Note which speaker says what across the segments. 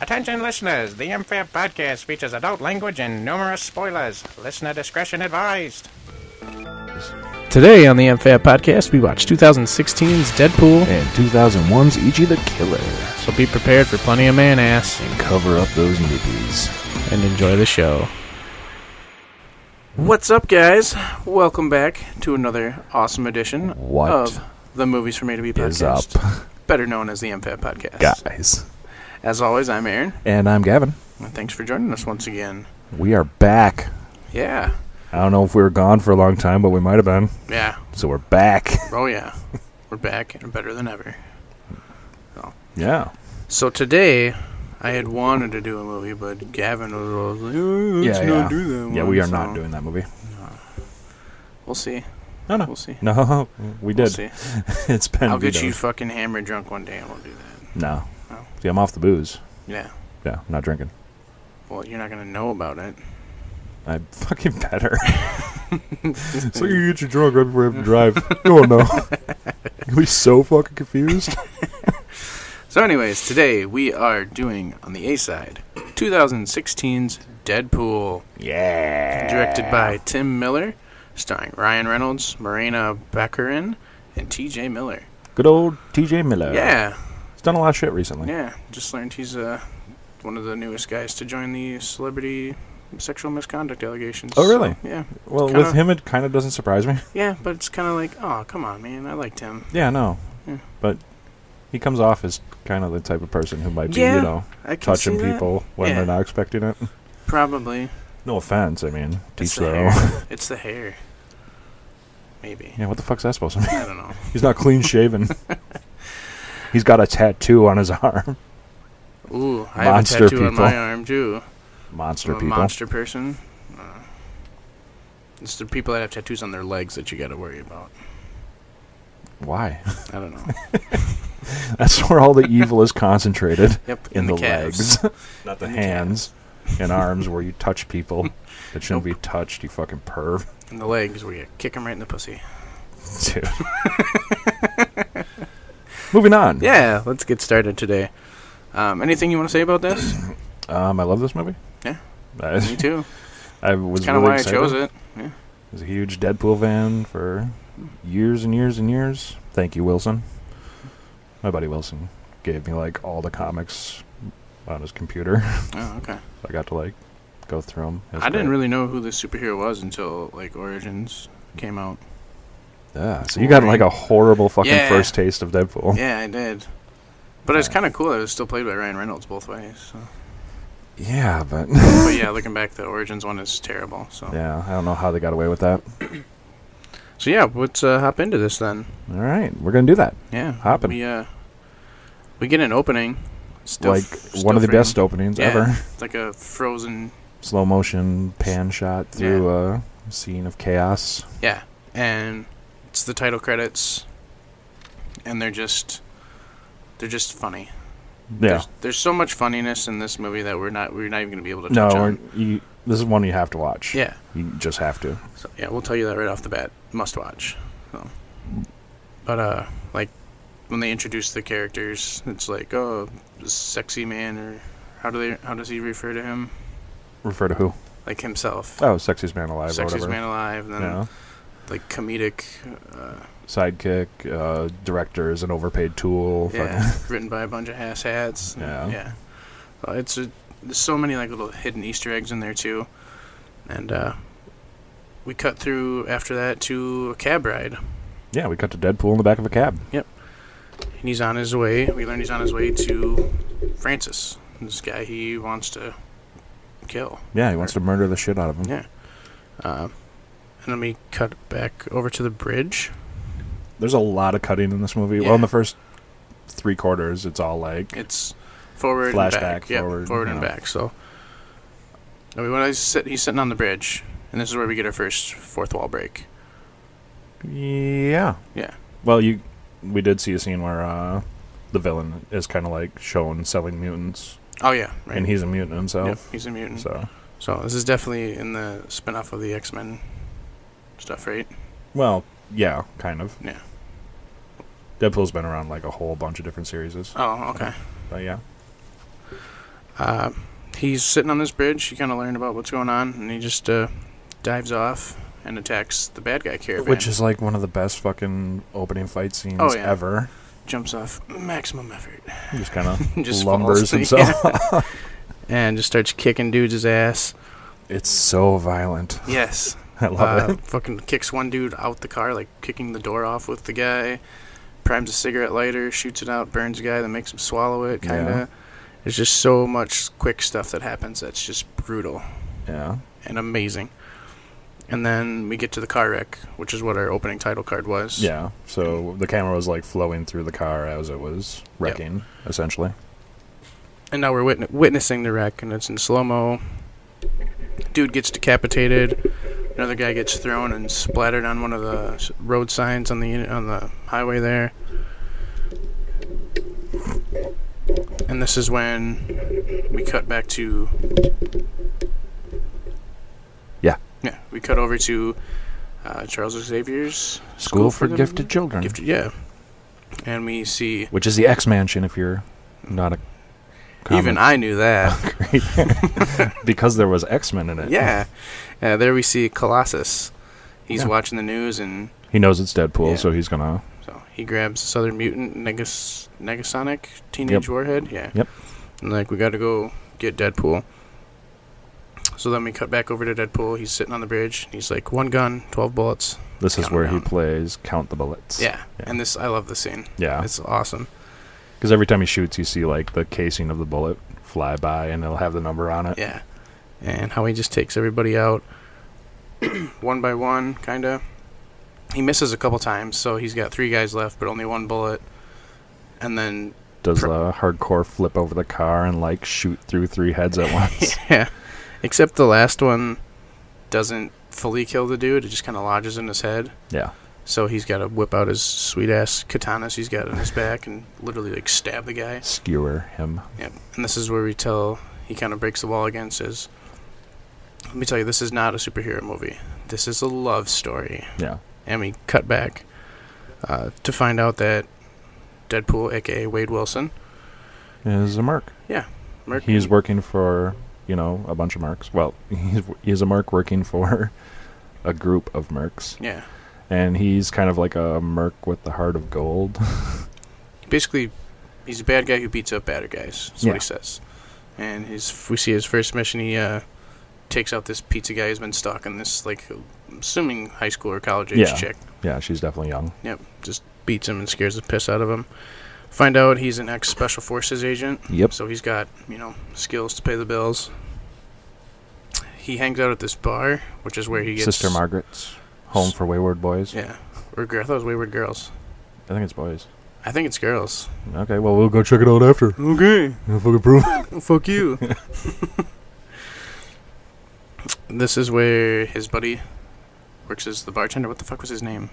Speaker 1: Attention listeners, the Unfair Podcast features adult language and numerous spoilers. Listener discretion advised.
Speaker 2: Today on the MFAB podcast, we watch 2016's Deadpool,
Speaker 3: and 2001's Ichi E the Killer.
Speaker 2: so be prepared for plenty of man ass
Speaker 3: And cover up those nippies.
Speaker 2: and enjoy the show. What's up, guys? Welcome back to another awesome edition
Speaker 3: What
Speaker 2: of the Movies for Me to Be
Speaker 3: is
Speaker 2: podcast, better known as the MFAB podcast.
Speaker 3: Guys.
Speaker 2: As always, I'm Aaron,
Speaker 3: And I'm Gavin.
Speaker 2: and thanks for joining us once again.
Speaker 3: We are back.
Speaker 2: Yeah,
Speaker 3: I don't know if we were gone for a long time, but we might have been.
Speaker 2: yeah,
Speaker 3: So we're back.
Speaker 2: oh yeah, we're back and better than ever.
Speaker 3: Yeah.
Speaker 2: So today, I had wanted to do a movie, but Gavin was always like, "Oh, let's
Speaker 3: Yeah,
Speaker 2: not
Speaker 3: yeah.
Speaker 2: do that one."
Speaker 3: Yeah, we are
Speaker 2: so
Speaker 3: not doing that movie.
Speaker 2: We'll see.
Speaker 3: No, no.
Speaker 2: We'll see.
Speaker 3: No, we
Speaker 2: We'll
Speaker 3: did.
Speaker 2: see.
Speaker 3: it's been.
Speaker 2: I'll get
Speaker 3: vetoed.
Speaker 2: you fucking hammered drunk one day and we'll do that.
Speaker 3: No.
Speaker 2: Oh.
Speaker 3: See, I'm off the booze.
Speaker 2: Yeah.
Speaker 3: Yeah, I'm not drinking.
Speaker 2: Well, you're not going to know about it.
Speaker 3: I'm fucking better. so you get you drunk right before you have to drive. You don't know. You'll be so fucking confused.
Speaker 2: So, anyways, today we are doing on the A side 2016's Deadpool,
Speaker 3: Yeah.
Speaker 2: directed by Tim Miller, starring Ryan Reynolds, Marina Baccarin, and TJ Miller.
Speaker 3: Good old TJ Miller.
Speaker 2: Yeah.
Speaker 3: He's done a lot of shit recently.
Speaker 2: Yeah. Just learned he's uh, one of the newest guys to join the celebrity sexual misconduct allegations.
Speaker 3: Oh, really?
Speaker 2: So, yeah.
Speaker 3: Well,
Speaker 2: Kinda-
Speaker 3: with him, it kind of doesn't surprise me.
Speaker 2: Yeah, but it's kind of like, oh, come on, man. I liked him.
Speaker 3: Yeah, no.
Speaker 2: Yeah.
Speaker 3: But he comes off as kind of the type of person who might be,
Speaker 2: Yeah,
Speaker 3: you know,
Speaker 2: I can
Speaker 3: touching
Speaker 2: see that.
Speaker 3: people when
Speaker 2: Yeah.
Speaker 3: they're not expecting it.
Speaker 2: Probably.
Speaker 3: No offense, I mean, uh,
Speaker 2: It's
Speaker 3: teach
Speaker 2: the
Speaker 3: their own.
Speaker 2: hair. It's the hair. Maybe.
Speaker 3: Yeah, what the fuck's that supposed to mean?
Speaker 2: I don't know.
Speaker 3: He's not clean shaven. He's got a tattoo on his arm.
Speaker 2: Ooh, I have a
Speaker 3: Monster
Speaker 2: tattoo on
Speaker 3: people.
Speaker 2: my arm too.
Speaker 3: Monster
Speaker 2: I'm a
Speaker 3: people.
Speaker 2: monster person. Uh, it's the people that have tattoos on their legs that you got to worry about.
Speaker 3: Why?
Speaker 2: I don't know.
Speaker 3: That's where all the evil is concentrated
Speaker 2: Yep,
Speaker 3: in, the,
Speaker 2: calves.
Speaker 3: legs, not the
Speaker 2: In the
Speaker 3: hands and arms where you touch people that shouldn't be touched. You fucking perv.
Speaker 2: In the legs, where you kick them right in the pussy.
Speaker 3: Dude. Moving on.
Speaker 2: Yeah, let's get started today. Um, anything you want to say about this?
Speaker 3: Um, I love this movie.
Speaker 2: Yeah. Me
Speaker 3: I,
Speaker 2: too.
Speaker 3: I was
Speaker 2: It's kind of
Speaker 3: really
Speaker 2: why
Speaker 3: excited.
Speaker 2: I chose it.
Speaker 3: was a huge Deadpool fan for years and years and years. Thank you, Wilson. My buddy Wilson gave me like all the comics on his computer.
Speaker 2: Oh, okay.
Speaker 3: I got to like go through them.
Speaker 2: I didn't really know who this superhero was until like Origins came out.
Speaker 3: Yeah. So you got like a horrible fucking
Speaker 2: Yeah.
Speaker 3: first taste of Deadpool.
Speaker 2: Yeah, I did. But it's
Speaker 3: Oh. Yeah.
Speaker 2: kind of cool that it was still played by Ryan Reynolds both ways. So.
Speaker 3: Yeah, but
Speaker 2: But yeah, looking back, the Origins one is terrible. So
Speaker 3: yeah, I don't know how they got away with that.
Speaker 2: so yeah, let's uh, hop into this then.
Speaker 3: All right, we're gonna do that.
Speaker 2: Yeah,
Speaker 3: Hoppin'.
Speaker 2: We uh, we get an opening. Still
Speaker 3: like
Speaker 2: f- still
Speaker 3: one of the
Speaker 2: framed.
Speaker 3: best openings
Speaker 2: Yeah.
Speaker 3: ever.
Speaker 2: It's like a frozen.
Speaker 3: slow motion pan shot through a scene of chaos.
Speaker 2: Yeah, and it's the title credits, and they're just they're just funny. There's, there's so much funniness in this movie that we're not we're not even gonna be able to
Speaker 3: No,
Speaker 2: touch
Speaker 3: we're-
Speaker 2: on.
Speaker 3: you, this is one you have to watch.
Speaker 2: Yeah,
Speaker 3: You just have to.
Speaker 2: So, yeah, we'll tell you that right off the bat. Must watch. So. But uh, like when they introduce the characters, it's like, oh, sexy man, or how do they? How does he refer to him?
Speaker 3: Refer to who?
Speaker 2: Like himself,
Speaker 3: Oh, Sexiest Man Alive or
Speaker 2: sexiest
Speaker 3: whatever.
Speaker 2: man uh, alive. Then
Speaker 3: yeah.
Speaker 2: like comedic, uh,
Speaker 3: Sidekick, uh, director is an overpaid tool. fucking-
Speaker 2: yeah, written by a bunch of ass hats. and-
Speaker 3: Yeah.
Speaker 2: yeah. So it's a, there's so many like little hidden Easter eggs in there too, and uh, we cut through after that to a cab ride.
Speaker 3: yeah, we cut to Deadpool in the back of a cab.
Speaker 2: And he's on his way. We learn he's on his way to Francis, this guy he wants to kill.
Speaker 3: Yeah, he wants to murder the shit out of him.
Speaker 2: Yeah. Uh, and then we cut back over to the bridge.
Speaker 3: There's a lot of cutting in this movie.
Speaker 2: Yeah.
Speaker 3: Well, in the first three quarters, it's all like
Speaker 2: It's forward and back.
Speaker 3: Flashback,
Speaker 2: Yep,
Speaker 3: forward,
Speaker 2: and
Speaker 3: yeah.
Speaker 2: back. So, I mean, when I sit, he's sitting on the bridge, and this is where we get our first fourth wall break.
Speaker 3: Yeah.
Speaker 2: Yeah.
Speaker 3: Well, you we did see a scene where uh, the villain is kind of like shown selling mutants,
Speaker 2: Oh yeah, right.
Speaker 3: and he's a mutant
Speaker 2: yep, Mm-hmm.
Speaker 3: himself.
Speaker 2: he's a mutant. So.
Speaker 3: So,
Speaker 2: this is definitely in the spin off of the X Men stuff, right?
Speaker 3: well, yeah, kind of. Deadpool's been around like a whole bunch of different series.
Speaker 2: Oh, okay.
Speaker 3: But yeah,
Speaker 2: Uh, he's sitting on this bridge. He kind of learned about what's going on, and he just uh, dives off and attacks the bad guy caravan.
Speaker 3: which is like one of the best fucking opening fight scenes
Speaker 2: Oh, yeah.
Speaker 3: ever.
Speaker 2: jumps off maximum effort.
Speaker 3: He just kind of
Speaker 2: just
Speaker 3: lumbers
Speaker 2: falls,
Speaker 3: himself.
Speaker 2: and just starts kicking dudes' ass.
Speaker 3: It's so violent.
Speaker 2: Yes.
Speaker 3: I love
Speaker 2: uh,
Speaker 3: it.
Speaker 2: Fucking kicks one dude out the car, like kicking the door off with the guy. Primes a cigarette lighter, shoots it out, burns a guy, then makes him swallow it. Kind of.
Speaker 3: Yeah.
Speaker 2: There's just so much quick stuff that happens that's just brutal
Speaker 3: Yeah.
Speaker 2: and amazing. And then we get to the car wreck, which is what our opening title card was.
Speaker 3: Yeah. So the camera was like flowing through the car as it was wrecking, essentially.
Speaker 2: And now we're witne- witnessing the wreck, and it's in slow mo. Dude gets decapitated. Another guy gets thrown and splattered on one of the s- road signs on the on the highway there. And this is when we cut back to.
Speaker 3: Yeah.
Speaker 2: Yeah, we cut over to uh, Charles Xavier's
Speaker 3: School, for
Speaker 2: the-
Speaker 3: Gifted Children,
Speaker 2: Gifted, yeah. And we see.
Speaker 3: which is the X Mansion. If you're not a
Speaker 2: Even
Speaker 3: comic
Speaker 2: I knew that.
Speaker 3: creator. because there was X Men in it.
Speaker 2: Yeah. Uh, there we see Colossus. He's
Speaker 3: Yeah.
Speaker 2: watching the news, and
Speaker 3: He knows it's Deadpool,
Speaker 2: Yeah.
Speaker 3: so he's gonna.
Speaker 2: so he grabs this other mutant, Negas- Negasonic, Teenage
Speaker 3: Yep.
Speaker 2: Warhead. Yeah.
Speaker 3: Yep.
Speaker 2: And like, we got to go get Deadpool. So then we cut back over to Deadpool. He's sitting on the bridge. and He's like, one gun, 12 bullets.
Speaker 3: This is
Speaker 2: Count
Speaker 3: where he
Speaker 2: down.
Speaker 3: plays Count the Bullets.
Speaker 2: Yeah.
Speaker 3: Yeah.
Speaker 2: And this, I love the scene.
Speaker 3: Yeah.
Speaker 2: It's awesome.
Speaker 3: Because every time he shoots, you see like the casing of the bullet fly by, and it'll have the number on it.
Speaker 2: Yeah. And how he just takes everybody out one by one, kind of. He misses a couple times, so he's got three guys left, but only one bullet. And then
Speaker 3: Does
Speaker 2: Pr-
Speaker 3: the hardcore flip over the car and like shoot through three heads at once?
Speaker 2: Yeah. Except the last one doesn't fully kill the dude, it just kind of lodges in his head.
Speaker 3: yeah.
Speaker 2: So he's got to whip out his sweet ass katanas he's got on his back and literally like stab the guy.
Speaker 3: Skewer him.
Speaker 2: Yep. And this is where we tell he kind of breaks the wall again and says, Let me tell you, this is not a superhero movie. This is a love story.
Speaker 3: Yeah.
Speaker 2: And we cut back uh, to find out that Deadpool, aka Wade Wilson,
Speaker 3: Is a merc.
Speaker 2: Merc-
Speaker 3: He's working for, you know, a bunch of mercs. Well, he's, he's a merc working for a group of mercs.
Speaker 2: yeah,
Speaker 3: And he's kind of like a merc with the heart of gold.
Speaker 2: basically he's a bad guy who beats up badder guys. That's
Speaker 3: Yeah.
Speaker 2: what he says. And his we see his first mission. He uh, takes out this pizza guy who's been stalking this like I'm assuming high school or college age
Speaker 3: Yeah.
Speaker 2: chick.
Speaker 3: yeah, she's definitely young.
Speaker 2: Yep, just beats him and scares the piss out of him. Find out he's an ex special forces agent,
Speaker 3: Yep.
Speaker 2: so he's got you know skills to pay the bills. He hangs out at this bar, which is where he gets
Speaker 3: Sister Margaret's home for wayward boys.
Speaker 2: Yeah, or gir- I thought it was wayward girls.
Speaker 3: I think it's boys.
Speaker 2: I think it's girls.
Speaker 3: Okay, well, we'll go check it out after.
Speaker 2: Okay.
Speaker 3: We'll fucking prove it.
Speaker 2: Fuck you. this is where his buddy works as the bartender. What the fuck was his name?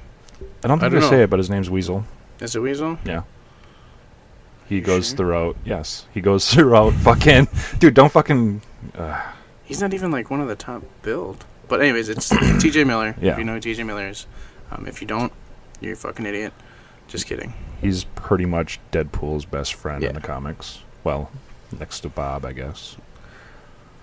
Speaker 3: I don't think
Speaker 2: don't
Speaker 3: they
Speaker 2: know.
Speaker 3: say it, but his name's Weasel.
Speaker 2: Is it Weasel?
Speaker 3: He
Speaker 2: You
Speaker 3: goes
Speaker 2: sure?
Speaker 3: throughout. Yes, he goes throughout. fucking dude, don't fucking. Uh,
Speaker 2: He's not even like one of the top build. But anyways, it's T.J. Miller.
Speaker 3: Yeah.
Speaker 2: If you know who T.J. Miller is, um, if you don't, you're a fucking idiot. Just kidding.
Speaker 3: he's pretty much Deadpool's best friend
Speaker 2: Yeah.
Speaker 3: in the comics. Well, next to Bob, I guess.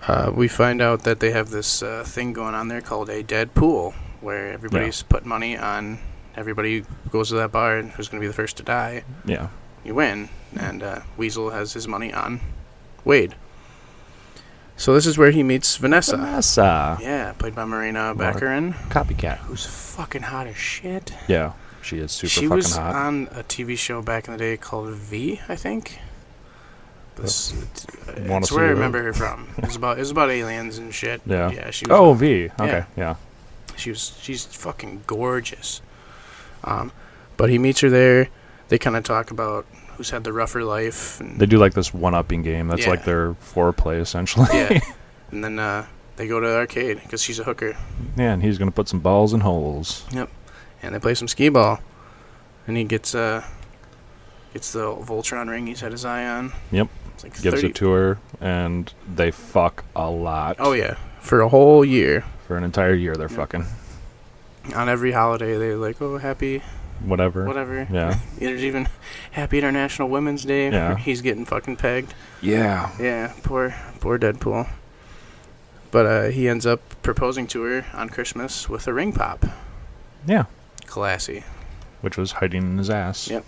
Speaker 2: Uh, we find out that they have this uh, thing going on there called a dead pool, where everybody's put money on everybody who goes to that bar and who's going to be the first to die.
Speaker 3: Yeah,
Speaker 2: you win, and uh, Weasel has his money on Wade. So this is where he meets Vanessa.
Speaker 3: Vanessa,
Speaker 2: Yeah, played by Marina
Speaker 3: Mar-
Speaker 2: Baccarin,
Speaker 3: copycat.
Speaker 2: who's fucking hot as shit.
Speaker 3: Yeah, she is super
Speaker 2: she
Speaker 3: fucking
Speaker 2: was
Speaker 3: hot.
Speaker 2: on a TV show back in the day called V, I think. This,
Speaker 3: Wanna
Speaker 2: that's
Speaker 3: see
Speaker 2: where I
Speaker 3: that.
Speaker 2: remember her from. It was about it was about aliens and shit.
Speaker 3: Yeah.
Speaker 2: Yeah, she was
Speaker 3: Oh, V. Okay, yeah.
Speaker 2: She was she's fucking gorgeous. Um, but he meets her there. They kind of talk about who's had the rougher life. And
Speaker 3: They do like this one-upping game. That's
Speaker 2: Yeah.
Speaker 3: like their foreplay, essentially.
Speaker 2: yeah. And then uh, they go to the arcade because she's a hooker,
Speaker 3: yeah, and he's gonna put some balls in holes.
Speaker 2: and they play some skee ball. And he gets uh, gets the Voltron ring he's had his eye on.
Speaker 3: Yep.
Speaker 2: It's like
Speaker 3: Gives
Speaker 2: 30
Speaker 3: it to her, and they fuck a lot.
Speaker 2: Oh yeah, for a whole year
Speaker 3: For an entire year, they're
Speaker 2: Yeah.
Speaker 3: fucking.
Speaker 2: on every holiday they're like, oh happy
Speaker 3: whatever.
Speaker 2: whatever.
Speaker 3: Yeah.
Speaker 2: There's even Happy International Women's Day.
Speaker 3: Yeah.
Speaker 2: He's getting fucking pegged.
Speaker 3: Yeah.
Speaker 2: Yeah, poor, poor Deadpool. But uh, he ends up proposing to her on Christmas with a ring pop.
Speaker 3: Yeah.
Speaker 2: Classy.
Speaker 3: Which was hiding in his ass.
Speaker 2: Yep.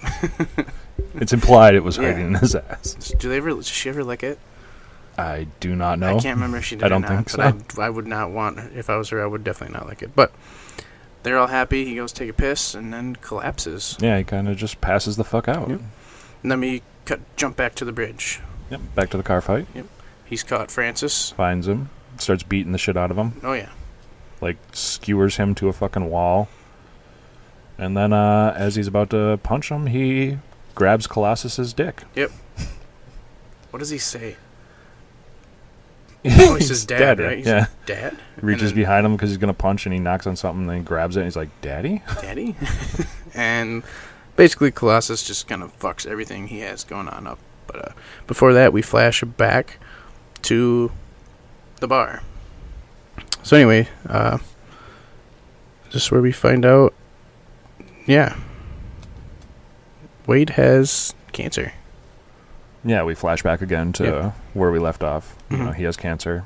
Speaker 3: it's implied it was
Speaker 2: Yeah.
Speaker 3: hiding in his ass.
Speaker 2: Do they ever? Does she ever lick it?
Speaker 3: I do not know.
Speaker 2: I can't remember if she did.
Speaker 3: I don't
Speaker 2: or not,
Speaker 3: think
Speaker 2: But I, I would not want. If I was her, I would definitely not lick it. But they're all happy. He goes take a piss and then collapses.
Speaker 3: Yeah, he kind of just passes the fuck out.
Speaker 2: Yep. And then we cut, jump back to the bridge.
Speaker 3: Yep, Back to the car fight.
Speaker 2: He's caught Francis.
Speaker 3: Finds him. Starts beating the shit out of him.
Speaker 2: Oh yeah,
Speaker 3: like skewers him to a fucking wall. And then uh, as he's about to punch him, he grabs Colossus's dick.
Speaker 2: what does he say? Oh, he says dad, right? He's
Speaker 3: Yeah.
Speaker 2: like, dad. And
Speaker 3: Reaches
Speaker 2: then-
Speaker 3: behind him because he's gonna punch, and he knocks on something, and then he grabs it, and he's like, "Daddy."
Speaker 2: Daddy? and basically, Colossus just kind of fucks everything he has going on up. But uh, before that, we flash back to the bar. So, anyway, uh, is this where we find out. Yeah. Wade has cancer.
Speaker 3: Yeah, we flash back again to
Speaker 2: Yeah.
Speaker 3: where we left off. You know,
Speaker 2: Mhm.
Speaker 3: he has cancer.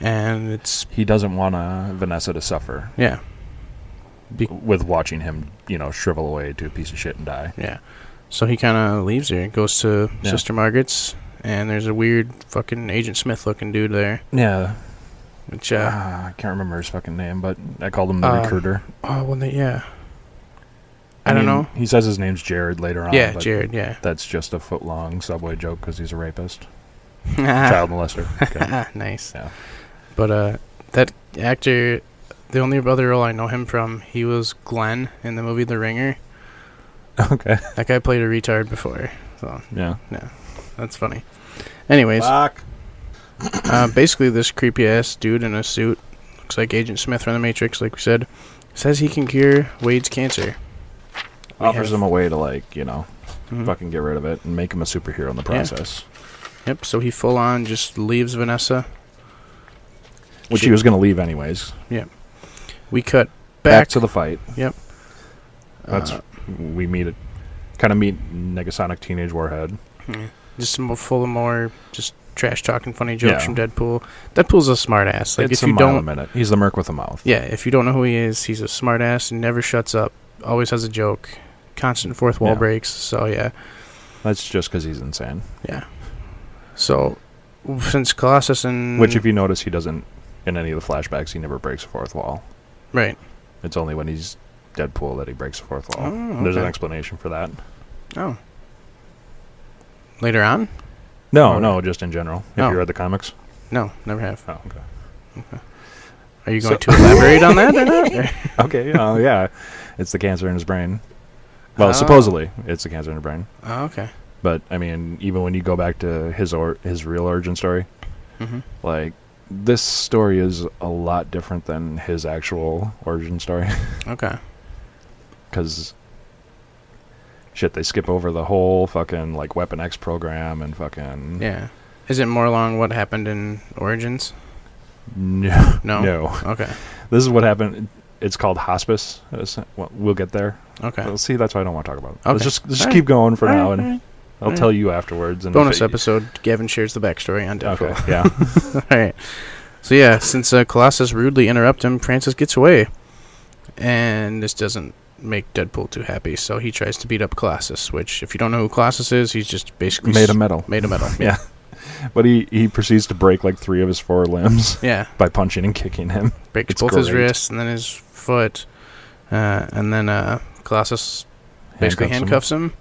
Speaker 2: And it's.
Speaker 3: He doesn't want uh, Vanessa to suffer
Speaker 2: Yeah.
Speaker 3: with watching him, you know, shrivel away to a piece of shit and die.
Speaker 2: Yeah. So he kind of leaves her. Goes to
Speaker 3: Yeah.
Speaker 2: Sister Margaret's. And there's a weird fucking Agent Smith looking dude there.
Speaker 3: Yeah,
Speaker 2: Which, uh.
Speaker 3: Ah, I can't remember his fucking name, but I called him the
Speaker 2: Um,
Speaker 3: recruiter.
Speaker 2: Oh, well, they, yeah. I, don't
Speaker 3: mean,
Speaker 2: know.
Speaker 3: He says his name's Jared later on.
Speaker 2: yeah,
Speaker 3: but-
Speaker 2: Jared. Yeah.
Speaker 3: That's just a foot long subway joke because he's a rapist,
Speaker 2: Child.
Speaker 3: child molester. Okay.
Speaker 2: nice.
Speaker 3: Yeah.
Speaker 2: But uh, that actor, the only other role I know him from, he was Glenn in the movie The Ringer.
Speaker 3: okay.
Speaker 2: That guy played a retard before, so
Speaker 3: Yeah.
Speaker 2: that's funny. Anyways,
Speaker 3: Fuck.
Speaker 2: uh, basically this creepy ass dude in a suit, looks like Agent Smith from The Matrix, like we said, says he can cure Wade's cancer. We
Speaker 3: Offers
Speaker 2: have-
Speaker 3: him a way to like you know
Speaker 2: Mhm.
Speaker 3: fucking get rid of it and make him a superhero in the process,
Speaker 2: Yep. So he full on just leaves Vanessa.
Speaker 3: which
Speaker 2: Shit.
Speaker 3: he was gonna leave anyways. Back,
Speaker 2: We cut back,
Speaker 3: to the fight. That's
Speaker 2: uh,
Speaker 3: we meet it. Kind of meet Negasonic Teenage Warhead.
Speaker 2: Yeah. Just more full of more just trash talking funny jokes
Speaker 3: Yeah.
Speaker 2: from Deadpool. Deadpool's a smart ass. Like
Speaker 3: it's
Speaker 2: if
Speaker 3: a
Speaker 2: you
Speaker 3: mile a
Speaker 2: don't
Speaker 3: minute. He's the merc with a mouth.
Speaker 2: Yeah, if you don't know who he is, he's a smart ass and never shuts up. Always has a joke. Constant fourth wall
Speaker 3: Yeah.
Speaker 2: breaks. So yeah.
Speaker 3: That's just because he's insane.
Speaker 2: Yeah. So since Colossus and
Speaker 3: Which, if you notice, he doesn't in any of the flashbacks. He never breaks the fourth wall.
Speaker 2: Right.
Speaker 3: It's only when he's Deadpool that he breaks the fourth
Speaker 2: Oh,
Speaker 3: wall. There's an
Speaker 2: okay.
Speaker 3: explanation for that.
Speaker 2: Oh. Later on?
Speaker 3: No,
Speaker 2: Or-
Speaker 3: no, just in general. If
Speaker 2: Oh.
Speaker 3: you read the comics.
Speaker 2: No, never have.
Speaker 3: Oh, okay.
Speaker 2: Are you
Speaker 3: So-
Speaker 2: going to elaborate on that or not?
Speaker 3: Okay, oh yeah. It's the cancer in his brain. Well,
Speaker 2: Oh.
Speaker 3: supposedly it's the cancer in his brain.
Speaker 2: Oh, okay.
Speaker 3: But I mean, even when you go back to his or his real origin story,
Speaker 2: hmm
Speaker 3: like this story is a lot different than his actual origin story
Speaker 2: Okay.
Speaker 3: cuz shit, they skip over the whole fucking like Weapon X program and fucking
Speaker 2: Yeah. Is it more along what happened in Origins?
Speaker 3: No.
Speaker 2: No.
Speaker 3: No.
Speaker 2: Okay.
Speaker 3: This is what happened. It's called hospice. It's- well, We'll get there.
Speaker 2: Okay.
Speaker 3: Well, see, that's why I don't want to talk about it.
Speaker 2: Okay.
Speaker 3: Let's just let's just
Speaker 2: Alright.
Speaker 3: keep going for
Speaker 2: All
Speaker 3: now,
Speaker 2: right,
Speaker 3: and
Speaker 2: all right.
Speaker 3: I'll
Speaker 2: alright.
Speaker 3: tell you afterwards. And
Speaker 2: Bonus
Speaker 3: if it-
Speaker 2: episode. Gavin shares the backstory on Deadpool.
Speaker 3: Okay, yeah.
Speaker 2: All right. So yeah, since uh, Colossus rudely interrupts him, Francis gets away, and this doesn't make Deadpool too happy. So he tries to beat up Colossus, which, if you don't know who Colossus is, he's just basically
Speaker 3: Made a
Speaker 2: s-
Speaker 3: medal,
Speaker 2: made a metal.
Speaker 3: Yeah. but he he proceeds to break like three of his four limbs
Speaker 2: yeah.
Speaker 3: by punching and kicking him.
Speaker 2: Breaks
Speaker 3: It's
Speaker 2: both his
Speaker 3: great.
Speaker 2: wrists and then his foot, uh, and then uh, Colossus basically handcuffs him.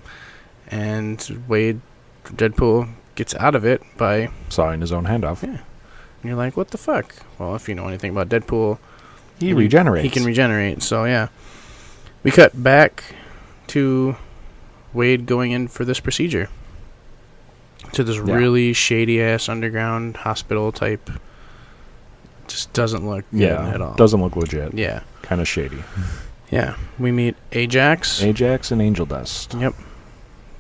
Speaker 2: and Wade, Deadpool gets out of it by
Speaker 3: him, sawing his own hand off.
Speaker 2: Yeah. And you're like, what the fuck? Well, if you know anything about Deadpool,
Speaker 3: He regenerates.
Speaker 2: He can regenerate. So yeah, we cut back to Wade going in for this procedure to this
Speaker 3: Yeah.
Speaker 2: really shady ass underground hospital type. Just doesn't look good
Speaker 3: yeah,
Speaker 2: at all.
Speaker 3: doesn't look legit.
Speaker 2: yeah,
Speaker 3: Kind of shady.
Speaker 2: yeah. We meet Ajax.
Speaker 3: Ajax and Angel Dust.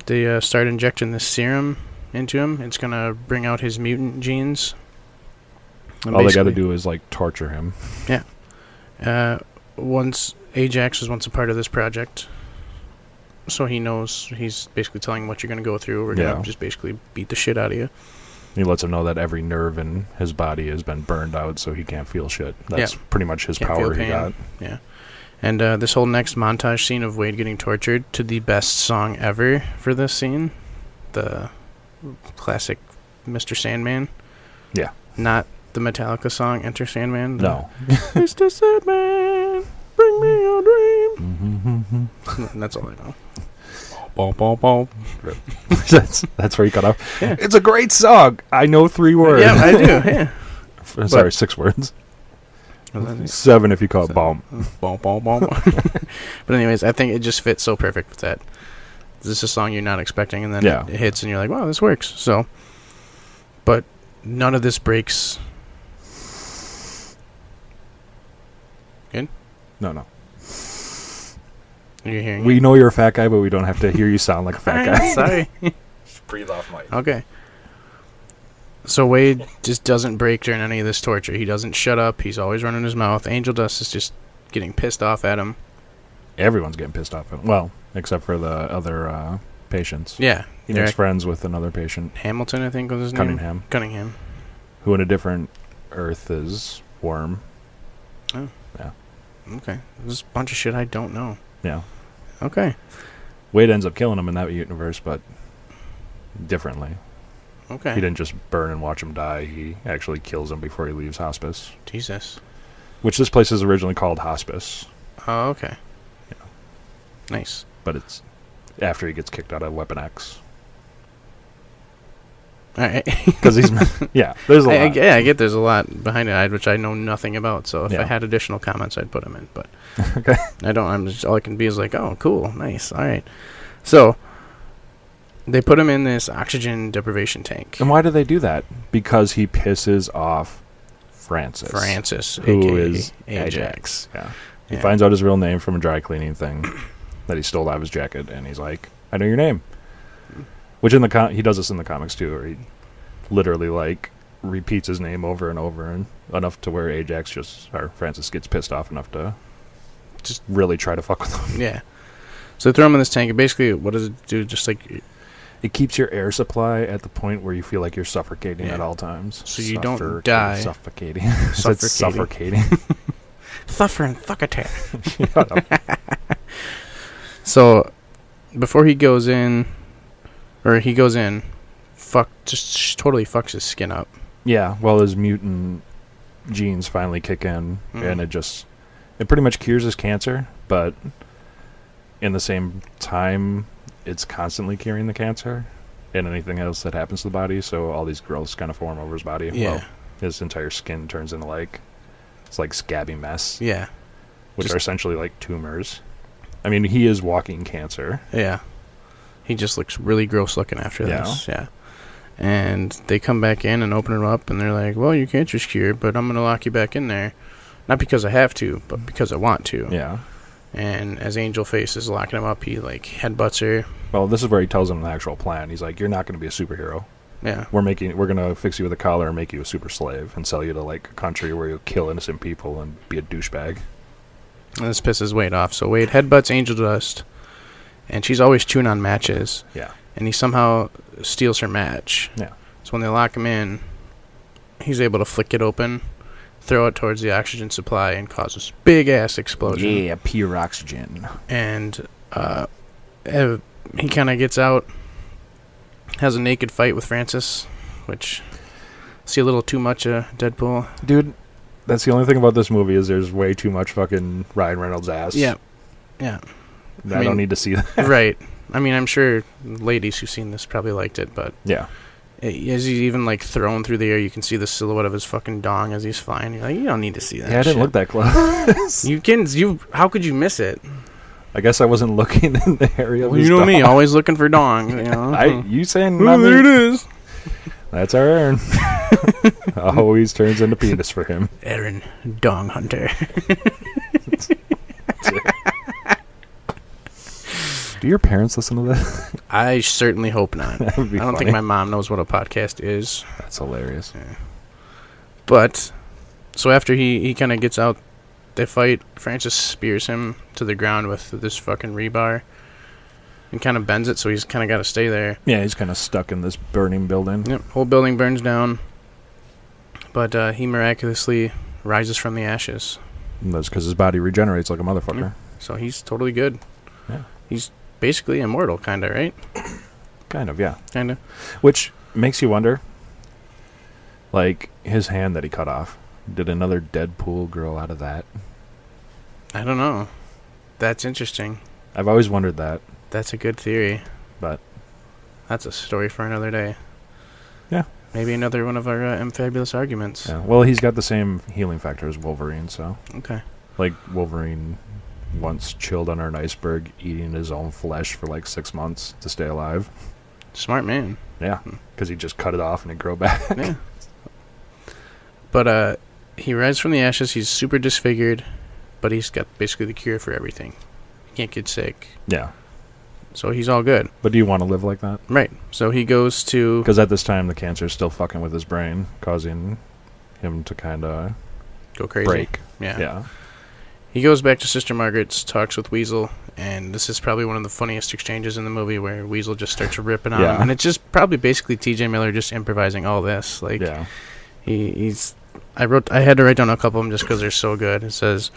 Speaker 2: they uh, start injecting this serum into him. It's gonna bring out his mutant genes. And
Speaker 3: All they got to
Speaker 2: basically-
Speaker 3: do is like torture him.
Speaker 2: Uh, once Ajax was once a part of this project, so he knows he's basically telling what you're gonna go through. We're
Speaker 3: Yeah.
Speaker 2: gonna just basically beat the shit out of you.
Speaker 3: He lets him know that every nerve in his body has been burned out, so he can't feel shit. That's pretty much his
Speaker 2: Can't
Speaker 3: power
Speaker 2: feel
Speaker 3: he
Speaker 2: pain.
Speaker 3: got.
Speaker 2: And uh, this whole next montage scene of Wade getting tortured to the best song ever for this scene, the classic Mr. Sandman.
Speaker 3: Yeah.
Speaker 2: Not the Metallica song Enter Sandman. the
Speaker 3: No.
Speaker 2: Mr. Sandman, bring me your dream.
Speaker 3: Mhm.
Speaker 2: And That's all I know.
Speaker 3: Bom, bom, bom. that's that's where he cut off.
Speaker 2: Yeah.
Speaker 3: It's a great song. I know three words.
Speaker 2: Yeah, I do. Yeah.
Speaker 3: F- Sorry, six words.
Speaker 2: Well, that is-
Speaker 3: Seven if you call it
Speaker 2: Seven.
Speaker 3: bomb.
Speaker 2: Boom, boom, boom. but anyways, I think it just fits so perfect with that. This is a song you're not expecting, and then
Speaker 3: Yeah.
Speaker 2: it hits, and you're like, "Wow, this works." So, but none of this breaks.
Speaker 3: No, no.
Speaker 2: You're hearing.
Speaker 3: We
Speaker 2: it.
Speaker 3: know you're a fat guy, but we don't have to hear you sound like a fat guy.
Speaker 2: Sorry.
Speaker 3: Breathe off mic.
Speaker 2: Okay. So Wade just doesn't break during any of this torture. He doesn't shut up. He's always running his mouth. Angel Dust is just getting pissed off at him.
Speaker 3: Everyone's getting pissed off. at him. Well, except for the other uh, patients.
Speaker 2: Yeah.
Speaker 3: He makes
Speaker 2: Eric
Speaker 3: friends with another patient,
Speaker 2: Hamilton, I think was his name.
Speaker 3: Cunningham,
Speaker 2: Cunningham.
Speaker 3: who in a different Earth is Worm.
Speaker 2: Okay. There's a bunch of shit I don't know.
Speaker 3: Yeah.
Speaker 2: Okay.
Speaker 3: Wade ends up killing him in that universe, but differently.
Speaker 2: Okay.
Speaker 3: He didn't just burn and watch him die. He actually kills him before he leaves hospice,
Speaker 2: Jesus.
Speaker 3: which this place is originally called hospice,
Speaker 2: Oh, okay.
Speaker 3: Yeah.
Speaker 2: Nice.
Speaker 3: but it's after he gets kicked out of Weapon X
Speaker 2: All right.
Speaker 3: because he's yeah. There's a
Speaker 2: I, I,
Speaker 3: lot.
Speaker 2: yeah, I get there's a lot behind it, I- which I know nothing about. So if I
Speaker 3: Yeah.
Speaker 2: had additional comments, I'd put them in. But
Speaker 3: Okay.
Speaker 2: I don't. I'm just all I can be is like, oh, cool, nice, all right. So they put him in this oxygen deprivation tank.
Speaker 3: And why do they do that? Because he pisses off Francis.
Speaker 2: Francis,
Speaker 3: who
Speaker 2: aka
Speaker 3: is
Speaker 2: Ajax.
Speaker 3: Ajax. Yeah. He
Speaker 2: Yeah.
Speaker 3: finds out his real name from a dry cleaning thing that he stole out of his jacket, and he's like, "I know your name." Which in the com- he does this in the comics too, where he literally like repeats his name over and over, and enough to where Ajax just or Francis gets pissed off enough to
Speaker 2: Just-
Speaker 3: just really try to fuck with him.
Speaker 2: Yeah. So they throw him in this tank. And basically, what does it do? Just like
Speaker 3: It keeps your air supply at the point where you feel like you're suffocating
Speaker 2: Yeah.
Speaker 3: at all times,
Speaker 2: So you don't
Speaker 3: Suffocating,
Speaker 2: die.
Speaker 3: Suffocating. I said
Speaker 2: suffocating,
Speaker 3: suffocating.
Speaker 2: suffer and thuckatack.
Speaker 3: Shut up.
Speaker 2: So before he goes in, or he goes in, fuck, just sh- totally fucks his skin up.
Speaker 3: Yeah, well, his mutant genes finally kick in,
Speaker 2: Mhm.
Speaker 3: and it just it pretty much cures his cancer, but in the same time, it's constantly curing the cancer and anything else that happens to the body. So all these growths kind of form over his body. Well, his entire skin turns into like it's like scabby mess,
Speaker 2: yeah,
Speaker 3: which
Speaker 2: just-
Speaker 3: are essentially like tumors. I mean, he is walking cancer.
Speaker 2: yeah. He just looks really gross looking after
Speaker 3: Yeah.
Speaker 2: this. Yeah. And they come back in and open him up, and they're like, "Well, your cancer's cured, but I'm gonna lock you back in there, not because I have to, but because I want to."
Speaker 3: Yeah.
Speaker 2: And as Angel Face is locking him up, he like headbutts her.
Speaker 3: Well, this is where he tells him the actual plan. He's like, "You're not going to be a superhero.
Speaker 2: Yeah.
Speaker 3: we're making we're gonna fix you with a collar and make you a super slave and sell you to like a country where you kill innocent people and be a douchebag.
Speaker 2: And this pisses Wade off. So Wade headbutts Angel Dust, and she's always chewing on matches.
Speaker 3: Yeah.
Speaker 2: And he somehow steals her match.
Speaker 3: Yeah.
Speaker 2: So when they lock him in, he's able to flick it open, throw it towards the oxygen supply, and cause this big ass explosion.
Speaker 3: pure oxygen.
Speaker 2: And uh, eh, he kind of gets out, has a naked fight with Francis, which see a little too much uh, Deadpool.
Speaker 3: Dude, that's the only thing about this movie is there's way too much fucking Ryan Reynolds ass.
Speaker 2: Yeah.
Speaker 3: I,
Speaker 2: I mean-
Speaker 3: don't need to see that.
Speaker 2: right. I mean, I'm sure ladies who've seen this probably liked it, but.
Speaker 3: Yeah.
Speaker 2: It- As he's even like thrown through the air, you can see the silhouette of his fucking dong as he's flying. You're like, you don't need to see that.
Speaker 3: Yeah, I didn't
Speaker 2: shit.
Speaker 3: look that close.
Speaker 2: You can. You. How could you miss it?
Speaker 3: I guess I wasn't looking in the area. of
Speaker 2: Well, you
Speaker 3: his
Speaker 2: know
Speaker 3: dog.
Speaker 2: me, always looking for dong. You know. Hmm.
Speaker 3: I you saying not
Speaker 2: Ooh,
Speaker 3: me?
Speaker 2: there it is.
Speaker 3: That's our Aaron. Always turns into penis for him.
Speaker 2: Aaron Dong Hunter.
Speaker 3: Do your parents listen to this?
Speaker 2: I certainly hope not. I
Speaker 3: That would be
Speaker 2: don't
Speaker 3: funny.
Speaker 2: think my mom knows what a podcast is.
Speaker 3: That's hilarious.
Speaker 2: But so after he he kind of gets out They fight. Francis spears him to the ground with this fucking rebar and kind of bends it, so he's kind of got to stay there.
Speaker 3: Yeah, he's kind of stuck in this burning building.
Speaker 2: Yep, whole building burns down. But uh, he miraculously rises from the ashes.
Speaker 3: And That's because his body regenerates like a motherfucker.
Speaker 2: So he's totally good.
Speaker 3: Yeah.
Speaker 2: He's basically immortal, kind of, right?
Speaker 3: Kind of, yeah.
Speaker 2: Kind of.
Speaker 3: Which makes you wonder, like his hand that he cut off. Did another Deadpool grow out of that?
Speaker 2: I don't know. That's interesting.
Speaker 3: I've always wondered that.
Speaker 2: That's a good theory.
Speaker 3: But-
Speaker 2: that's a story for another day.
Speaker 3: Yeah.
Speaker 2: Maybe another one of our uh, fabulous arguments.
Speaker 3: Yeah. Well, he's got the same healing factor as Wolverine, so
Speaker 2: Okay.
Speaker 3: like Wolverine once chilled under an iceberg, eating his own flesh for like six months to stay alive.
Speaker 2: Smart man.
Speaker 3: Yeah, because he just cut it off and it grew back.
Speaker 2: yeah. But uh he rises from the ashes, he's super disfigured, but he's got basically the cure for everything. He can't get sick.
Speaker 3: yeah.
Speaker 2: So he's all good.
Speaker 3: But do you want to live like that?
Speaker 2: Right. So he goes to
Speaker 3: Because at this time, the cancer is still fucking with his brain, causing him to kind of
Speaker 2: go crazy.
Speaker 3: break.
Speaker 2: Yeah.
Speaker 3: Yeah.
Speaker 2: He goes back to Sister Margaret's, talks with Weasel, and this is probably one of the funniest exchanges in the movie where Weasel just starts ripping on
Speaker 3: Yeah.
Speaker 2: him. And it's just probably basically TJ Miller just improvising all this. Like
Speaker 3: yeah.
Speaker 2: He, he's. I wrote. I had to write down a couple of them just because they're so good. It says,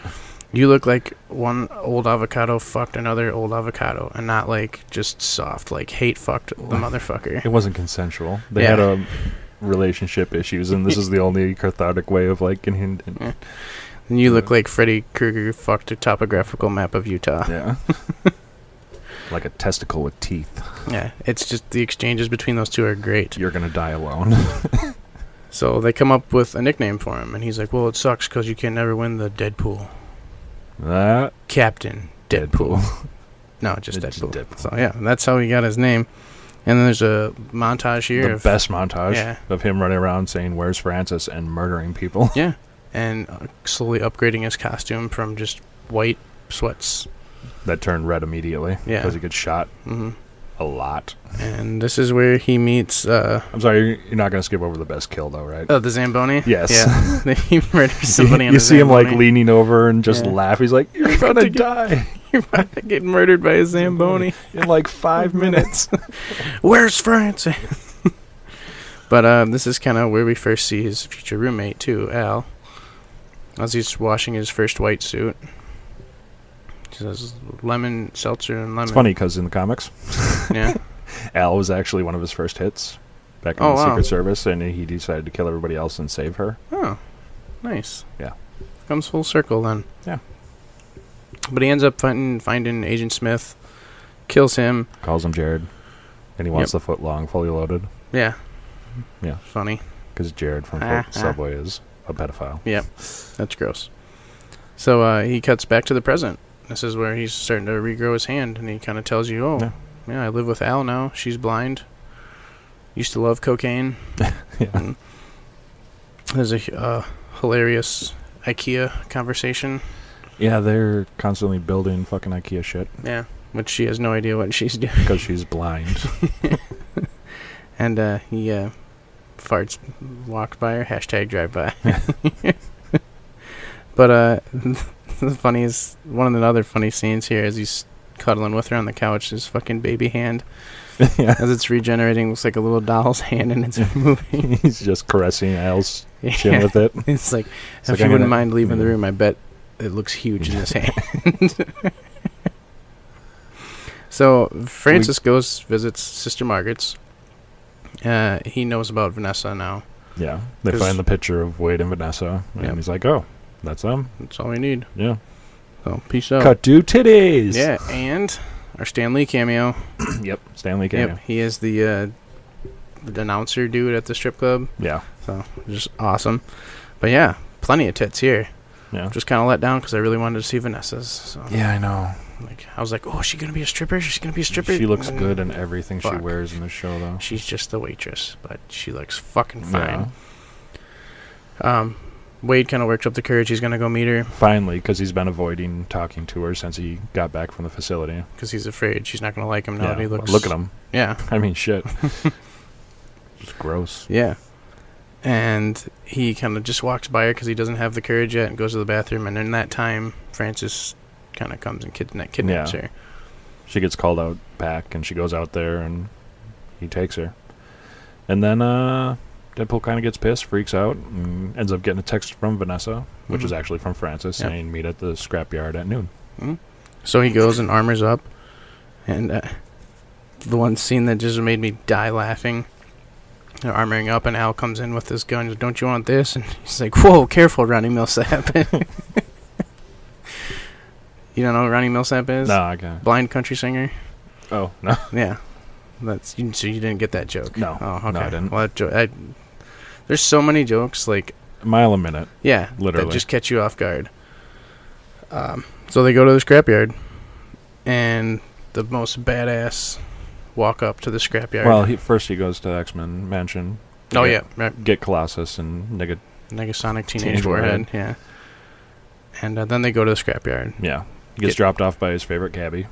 Speaker 2: "You look like one old avocado fucked another old avocado, and not like just soft, like hate fucked the motherfucker."
Speaker 3: It wasn't consensual. They
Speaker 2: Yeah.
Speaker 3: had um relationship issues, and this is the only cathartic way of like. in- in-
Speaker 2: Yeah. And you look like Freddy Krueger fucked a topographical map of Utah.
Speaker 3: yeah. like a testicle with teeth.
Speaker 2: Yeah, it's just the exchanges between those two are great.
Speaker 3: You're gonna die alone.
Speaker 2: So they come up with a nickname for him, and he's like, "Well, it sucks because you can never win the Deadpool
Speaker 3: that
Speaker 2: Captain Deadpool." No, just
Speaker 3: It's
Speaker 2: Deadpool.
Speaker 3: Deadpool.
Speaker 2: So yeah, that's how he got his name. And then there's a montage here
Speaker 3: the
Speaker 2: of
Speaker 3: best montage
Speaker 2: Yeah.
Speaker 3: of him running around saying "Where's Francis?" and murdering people.
Speaker 2: Yeah, and uh, slowly upgrading his costume from just white sweats.
Speaker 3: that turned red immediately
Speaker 2: Yeah.
Speaker 3: because he gets shot
Speaker 2: hmm
Speaker 3: a lot.
Speaker 2: And this is where he meets uh,
Speaker 3: I'm sorry, you're- you're not gonna skip over the best kill though, right?
Speaker 2: oh, the Zamboni.
Speaker 3: Yes.
Speaker 2: Yeah, he murders somebody.
Speaker 3: you
Speaker 2: on a
Speaker 3: see him like
Speaker 2: Zamboni.
Speaker 3: leaning over and just
Speaker 2: Yeah.
Speaker 3: laugh. He's like, "You're
Speaker 2: about
Speaker 3: gonna
Speaker 2: to get-
Speaker 3: die
Speaker 2: You're about to get murdered by a Zamboni.
Speaker 3: in like five minutes."
Speaker 2: Where's Francis? but um, this is kind of where we first see his future roommate too, Al, as he's washing his first white suit. He says lemon seltzer and lemon.
Speaker 3: it's funny because in the comics,
Speaker 2: Yeah.
Speaker 3: Al was actually one of his first hits back in
Speaker 2: Oh,
Speaker 3: the
Speaker 2: wow.
Speaker 3: Secret Service, and he decided to kill everybody else and save her.
Speaker 2: Oh, nice.
Speaker 3: Yeah.
Speaker 2: Comes full circle then.
Speaker 3: Yeah.
Speaker 2: But he ends up finding, finding Agent Smith, kills him.
Speaker 3: Calls him Jared, and he wants the foot long, fully loaded,
Speaker 2: Yeah.
Speaker 3: Yeah.
Speaker 2: Funny.
Speaker 3: because Jared from
Speaker 2: Ah,
Speaker 3: Foot-
Speaker 2: ah.
Speaker 3: Subway is a pedophile.
Speaker 2: That's gross. So uh, he cuts back to the present. This is where he's starting to regrow his hand, and he kind of tells you, oh,
Speaker 3: Yeah.
Speaker 2: yeah. I live with Al now. She's blind. Used to love cocaine.
Speaker 3: Yeah.
Speaker 2: And There's a uh, hilarious IKEA conversation.
Speaker 3: Yeah, they're constantly building fucking IKEA shit
Speaker 2: Yeah. Which she has no idea what she's doing.
Speaker 3: because she's blind.
Speaker 2: And uh, he uh, farts, walked by her, hashtag drive by. but uh, the funniest, one of the other funny scenes here is he's cuddling with her on the couch, his fucking baby hand,
Speaker 3: yeah,
Speaker 2: as it's regenerating, looks like a little doll's hand and it's moving.
Speaker 3: he's just caressing Al's chin
Speaker 2: Yeah.
Speaker 3: with it.
Speaker 2: It's like,
Speaker 3: It's
Speaker 2: if
Speaker 3: like,
Speaker 2: you
Speaker 3: I'm
Speaker 2: wouldn't
Speaker 3: gonna-
Speaker 2: mind leaving the
Speaker 3: yeah.
Speaker 2: room, I bet it looks huge in his hand. so Francis goes visits Sister Margaret's. Uh, he knows about Vanessa now.
Speaker 3: Yeah, they
Speaker 2: 'Cause-
Speaker 3: find the picture of Wade and Vanessa, and
Speaker 2: Yep.
Speaker 3: he's like, "Oh, that's them."
Speaker 2: That's all we need.
Speaker 3: Yeah,
Speaker 2: So peace out.
Speaker 3: cut two titties.
Speaker 2: Oh. Yeah, and our Stan Lee cameo.
Speaker 3: yep. Stanley
Speaker 2: Yep,
Speaker 3: Canyon.
Speaker 2: he is the uh, the announcer dude at the strip club.
Speaker 3: Yeah,
Speaker 2: So just awesome. But yeah, plenty of tits here.
Speaker 3: yeah,
Speaker 2: Just kind of let down because I really wanted to see Vanessa's. So
Speaker 3: yeah. I know.
Speaker 2: like I was like, oh, is she gonna be a stripper? She's gonna be a stripper.
Speaker 3: She looks
Speaker 2: Mm.
Speaker 3: good in everything she
Speaker 2: Fuck.
Speaker 3: wears in the show, though.
Speaker 2: She's just the waitress, but she looks fucking
Speaker 3: Yeah.
Speaker 2: fine. Um, Wade kind of works up the courage. He's gonna go meet her
Speaker 3: Finally, because he's been avoiding talking to her since he got back from the facility.
Speaker 2: because he's afraid she's not gonna like him now
Speaker 3: yeah.
Speaker 2: that he looks.
Speaker 3: Look at him.
Speaker 2: Yeah.
Speaker 3: I mean, shit. it's gross.
Speaker 2: Yeah. and he kind of just walks by her because he doesn't have the courage yet and goes to the bathroom. And in that time, Francis kind of comes and kidna- kidnaps
Speaker 3: Yeah.
Speaker 2: her.
Speaker 3: She gets called out back, and she goes out there, and he takes her. And then uh, Deadpool kind of gets pissed, freaks out, and ends up getting a text from Vanessa, which is
Speaker 2: Mhm.
Speaker 3: actually from Francis,
Speaker 2: Yep.
Speaker 3: saying meet at the scrapyard at noon.
Speaker 2: So he goes and armors up. And uh, the one scene that just made me die laughing. They're armoring up, and Al comes in with his gun. He's, Don't you want this? And he's like, Whoa, careful, Ronnie Millsap. you don't know who Ronnie Millsap is?
Speaker 3: No, I can't.
Speaker 2: Blind country singer?
Speaker 3: Oh no,
Speaker 2: Yeah, that's you, so you didn't get that joke.
Speaker 3: No.
Speaker 2: oh, okay.
Speaker 3: No, I didn't.
Speaker 2: Well, that jo- I, there's so many jokes like
Speaker 3: a mile a minute.
Speaker 2: yeah,
Speaker 3: Literally.
Speaker 2: that just catch you off guard. Um, so they go to the scrapyard, and the most badass walk up to the scrapyard.
Speaker 3: Well, he, first he goes to X Men Mansion,
Speaker 2: oh yeah, right.
Speaker 3: get Colossus and Nigga.
Speaker 2: Negasonic Teenage,
Speaker 3: Teenage
Speaker 2: Warhead.
Speaker 3: Warhead.
Speaker 2: Yeah. And uh, then they go to the scrapyard.
Speaker 3: Yeah, he gets
Speaker 2: Get-
Speaker 3: dropped off by his favorite cabbie.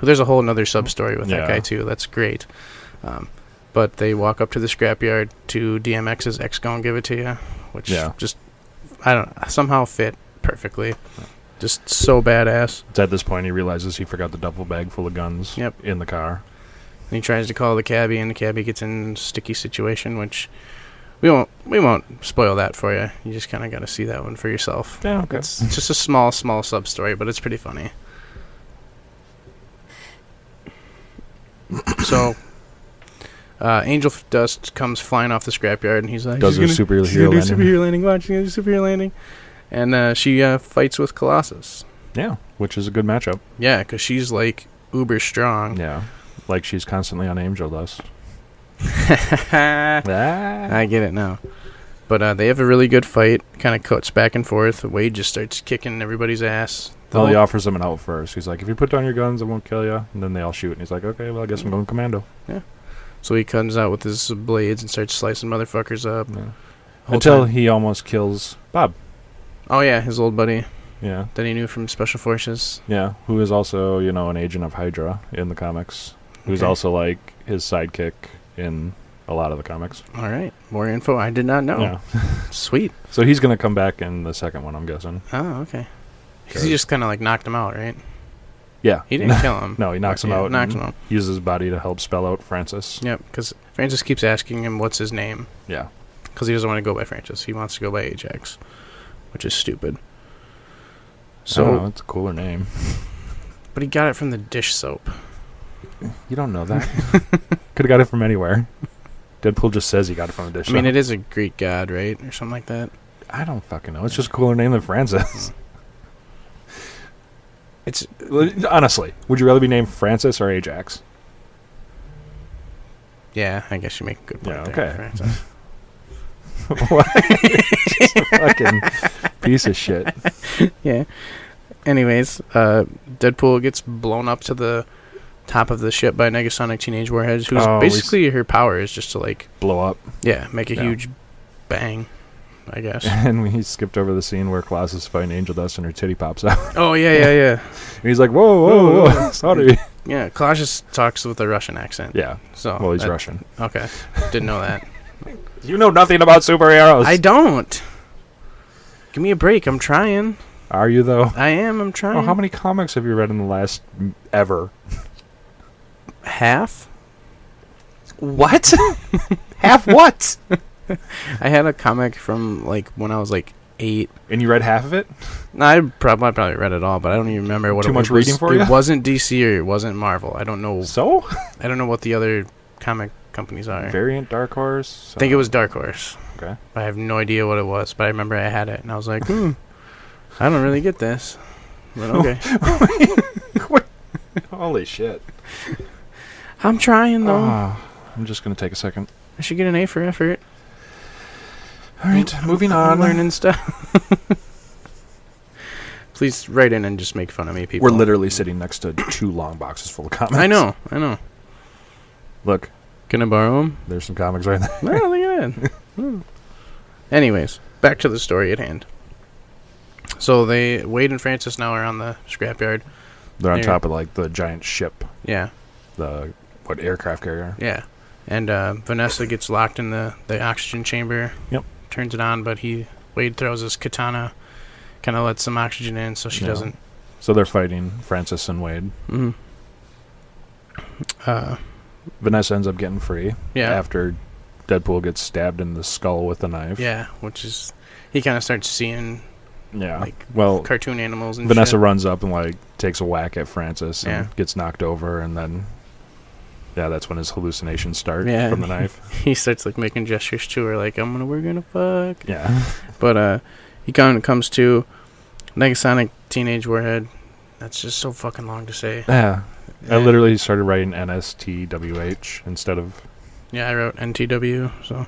Speaker 2: There's a whole another sub story with that
Speaker 3: Yeah.
Speaker 2: guy too. That's great. Um, but they walk up to the scrapyard to DMX's "X Gonna Give It to You," which
Speaker 3: Yeah.
Speaker 2: just I don't somehow fit perfectly. Just so badass.
Speaker 3: It's at this point he realizes he forgot the duffel bag full of guns
Speaker 2: Yep.
Speaker 3: in the car.
Speaker 2: And he tries to call the cabbie, and the cabbie gets in a sticky situation, which we won't we won't spoil that for you. You just kind of got to see that one for yourself.
Speaker 3: Yeah,
Speaker 2: It's it's just a small small sub story, but it's pretty funny. so, uh, Angel F- Dust comes flying off the scrapyard, and he's like,
Speaker 3: Does
Speaker 2: "She's
Speaker 3: her
Speaker 2: gonna-
Speaker 3: superhero
Speaker 2: she's gonna do
Speaker 3: landing."
Speaker 2: superhero landing. Watch, she's gonna do superhero landing." And uh, she uh, fights with Colossus.
Speaker 3: Yeah, which is a good matchup.
Speaker 2: Yeah, because she's like uber strong.
Speaker 3: Yeah, like she's constantly on angel dust.
Speaker 2: I get it now. But uh, they have a really good fight. Kind of cuts back and forth. Wade just starts kicking everybody's ass. The
Speaker 3: Well, he
Speaker 2: whole-
Speaker 3: offers them an out first. He's like, "If you put down your guns, I won't kill you." And then they all shoot, and he's like, "Okay, well, I guess I'm going commando."
Speaker 2: so he comes out with his blades and starts slicing motherfuckers up.
Speaker 3: Yeah.
Speaker 2: Whole
Speaker 3: Until
Speaker 2: time-
Speaker 3: he almost kills Bob.
Speaker 2: oh yeah, his old buddy
Speaker 3: Yeah,
Speaker 2: that he knew from Special Forces.
Speaker 3: yeah. Who is also, you know, an agent of Hydra in the comics. Who's
Speaker 2: Okay.
Speaker 3: also like his sidekick in a lot of the comics.
Speaker 2: All right, more info I did not know.
Speaker 3: Yeah.
Speaker 2: Sweet.
Speaker 3: So he's gonna come back in the second one, I'm guessing.
Speaker 2: Oh okay. 'Cause
Speaker 3: Sure.
Speaker 2: he just kind of like knocked him out, right?
Speaker 3: Yeah.
Speaker 2: He didn't kill him.
Speaker 3: No, he knocks him
Speaker 2: Yeah,
Speaker 3: out.
Speaker 2: Knocks
Speaker 3: and
Speaker 2: him out.
Speaker 3: Uses his body to help spell out Francis.
Speaker 2: Yep. Because Francis keeps asking him what's his name.
Speaker 3: Yeah.
Speaker 2: because he doesn't want to go by Francis. He wants to go by Ajax, which is stupid.
Speaker 3: So
Speaker 2: So,
Speaker 3: it's a cooler name.
Speaker 2: but he got it from the dish soap.
Speaker 3: You don't know that. Could have got it from anywhere. Deadpool just says he got it from a dish.
Speaker 2: I mean,
Speaker 3: shop.
Speaker 2: it is a Greek god, right, or something like that.
Speaker 3: I don't fucking know. It's just a cooler name than Francis.
Speaker 2: It's
Speaker 3: Honestly, would you rather be named Francis or Ajax?
Speaker 2: yeah. I guess you make a good point
Speaker 3: Yeah,
Speaker 2: there,
Speaker 3: okay.
Speaker 2: Francis.
Speaker 3: what? just a fucking piece of shit.
Speaker 2: yeah. Anyways, uh, Deadpool gets blown up to the top of the ship by Negasonic Teenage Warheads, who's
Speaker 3: Oh, we s-
Speaker 2: basically her power is just to like
Speaker 3: Blow up.
Speaker 2: yeah make a
Speaker 3: Yeah.
Speaker 2: huge bang. I guess.
Speaker 3: And we skipped over the scene where Klaus is fighting Angel Dust and her titty pops out.
Speaker 2: oh yeah, yeah, yeah,
Speaker 3: And he's like, whoa, whoa, whoa, sorry.
Speaker 2: yeah. Colossus talks with a Russian accent.
Speaker 3: Yeah,
Speaker 2: So
Speaker 3: well, he's
Speaker 2: that-
Speaker 3: Russian.
Speaker 2: Okay, didn't know that.
Speaker 3: You know nothing about superheroes.
Speaker 2: I don't. Give me a break. I'm trying.
Speaker 3: Are you, though?
Speaker 2: I am. I'm trying.
Speaker 3: Oh, how many comics have you read in the last m- ever?
Speaker 2: Half.
Speaker 3: What? half what?
Speaker 2: I had a comic from like when I was like eight.
Speaker 3: And you read half of it?
Speaker 2: No, I probably I probably read it all, but I don't even remember what
Speaker 3: Too
Speaker 2: it
Speaker 3: much
Speaker 2: was.
Speaker 3: reading for
Speaker 2: It
Speaker 3: ya?
Speaker 2: wasn't DC or it wasn't Marvel. I don't know.
Speaker 3: So?
Speaker 2: I don't know what the other comic companies are.
Speaker 3: Variant Dark Horse.
Speaker 2: I think it was Dark Horse.
Speaker 3: Okay.
Speaker 2: I have no idea what it was, but I remember I had it, and I was like, hmm, I don't really get this. But okay,
Speaker 3: Holy shit.
Speaker 2: I'm trying though.
Speaker 3: Ah, I'm just going to take a second.
Speaker 2: I should get an A for effort.
Speaker 3: All right, moving on.
Speaker 2: I'm learning stuff. Please write in and just make fun of me, people.
Speaker 3: We're literally sitting next to two long boxes full of comics.
Speaker 2: I know, I know.
Speaker 3: Look,
Speaker 2: Can I borrow them?
Speaker 3: there's some comics right there.
Speaker 2: No, look at that. Hmm. Anyways, back to the story at hand. So they Wade and Francis now are on the scrapyard.
Speaker 3: They're on
Speaker 2: There.
Speaker 3: top of like the giant ship,
Speaker 2: Yeah,
Speaker 3: the what aircraft carrier.
Speaker 2: yeah. And uh, Vanessa gets locked in the, the oxygen chamber.
Speaker 3: Yep.
Speaker 2: Turns it on, but he Wade throws his katana, kind of lets some oxygen in, so she
Speaker 3: Yeah.
Speaker 2: doesn't.
Speaker 3: So they're fighting Francis and Wade.
Speaker 2: Mm. Uh,
Speaker 3: Vanessa ends up getting free
Speaker 2: yeah,
Speaker 3: after Deadpool gets stabbed in the skull with a knife.
Speaker 2: yeah, which is he kind of starts seeing
Speaker 3: Yeah.
Speaker 2: like
Speaker 3: well,
Speaker 2: cartoon animals and
Speaker 3: Vanessa
Speaker 2: shit.
Speaker 3: runs up and like takes a whack at Francis and
Speaker 2: Yeah.
Speaker 3: gets knocked over, and then yeah, that's when his hallucinations start
Speaker 2: Yeah.
Speaker 3: from the knife.
Speaker 2: He starts like making gestures to her, like I'm gonna we're gonna fuck.
Speaker 3: Yeah,
Speaker 2: But uh, he kind of comes to Negasonic Teenage Warhead. That's just so fucking long to say.
Speaker 3: yeah. I
Speaker 2: Yeah.
Speaker 3: literally started writing NSTWH instead of
Speaker 2: Yeah, I wrote NTW. So,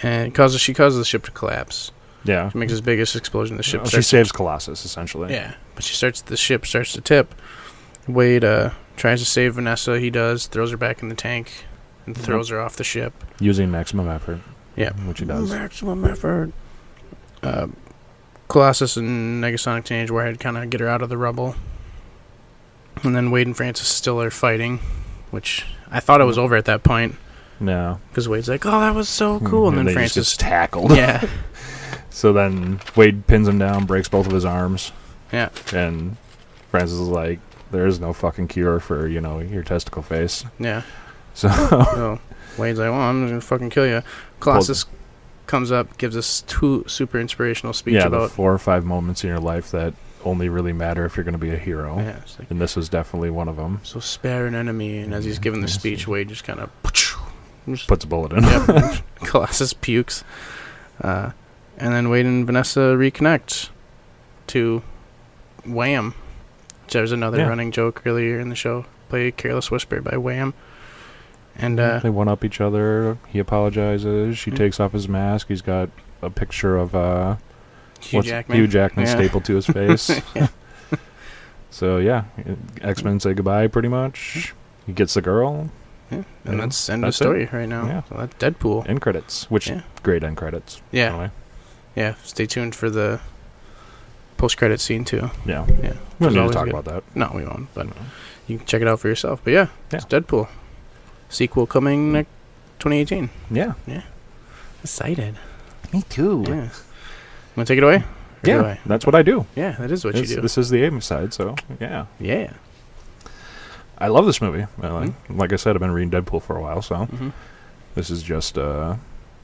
Speaker 2: and it causes she causes the ship to collapse.
Speaker 3: yeah.
Speaker 2: She makes the biggest explosion. The ship.
Speaker 3: Well, Oh, she
Speaker 2: starts-
Speaker 3: saves Colossus essentially.
Speaker 2: Yeah, but she starts. The ship starts to tip. Wade uh, tries to save Vanessa. He does. Throws her back in the tank, and
Speaker 3: Mhm.
Speaker 2: throws her off the ship.
Speaker 3: using maximum effort.
Speaker 2: Yeah.
Speaker 3: which he does.
Speaker 2: Maximum effort. Uh, Colossus and Negasonic Teenage Warhead kind of get her out of the rubble. And then Wade and Francis still are fighting, which I thought it was over at that point
Speaker 3: No,
Speaker 2: because Wade's like, "Oh, that was so cool," and,
Speaker 3: Hmm. they
Speaker 2: then
Speaker 3: just
Speaker 2: Francis,
Speaker 3: gets tackled.
Speaker 2: yeah,
Speaker 3: So then Wade pins him down, breaks both of his arms.
Speaker 2: Yeah.
Speaker 3: And Francis is like, there is no fucking cure for, you know, your testicle face.
Speaker 2: yeah.
Speaker 3: So
Speaker 2: So Wade's like, "Well, I'm gonna fucking kill you." Colossus comes up, gives us two super inspirational speech
Speaker 3: yeah, the
Speaker 2: about
Speaker 3: four or five moments in your life that only really matter if you're going to be a hero.
Speaker 2: yeah, it's like,
Speaker 3: And this was definitely one of them.
Speaker 2: so spare an enemy, and as he's giving the
Speaker 3: Yes.
Speaker 2: speech, Wade just kind of
Speaker 3: Puts a bullet in.
Speaker 2: yep. Colossus pukes. Uh, and then Wade and Vanessa reconnect to Wham. Which there's another
Speaker 3: Yeah.
Speaker 2: running joke earlier in the show. Play Careless Whisper by Wham. And uh,
Speaker 3: They one up each other. He apologizes. She
Speaker 2: Mm.
Speaker 3: takes off his mask. He's got a picture of uh,
Speaker 2: Hugh
Speaker 3: what's-
Speaker 2: Jackman.
Speaker 3: Hugh Jackman
Speaker 2: Yeah.
Speaker 3: stapled to his face. So yeah, X Men say goodbye pretty much. He gets the girl.
Speaker 2: Yeah. And that's the end
Speaker 3: That's
Speaker 2: of story right now.
Speaker 3: Yeah.
Speaker 2: So that's Deadpool.
Speaker 3: End credits, which
Speaker 2: Yeah.
Speaker 3: great end credits.
Speaker 2: Yeah.
Speaker 3: Anyway.
Speaker 2: Yeah. Stay tuned for the post credit scene, too.
Speaker 3: Yeah.
Speaker 2: Yeah.
Speaker 3: We don't need to
Speaker 2: always
Speaker 3: talk
Speaker 2: good.
Speaker 3: about that.
Speaker 2: No, we won't. But you can check it out for yourself. But yeah, it's Deadpool. Sequel coming next 2018.
Speaker 3: Yeah.
Speaker 2: Excited.
Speaker 3: Me too.
Speaker 2: Yeah. Want to take it away? Or do
Speaker 3: Yeah.
Speaker 2: I?
Speaker 3: That's what I do.
Speaker 2: Yeah, that is what
Speaker 3: It's-
Speaker 2: you do.
Speaker 3: This is the aim side, so yeah.
Speaker 2: yeah.
Speaker 3: I love this movie. I like,
Speaker 2: Mm-hmm.
Speaker 3: like I said, I've been reading Deadpool for a while, so
Speaker 2: hmm
Speaker 3: this is just uh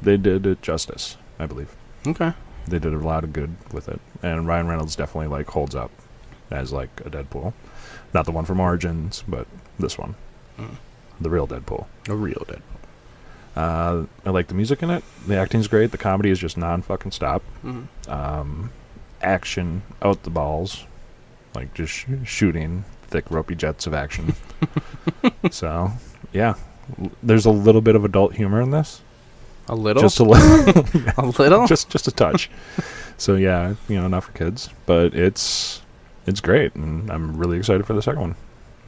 Speaker 3: they did it justice, I believe.
Speaker 2: Okay.
Speaker 3: They did a lot of good with it. And Ryan Reynolds definitely like holds up as like a Deadpool. Not the one from Origins, but this one.
Speaker 2: Mm.
Speaker 3: The real Deadpool.
Speaker 2: A real dead.
Speaker 3: Uh, I like the music in it. The acting's great. The comedy is just non fucking stop.
Speaker 2: hmm
Speaker 3: Um, action out the balls, like just sh- shooting thick ropey jets of action. so, yeah, L- there's a little bit of adult humor in this.
Speaker 2: A little.
Speaker 3: Just a little,
Speaker 2: a little.
Speaker 3: just just a touch. so yeah, you know, not for kids, but it's it's great, and I'm really excited for the second one.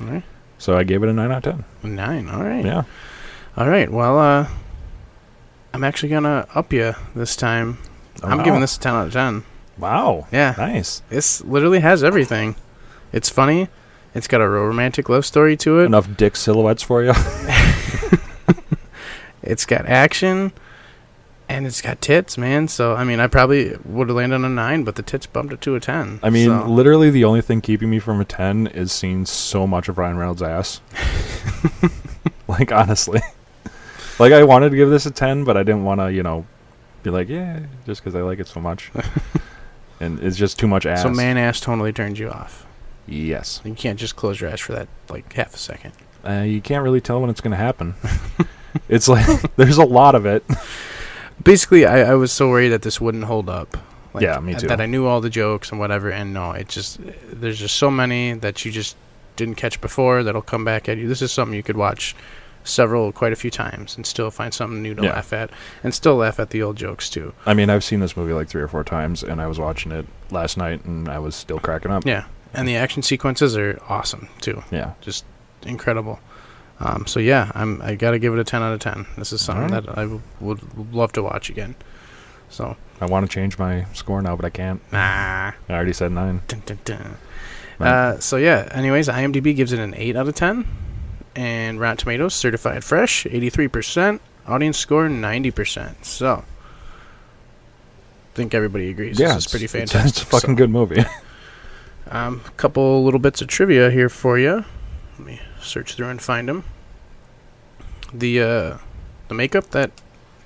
Speaker 2: all right.
Speaker 3: So I gave it a nine out of ten.
Speaker 2: Nine. All right.
Speaker 3: Yeah,
Speaker 2: All right. Well, uh, I'm actually gonna up you this time.
Speaker 3: Oh,
Speaker 2: I'm
Speaker 3: wow.
Speaker 2: giving this a ten out of ten.
Speaker 3: wow,
Speaker 2: Yeah.
Speaker 3: nice.
Speaker 2: This literally has everything. It's funny. It's got a romantic love story to it.
Speaker 3: Enough dick silhouettes for you.
Speaker 2: It's got action. And it's got tits, man. So I mean, I probably would have landed on a nine, but the tits bumped it to a ten.
Speaker 3: I mean,
Speaker 2: so.
Speaker 3: literally the only thing keeping me from a 10 is seeing so much of Ryan Reynolds' ass. like, honestly. Like, I wanted to give this a 10, but I didn't want to, you know, be like, yeah, just because I like it so much. and it's just too much ass.
Speaker 2: so man ass totally turned you off.
Speaker 3: Yes.
Speaker 2: You can't just close your eyes for that like half a second.
Speaker 3: Uh, you can't really tell when it's going to happen. it's like, there's a lot of it.
Speaker 2: Basically, I, I was so worried that this wouldn't hold up. Like,
Speaker 3: Yeah, me too.
Speaker 2: That I knew all the jokes and whatever, and no, it just there's just so many that you just didn't catch before that'll come back at you. This is something you could watch several, quite a few times, and still find something new to
Speaker 3: Yeah.
Speaker 2: laugh at, and still laugh at the old jokes too.
Speaker 3: I mean, I've seen this movie like three or four times, and I was watching it last night, and I was still cracking up.
Speaker 2: Yeah, and the action sequences are awesome too,
Speaker 3: Yeah.
Speaker 2: incredible. Um, so yeah, I'm I gotta give it a ten out of ten. This is something
Speaker 3: Alright.
Speaker 2: that I w- would love to watch again. So
Speaker 3: I want to change my score now, but I can't.
Speaker 2: nah.
Speaker 3: I already said 9.
Speaker 2: Dun, dun, dun.
Speaker 3: Right.
Speaker 2: Uh, so yeah. Anyways, IMDb gives it an eight out of ten, and Rotten Tomatoes certified fresh, 83%, audience score 90%. So, I think everybody agrees.
Speaker 3: yeah,
Speaker 2: this is
Speaker 3: it's-
Speaker 2: pretty
Speaker 3: it's-
Speaker 2: fantastic.
Speaker 3: It's, a fucking
Speaker 2: So,
Speaker 3: good movie.
Speaker 2: um, a couple little bits of trivia here for you. Let me search through and find them. The uh, the makeup that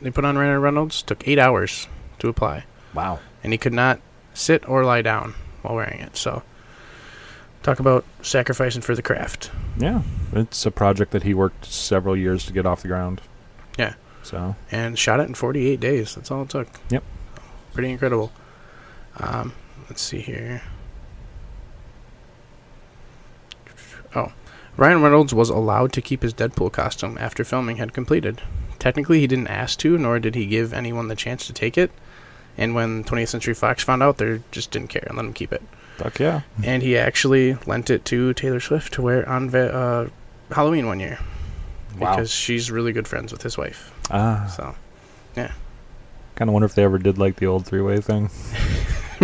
Speaker 2: they put on Ryan Reynolds took eight hours to apply,
Speaker 3: wow.
Speaker 2: and he could not sit or lie down while wearing it. So, talk about sacrificing for the craft.
Speaker 3: Yeah, it's a project that he worked several years to get off the ground.
Speaker 2: Yeah.
Speaker 3: So
Speaker 2: and shot it in 48 days. That's all it took.
Speaker 3: Yep.
Speaker 2: Pretty incredible. Um, let's see here. Oh, Ryan Reynolds was allowed to keep his Deadpool costume after filming had completed. Technically, he didn't ask to, nor did he give anyone the chance to take it. And when 20th Century Fox found out, they just didn't care and let him keep it.
Speaker 3: fuck yeah.
Speaker 2: and he actually lent it to Taylor Swift to wear on va- uh, Halloween one year
Speaker 3: Wow.
Speaker 2: because she's really good friends with his wife.
Speaker 3: Ah,
Speaker 2: So
Speaker 3: kind of wonder if they ever did like the old three-way thing.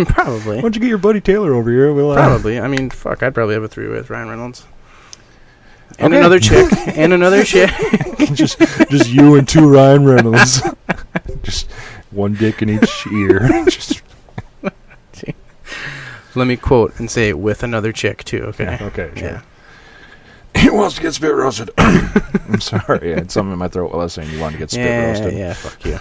Speaker 2: probably.
Speaker 3: Why don't you get your buddy Taylor over here? We'll uh,
Speaker 2: Probably. I mean, fuck, I'd probably have a three with Ryan Reynolds. And
Speaker 3: Okay.
Speaker 2: another chick. and another chick.
Speaker 3: just just you and two Ryan Reynolds. just one dick in each ear. just
Speaker 2: Let me quote and say with another chick too,
Speaker 3: yeah,
Speaker 2: okay?
Speaker 3: okay.
Speaker 2: Yeah.
Speaker 3: sure. He wants to get spit roasted. I'm sorry, I had something in my throat while I was saying you wanted to get spit
Speaker 2: yeah,
Speaker 3: roasted.
Speaker 2: yeah, fuck you.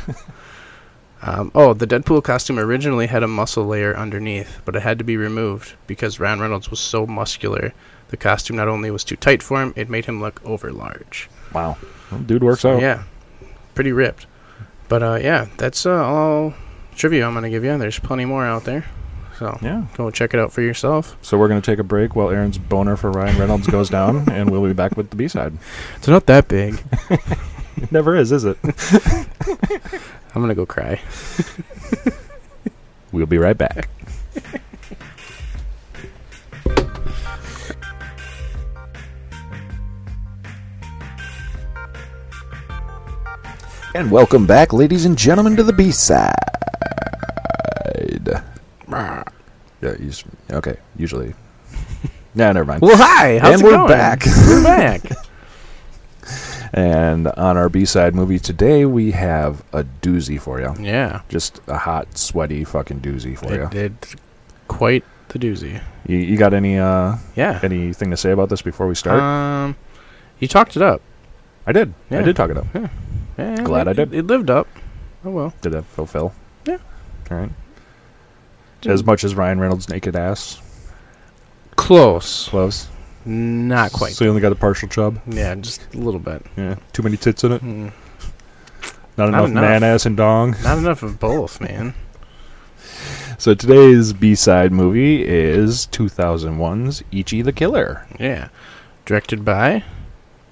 Speaker 2: um, oh, the Deadpool costume originally had a muscle layer underneath, but it had to be removed because Ryan Reynolds was so muscular. The costume not only was too tight for him, it made him look overlarge.
Speaker 3: Wow, Well, dude works
Speaker 2: So
Speaker 3: out.
Speaker 2: yeah, pretty ripped. But uh, yeah, that's uh, all trivia I'm gonna give you. There's plenty more out there, so
Speaker 3: Yeah.
Speaker 2: go check it out for yourself.
Speaker 3: So we're gonna take a break while Aaron's boner for Ryan Reynolds goes down, and we'll be back with the B-side.
Speaker 2: It's not that big.
Speaker 3: It never is, is it?
Speaker 2: I'm gonna go cry.
Speaker 3: We'll be right back.
Speaker 4: And welcome back, ladies and gentlemen, to the B side. Yeah, you s- okay, usually. Nah, never mind.
Speaker 2: Well, hi. How's
Speaker 4: and
Speaker 2: it
Speaker 4: we're
Speaker 2: going?
Speaker 4: back.
Speaker 2: We're back.
Speaker 4: And on our B side movie today, we have a doozy for you.
Speaker 2: yeah,
Speaker 4: Just a hot, sweaty fucking doozy
Speaker 3: Oh,
Speaker 4: for
Speaker 2: it did quite the doozy.
Speaker 3: You, you got any uh,
Speaker 2: Yeah.
Speaker 3: anything to say about this before we start?
Speaker 2: Um, you talked it up.
Speaker 3: I did.
Speaker 2: yeah.
Speaker 3: I did talk it up.
Speaker 2: Eh,
Speaker 3: Glad
Speaker 2: it,
Speaker 3: I did.
Speaker 2: It lived up. Oh well.
Speaker 3: Did that fulfill?
Speaker 2: Yeah.
Speaker 3: All right. As much as Ryan Reynolds' naked ass.
Speaker 2: Close.
Speaker 3: Close.
Speaker 2: Not quite.
Speaker 3: So you only got a partial chub.
Speaker 2: yeah, just a little bit.
Speaker 3: Yeah. Too many tits in it.
Speaker 2: Mm.
Speaker 3: Not enough,
Speaker 2: enough.
Speaker 3: man ass and dong.
Speaker 2: Not enough of both, man.
Speaker 3: So today's B side movie is 2001's Ichi the Killer.
Speaker 2: Yeah. Directed by,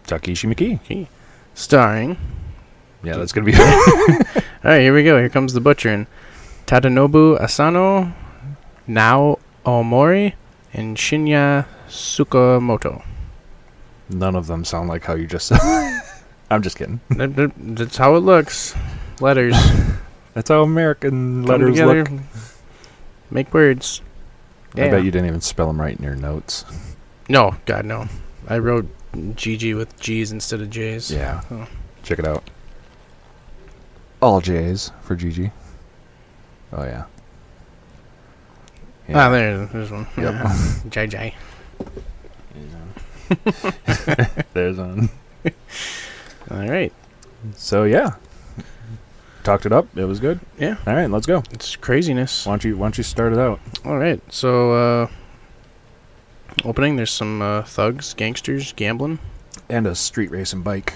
Speaker 3: Takeshi Miki.
Speaker 2: starring.
Speaker 3: Yeah, that's gonna be.
Speaker 2: All right, here we go. Here comes the butchering. Tadanobu Asano, Nao Omori, and Shinya Tsukamoto.
Speaker 3: None of them sound like how you just. said. I'm just kidding.
Speaker 2: That- that- That's how it looks. Letters.
Speaker 3: That's how
Speaker 2: Come
Speaker 3: American letters
Speaker 2: together,
Speaker 3: look.
Speaker 2: Make words.
Speaker 3: I
Speaker 2: Damn.
Speaker 3: bet you didn't even spell them right in your notes.
Speaker 2: No, God, no. I wrote GG with G's instead of J's.
Speaker 3: Yeah.
Speaker 2: Oh.
Speaker 3: Check it out. All J's for Gigi. Oh yeah.
Speaker 2: Ah, there, there's one.
Speaker 3: Yep.
Speaker 2: JJ.
Speaker 3: There's on.
Speaker 2: All right.
Speaker 3: So yeah. Talked it up. It was good.
Speaker 2: Yeah.
Speaker 3: All right, let's go.
Speaker 2: It's craziness.
Speaker 3: Why don't you Why don't you start it out?
Speaker 2: All right. So, uh, opening, there's some uh, thugs, gangsters, gambling.
Speaker 3: And a street racing bike.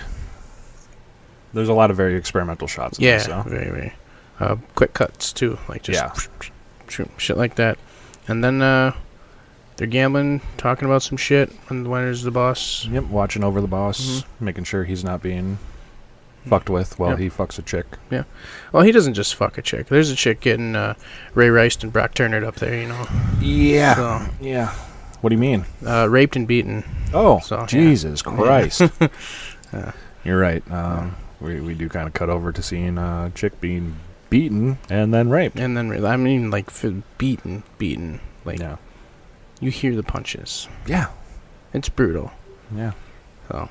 Speaker 3: There's a lot of very experimental shots. in
Speaker 2: Yeah,
Speaker 3: this, so.
Speaker 2: very, very. Uh, quick cuts too, like just
Speaker 3: Yeah.
Speaker 2: shit like that. And then uh, they're gambling, talking about some shit, and the winner's the boss.
Speaker 3: Yep. Watching over the boss, making sure he's not being fucked with while
Speaker 2: Mm-hmm. Yep.
Speaker 3: he fucks a chick.
Speaker 2: Well, he doesn't just fuck a chick. There's a chick getting uh, Ray Rice and Brock Turner up there, you know.
Speaker 3: Yeah.
Speaker 2: So,
Speaker 3: Yeah. What do you mean?
Speaker 2: uh, raped and beaten.
Speaker 3: Oh,
Speaker 2: So, yeah.
Speaker 3: Jesus Christ.
Speaker 2: Yeah.
Speaker 3: You're right. Um, we, we do kind of cut over to seeing uh, Chick being beaten and then raped.
Speaker 2: And then, I mean, like, f- beaten, beaten. Like,
Speaker 3: yeah.
Speaker 2: you hear the punches.
Speaker 3: Yeah.
Speaker 2: It's brutal.
Speaker 3: Yeah.
Speaker 2: So,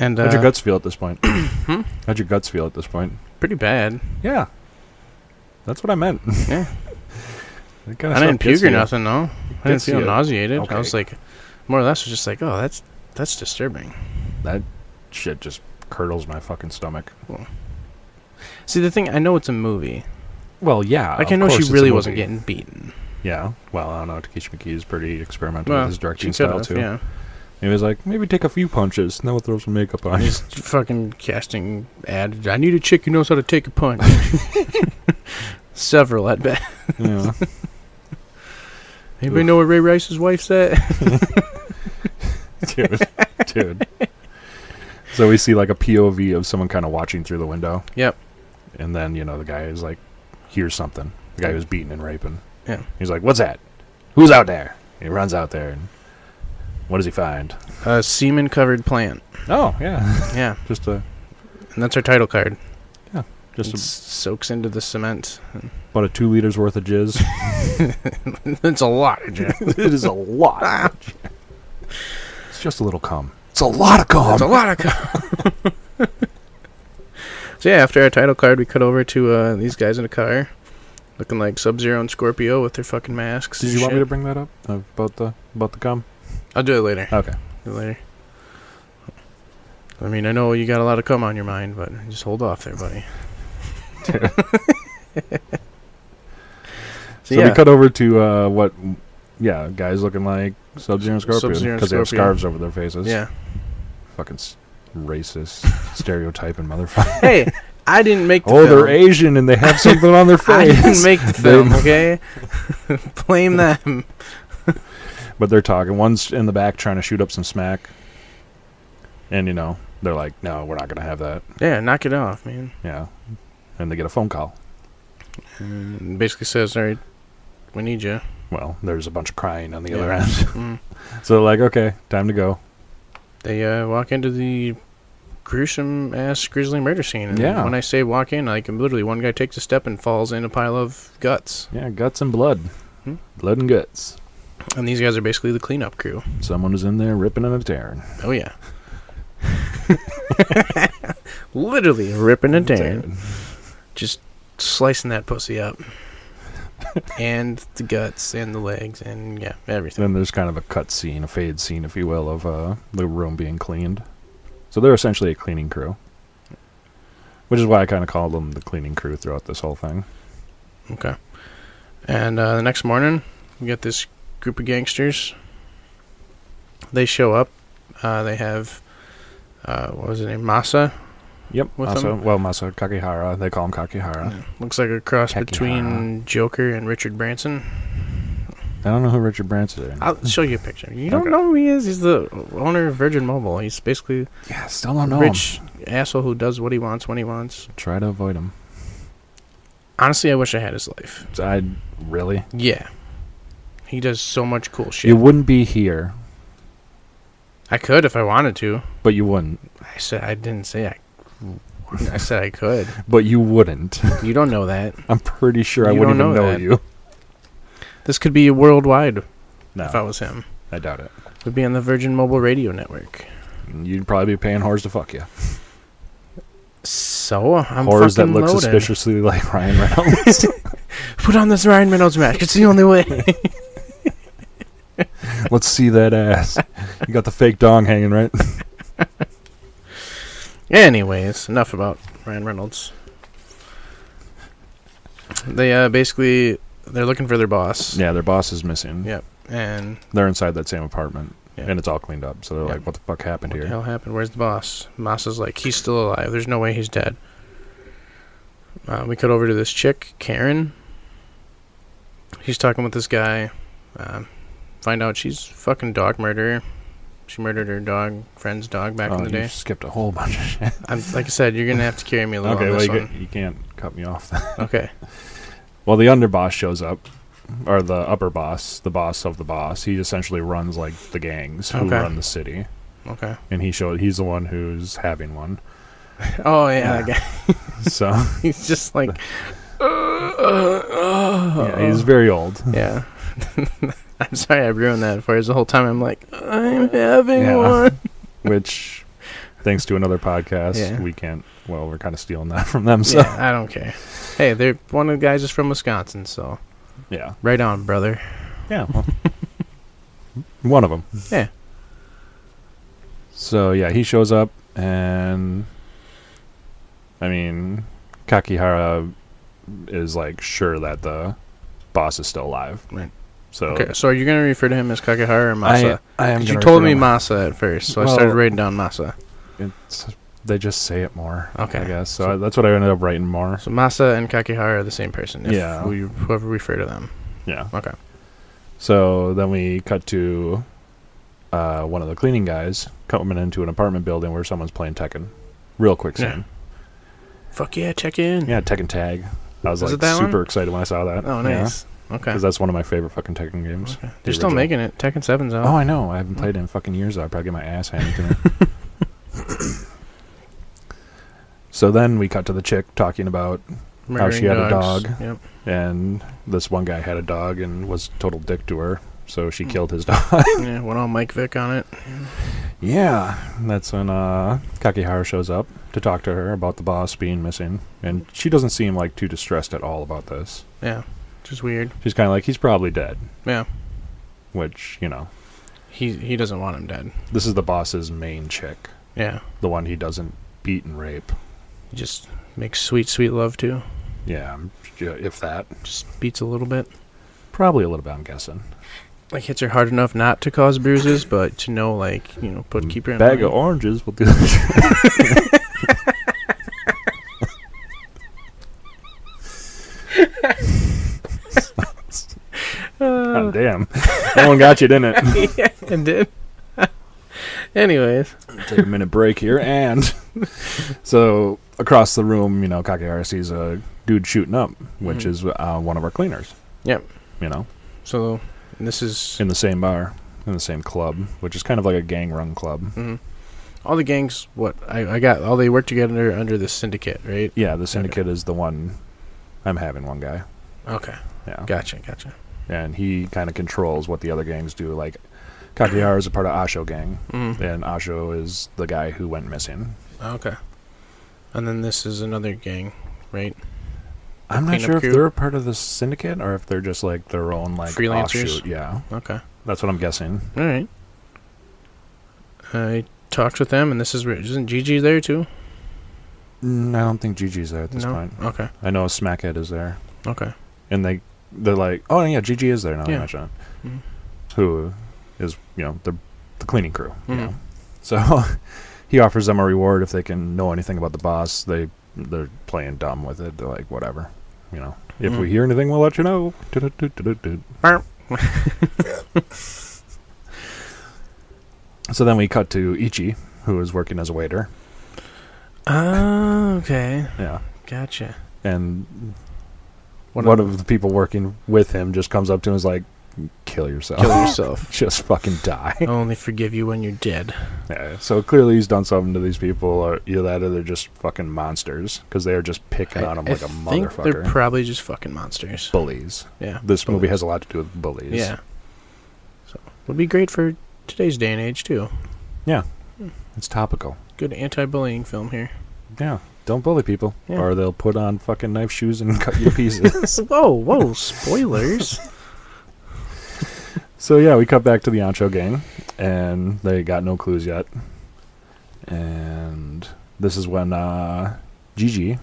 Speaker 2: And
Speaker 3: How'd
Speaker 2: uh,
Speaker 3: your guts feel at this point?
Speaker 2: Hmm?
Speaker 3: How'd your guts feel at this point?
Speaker 2: pretty bad.
Speaker 3: Yeah, that's what I meant.
Speaker 2: Yeah.
Speaker 3: That kinda
Speaker 2: I
Speaker 3: stuff
Speaker 2: didn't
Speaker 3: gets
Speaker 2: puke or
Speaker 3: you.
Speaker 2: nothing though. I didn't
Speaker 3: Gets
Speaker 2: feel
Speaker 3: you.
Speaker 2: nauseated.
Speaker 3: Okay.
Speaker 2: I was like, more or less, was just like, oh, that's that's disturbing.
Speaker 3: That shit just curdles my fucking stomach.
Speaker 2: See, the thing I know it's a movie.
Speaker 3: Well, yeah,
Speaker 2: Like I
Speaker 3: of
Speaker 2: know
Speaker 3: course
Speaker 2: she
Speaker 3: it's a
Speaker 2: really wasn't
Speaker 3: movie.
Speaker 2: getting beaten.
Speaker 3: Yeah, well, I don't know. Takeshi Miike is pretty experimental
Speaker 2: Well,
Speaker 3: with his
Speaker 2: she
Speaker 3: directing
Speaker 2: could
Speaker 3: style
Speaker 2: have,
Speaker 3: too.
Speaker 2: Yeah,
Speaker 3: He was like, maybe take a few punches, and then we'll throw some makeup on. you."
Speaker 2: he's fucking casting ad. I need a chick who knows how to take a punch. Several at bat.
Speaker 3: yeah.
Speaker 2: Anybody
Speaker 3: Oof.
Speaker 2: know where Ray Rice's wife's at?
Speaker 3: dude, dude. So we see like a POV of someone kind of watching through the window.
Speaker 2: Yep.
Speaker 3: And then you know the guy is like, hears something. The guy who's beating and raping.
Speaker 2: Yeah.
Speaker 3: He's like, "What's that? Who's out there?" He runs out there, and what does he find?
Speaker 2: a semen covered plant.
Speaker 3: Oh yeah,
Speaker 2: Yeah,
Speaker 3: just a
Speaker 2: and that's our title card. Just
Speaker 3: just a,
Speaker 2: soaks into the cement.
Speaker 3: about a two liters worth of jizz.
Speaker 2: it's a lot. Jeff.
Speaker 3: it is a lot. it's just a little cum. Ah. It's a lot of cum.
Speaker 2: It's a lot of. so yeah, after our title card, we cut over to uh, these guys in a car, looking like Sub Zero and Scorpio with their fucking masks.
Speaker 3: Did you
Speaker 2: and
Speaker 3: want me to
Speaker 2: shit.
Speaker 3: bring that up uh, about the about the cum?
Speaker 2: I'll do it later.
Speaker 3: Okay.
Speaker 2: Do it later. I mean, I know you got a lot of cum on your mind, but just hold off there, buddy. so,
Speaker 3: So
Speaker 2: yeah,
Speaker 3: we cut over to uh, what, yeah, guys looking like Sub Zero and Scorpion
Speaker 2: Sub-Zero and
Speaker 3: because they have
Speaker 2: Scorpion.
Speaker 3: scarves over their faces.
Speaker 2: yeah.
Speaker 3: Fucking s- racist, stereotyping motherfucker.
Speaker 2: Hey, I didn't make the
Speaker 3: Oh,
Speaker 2: film.
Speaker 3: they're Asian and they have something on their
Speaker 2: I didn't
Speaker 3: face.
Speaker 2: make the film, okay? Blame them.
Speaker 3: but they're talking. One's in the back trying to shoot up some smack. And, you know, they're like, no, we're not going to have that.
Speaker 2: Yeah, knock it off, man.
Speaker 3: Yeah. And they get a phone call.
Speaker 2: and Mm, basically says, "All right, we need you."
Speaker 3: Well, there's a bunch of crying on the
Speaker 2: Yeah.
Speaker 3: other end.
Speaker 2: Mm.
Speaker 3: So they're like, okay, time to go.
Speaker 2: They uh, walk into the gruesome ass grisly murder scene. And
Speaker 3: Yeah.
Speaker 2: When I say walk in, like literally one guy takes a step and falls in a pile of guts,
Speaker 3: Yeah, guts and blood.
Speaker 2: Hmm.
Speaker 3: Blood and guts.
Speaker 2: and these guys are basically the cleanup crew.
Speaker 3: Someone is in there ripping and tearing.
Speaker 2: Oh yeah. literally ripping and tearing, just slicing that pussy up, and the guts and the legs and yeah everything.
Speaker 3: Then there's kind of a cut scene, a fade scene, if you will, of uh, the room being cleaned. So they're essentially a cleaning crew, which is why I kind of called them the cleaning crew throughout this whole thing.
Speaker 2: Okay. And uh, the next morning, we get this group of gangsters. They show up. Uh, they have, uh, what was his name, Masa?
Speaker 3: Yep.
Speaker 2: With
Speaker 3: Masa,
Speaker 2: them?
Speaker 3: well, Masa Kakihara. They call him Kakihara.
Speaker 2: Looks like a cross
Speaker 3: Kakihara.
Speaker 2: between Joker and Richard Branson.
Speaker 3: I don't know who Richard Branson is.
Speaker 2: I'll show you a picture. You don't
Speaker 3: Hmm. Okay.
Speaker 2: know who he is? He's the owner of Virgin Mobile. He's basically
Speaker 3: yeah, still don't know him.
Speaker 2: rich asshole who does what he wants when he wants.
Speaker 3: Try to avoid him.
Speaker 2: Honestly, I wish I had his life.
Speaker 3: I really.
Speaker 2: Yeah. He does so much cool
Speaker 3: You
Speaker 2: shit.
Speaker 3: wouldn't be here,
Speaker 2: I could if I wanted to.
Speaker 3: but you wouldn't.
Speaker 2: I said I didn't say I. I said I could.
Speaker 3: But you wouldn't.
Speaker 2: You don't know that.
Speaker 3: I'm pretty sure I
Speaker 2: You
Speaker 3: wouldn't
Speaker 2: don't
Speaker 3: even
Speaker 2: know
Speaker 3: know
Speaker 2: that.
Speaker 3: you.
Speaker 2: This could be worldwide if I
Speaker 3: No,
Speaker 2: was him.
Speaker 3: I doubt it.
Speaker 2: It would be on the Virgin Mobile Radio Network.
Speaker 3: You'd probably be paying whores to fuck you.
Speaker 2: So I'm
Speaker 3: whores that
Speaker 2: fucking
Speaker 3: look
Speaker 2: loaded.
Speaker 3: suspiciously like Ryan Reynolds.
Speaker 2: Put on this Ryan Reynolds mask. It's the only way.
Speaker 3: Let's see that ass. You got the fake dong hanging, right?
Speaker 2: Anyways, enough about Ryan Reynolds. They uh, basically they're looking for their boss.
Speaker 3: Yeah, their boss is missing.
Speaker 2: Yeah. And
Speaker 3: They're inside that same apartment,
Speaker 2: Yeah.
Speaker 3: and it's all cleaned up. So they're
Speaker 2: Yeah.
Speaker 3: like, "What the fuck happened
Speaker 2: what the
Speaker 3: here?"
Speaker 2: hell happened? Where's the boss? Masa's like he's still alive. There's no way he's dead. Uh, we cut over to this chick, Karen. He's talking with this guy. Um, find out she's fucking dog murderer. She murdered her dog friend's dog back
Speaker 3: Oh,
Speaker 2: in the
Speaker 3: you
Speaker 2: day.
Speaker 3: skipped a whole bunch of shit.
Speaker 2: I'm like I said, you're gonna have to carry me along
Speaker 3: okay,
Speaker 2: on
Speaker 3: well,
Speaker 2: this
Speaker 3: you,
Speaker 2: one.
Speaker 3: ca- you can't cut me off.
Speaker 2: Okay,
Speaker 3: well, the underboss shows up, or the upper boss, the boss of the boss. He essentially runs like the gangs who
Speaker 2: Okay.
Speaker 3: run the city,
Speaker 2: okay.
Speaker 3: and he showed he's the one who's having one.
Speaker 2: Oh yeah, that guy.
Speaker 3: So
Speaker 2: he's just like. Uh, uh, uh,
Speaker 3: yeah, he's very old.
Speaker 2: yeah. I'm sorry I ruined that for you. The whole time I'm like, I'm having
Speaker 3: Yeah.
Speaker 2: one.
Speaker 3: which thanks to another podcast,
Speaker 2: Yeah.
Speaker 3: we can't. Well, we're kind of stealing that from them. So
Speaker 2: yeah, I don't care. Hey, they're one of the guys is from Wisconsin, so
Speaker 3: yeah,
Speaker 2: right on, brother.
Speaker 3: yeah. Well, one of them.
Speaker 2: Yeah.
Speaker 3: So yeah, he shows up, and I mean, Kakihara is like sure that the boss is still alive.
Speaker 2: Right.
Speaker 3: So
Speaker 2: Okay, so are you gonna refer to him as Kakehara or
Speaker 3: I,
Speaker 2: Masa?
Speaker 3: I am.
Speaker 2: 'Cause you
Speaker 3: gonna
Speaker 2: told
Speaker 3: refer
Speaker 2: me
Speaker 3: to him-
Speaker 2: Masa at first, so I
Speaker 3: Well-
Speaker 2: started writing down Masa.
Speaker 3: It's, they just say it more.
Speaker 2: Okay.
Speaker 3: I guess so. I, that's what I ended up writing more.
Speaker 2: So Masa and Kakihara are the same person. If
Speaker 3: Yeah.
Speaker 2: We whoever refer to them.
Speaker 3: Yeah.
Speaker 2: Okay.
Speaker 3: So then we cut to uh, one of the cleaning guys coming into an apartment building where someone's playing Tekken. Real quick scene.
Speaker 2: Fuck yeah, check in.
Speaker 3: Yeah, Tekken Tag. I was
Speaker 2: Is it
Speaker 3: like
Speaker 2: that
Speaker 3: super
Speaker 2: one?
Speaker 3: excited when I saw that.
Speaker 2: Oh, nice. Okay.
Speaker 3: Because that's one of my favorite fucking Tekken games.
Speaker 2: Okay. They're
Speaker 3: The
Speaker 2: still
Speaker 3: original.
Speaker 2: making it. Tekken 7's out.
Speaker 3: Oh, I know. I haven't played it in fucking years. I'd probably get my ass handed to me. so then we cut to the chick talking about,
Speaker 2: Murdering
Speaker 3: she had a
Speaker 2: dogs.
Speaker 3: dog.
Speaker 2: Yep.
Speaker 3: and this one guy had a dog and was total dick to her, so she
Speaker 2: Mm.
Speaker 3: killed his dog.
Speaker 2: yeah, went all Mike Vick on it.
Speaker 3: Yeah, that's when uh, Kakihara shows up to talk to her about the boss being missing, and she doesn't seem like too distressed at all about this.
Speaker 2: Yeah. Which is weird.
Speaker 3: She's kind of like, he's probably dead,
Speaker 2: Yeah.
Speaker 3: which you know,
Speaker 2: He he doesn't want him dead.
Speaker 3: this is the boss's main chick,
Speaker 2: Yeah.
Speaker 3: the one he doesn't beat and rape.
Speaker 2: He just makes sweet, sweet love to.
Speaker 3: Yeah, I'm- yeah, if that,
Speaker 2: Just beats a little bit.
Speaker 3: probably a little bit. I'm guessing.
Speaker 2: Like hits her hard enough not to cause bruises, but to know like, you know, put keep her in
Speaker 3: Mm. bag of
Speaker 2: line.
Speaker 3: oranges will do. that. God damn, that one got you, didn't it?
Speaker 2: Uh, and then anyways.
Speaker 3: take a minute break here and so across the room you know kakihara sees a dude shooting up which
Speaker 2: Mhm.
Speaker 3: is uh, one of our cleaners
Speaker 2: Yep.
Speaker 3: you know
Speaker 2: So this is
Speaker 3: in the same bar in the same club which is kind of like a gang run club
Speaker 2: mhm. all the gangs what I, I got all they work together under the syndicate, right?
Speaker 3: yeah the syndicate is the one i'm having one guy
Speaker 2: Okay.
Speaker 3: yeah
Speaker 2: Gotcha, gotcha.
Speaker 3: and he kind of controls what the other gangs do like kakihara is a part of asho gang
Speaker 2: Mm.
Speaker 3: and asho is the guy who went missing
Speaker 2: Ah, Okay. And then this is another gang, right?
Speaker 3: i'm not
Speaker 2: cleanup
Speaker 3: sure if
Speaker 2: crew?
Speaker 3: they're a part of the syndicate or if they're just like their own like
Speaker 2: Freelancers?
Speaker 3: offshoot. yeah
Speaker 2: Okay.
Speaker 3: that's what i'm guessing
Speaker 2: All right. I talked with them, and this is where- isn't Gigi there too?
Speaker 3: Mm, I don't think Gigi's there at this
Speaker 2: no.
Speaker 3: point.
Speaker 2: Okay.
Speaker 3: I know Smackhead is there,
Speaker 2: Okay.
Speaker 3: and they they're like, oh yeah, Gigi is there now. that I
Speaker 2: Yeah.
Speaker 3: mention it.
Speaker 2: Mhm.
Speaker 3: Who is you know the the cleaning crew? you
Speaker 2: Mhm.
Speaker 3: know. So he offers them a reward if they can know anything about the boss. They they're playing dumb with it. They're like, whatever, you know. If we
Speaker 2: Mhm.
Speaker 3: hear anything, we'll let you know. Du-du-du-du-du-du.
Speaker 2: Burp.
Speaker 3: so then we cut to Ichi, who is working as a waiter.
Speaker 2: Oh, okay.
Speaker 3: Yeah,
Speaker 2: Gotcha.
Speaker 3: and
Speaker 2: One
Speaker 3: one,
Speaker 2: of-
Speaker 3: of the people working with him just comes up to him and is like, "Kill yourself."
Speaker 2: Kill yourself.
Speaker 3: just fucking die.
Speaker 2: I'll only forgive you when you're dead.
Speaker 3: Yeah, so clearly he's done something to these people, or either that, or they're just fucking monsters because they are just picking on him like a
Speaker 2: think they're
Speaker 3: motherfucker.
Speaker 2: probably just fucking monsters.
Speaker 3: bullies.
Speaker 2: Yeah.
Speaker 3: This movie
Speaker 2: Bullies.
Speaker 3: has a lot to do with bullies.
Speaker 2: Yeah. So would be great for today's day and age too.
Speaker 3: it's topical.
Speaker 2: Good anti-bullying film here.
Speaker 3: Yeah, don't bully people,
Speaker 2: Yeah.
Speaker 3: or they'll put on fucking knife shoes and cut you to pieces.
Speaker 2: Whoa, whoa! Spoilers.
Speaker 3: so yeah, we cut back to the Ancho gang, and they got no clues yet. And this is when uh, Gigi,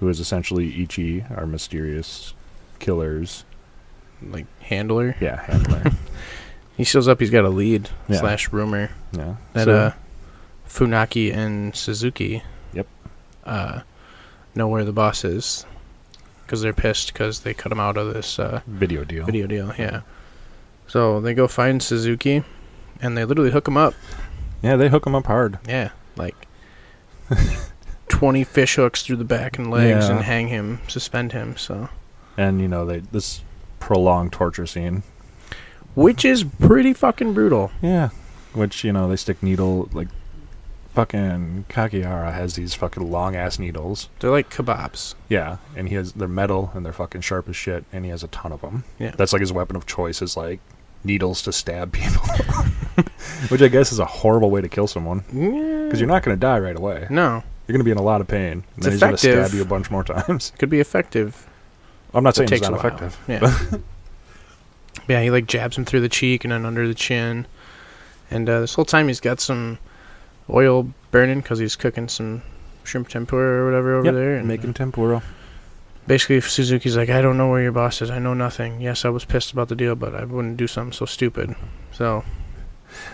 Speaker 3: who is essentially Ichi, our mysterious killers,
Speaker 2: like handler.
Speaker 3: yeah, handler.
Speaker 2: He shows up. He's got a lead
Speaker 3: Yeah.
Speaker 2: slash rumor
Speaker 3: yeah,
Speaker 2: that
Speaker 3: So-
Speaker 2: uh, Funaki and Suzuki.
Speaker 3: Yep.
Speaker 2: Uh, know where the boss is, because they're pissed because they cut him out of this uh,
Speaker 3: video deal.
Speaker 2: video deal. Yeah. So they go find Suzuki, and they literally hook him up.
Speaker 3: Yeah, they hook him up hard.
Speaker 2: Yeah, like. 20 fish hooks through the back and legs
Speaker 3: Yeah.
Speaker 2: and hang him, suspend him, so.
Speaker 3: And you know, they this prolonged torture scene.
Speaker 2: Which is pretty fucking brutal.
Speaker 3: Yeah. Which, you know, they stick needle like fucking Kakihara has these fucking long ass needles.
Speaker 2: They're like kebabs.
Speaker 3: Yeah, and he has they're metal and they're fucking sharp as shit and he has a ton of them.
Speaker 2: Yeah.
Speaker 3: That's like his weapon of choice is like needles to stab people. Which I guess is a horrible way to kill someone.
Speaker 2: Yeah,
Speaker 3: because you're not going to die right away.
Speaker 2: No,
Speaker 3: You're going to be in a lot of pain. And
Speaker 2: It's
Speaker 3: then he's going to stab
Speaker 2: effective.
Speaker 3: you a bunch more times.
Speaker 2: could be effective.
Speaker 3: I'm not
Speaker 2: It
Speaker 3: saying
Speaker 2: takes
Speaker 3: it's not
Speaker 2: a while.
Speaker 3: effective.
Speaker 2: Yeah. yeah, he like jabs him through the cheek and then under the chin, and uh, this whole time he's got some oil burning because he's cooking some shrimp tempura or whatever over
Speaker 3: Yep,
Speaker 2: there. And
Speaker 3: Make him temporal.
Speaker 2: basically Suzuki's like, I don't know where your boss is. I know nothing. Yes, I was pissed about the deal, but I wouldn't do something so stupid. So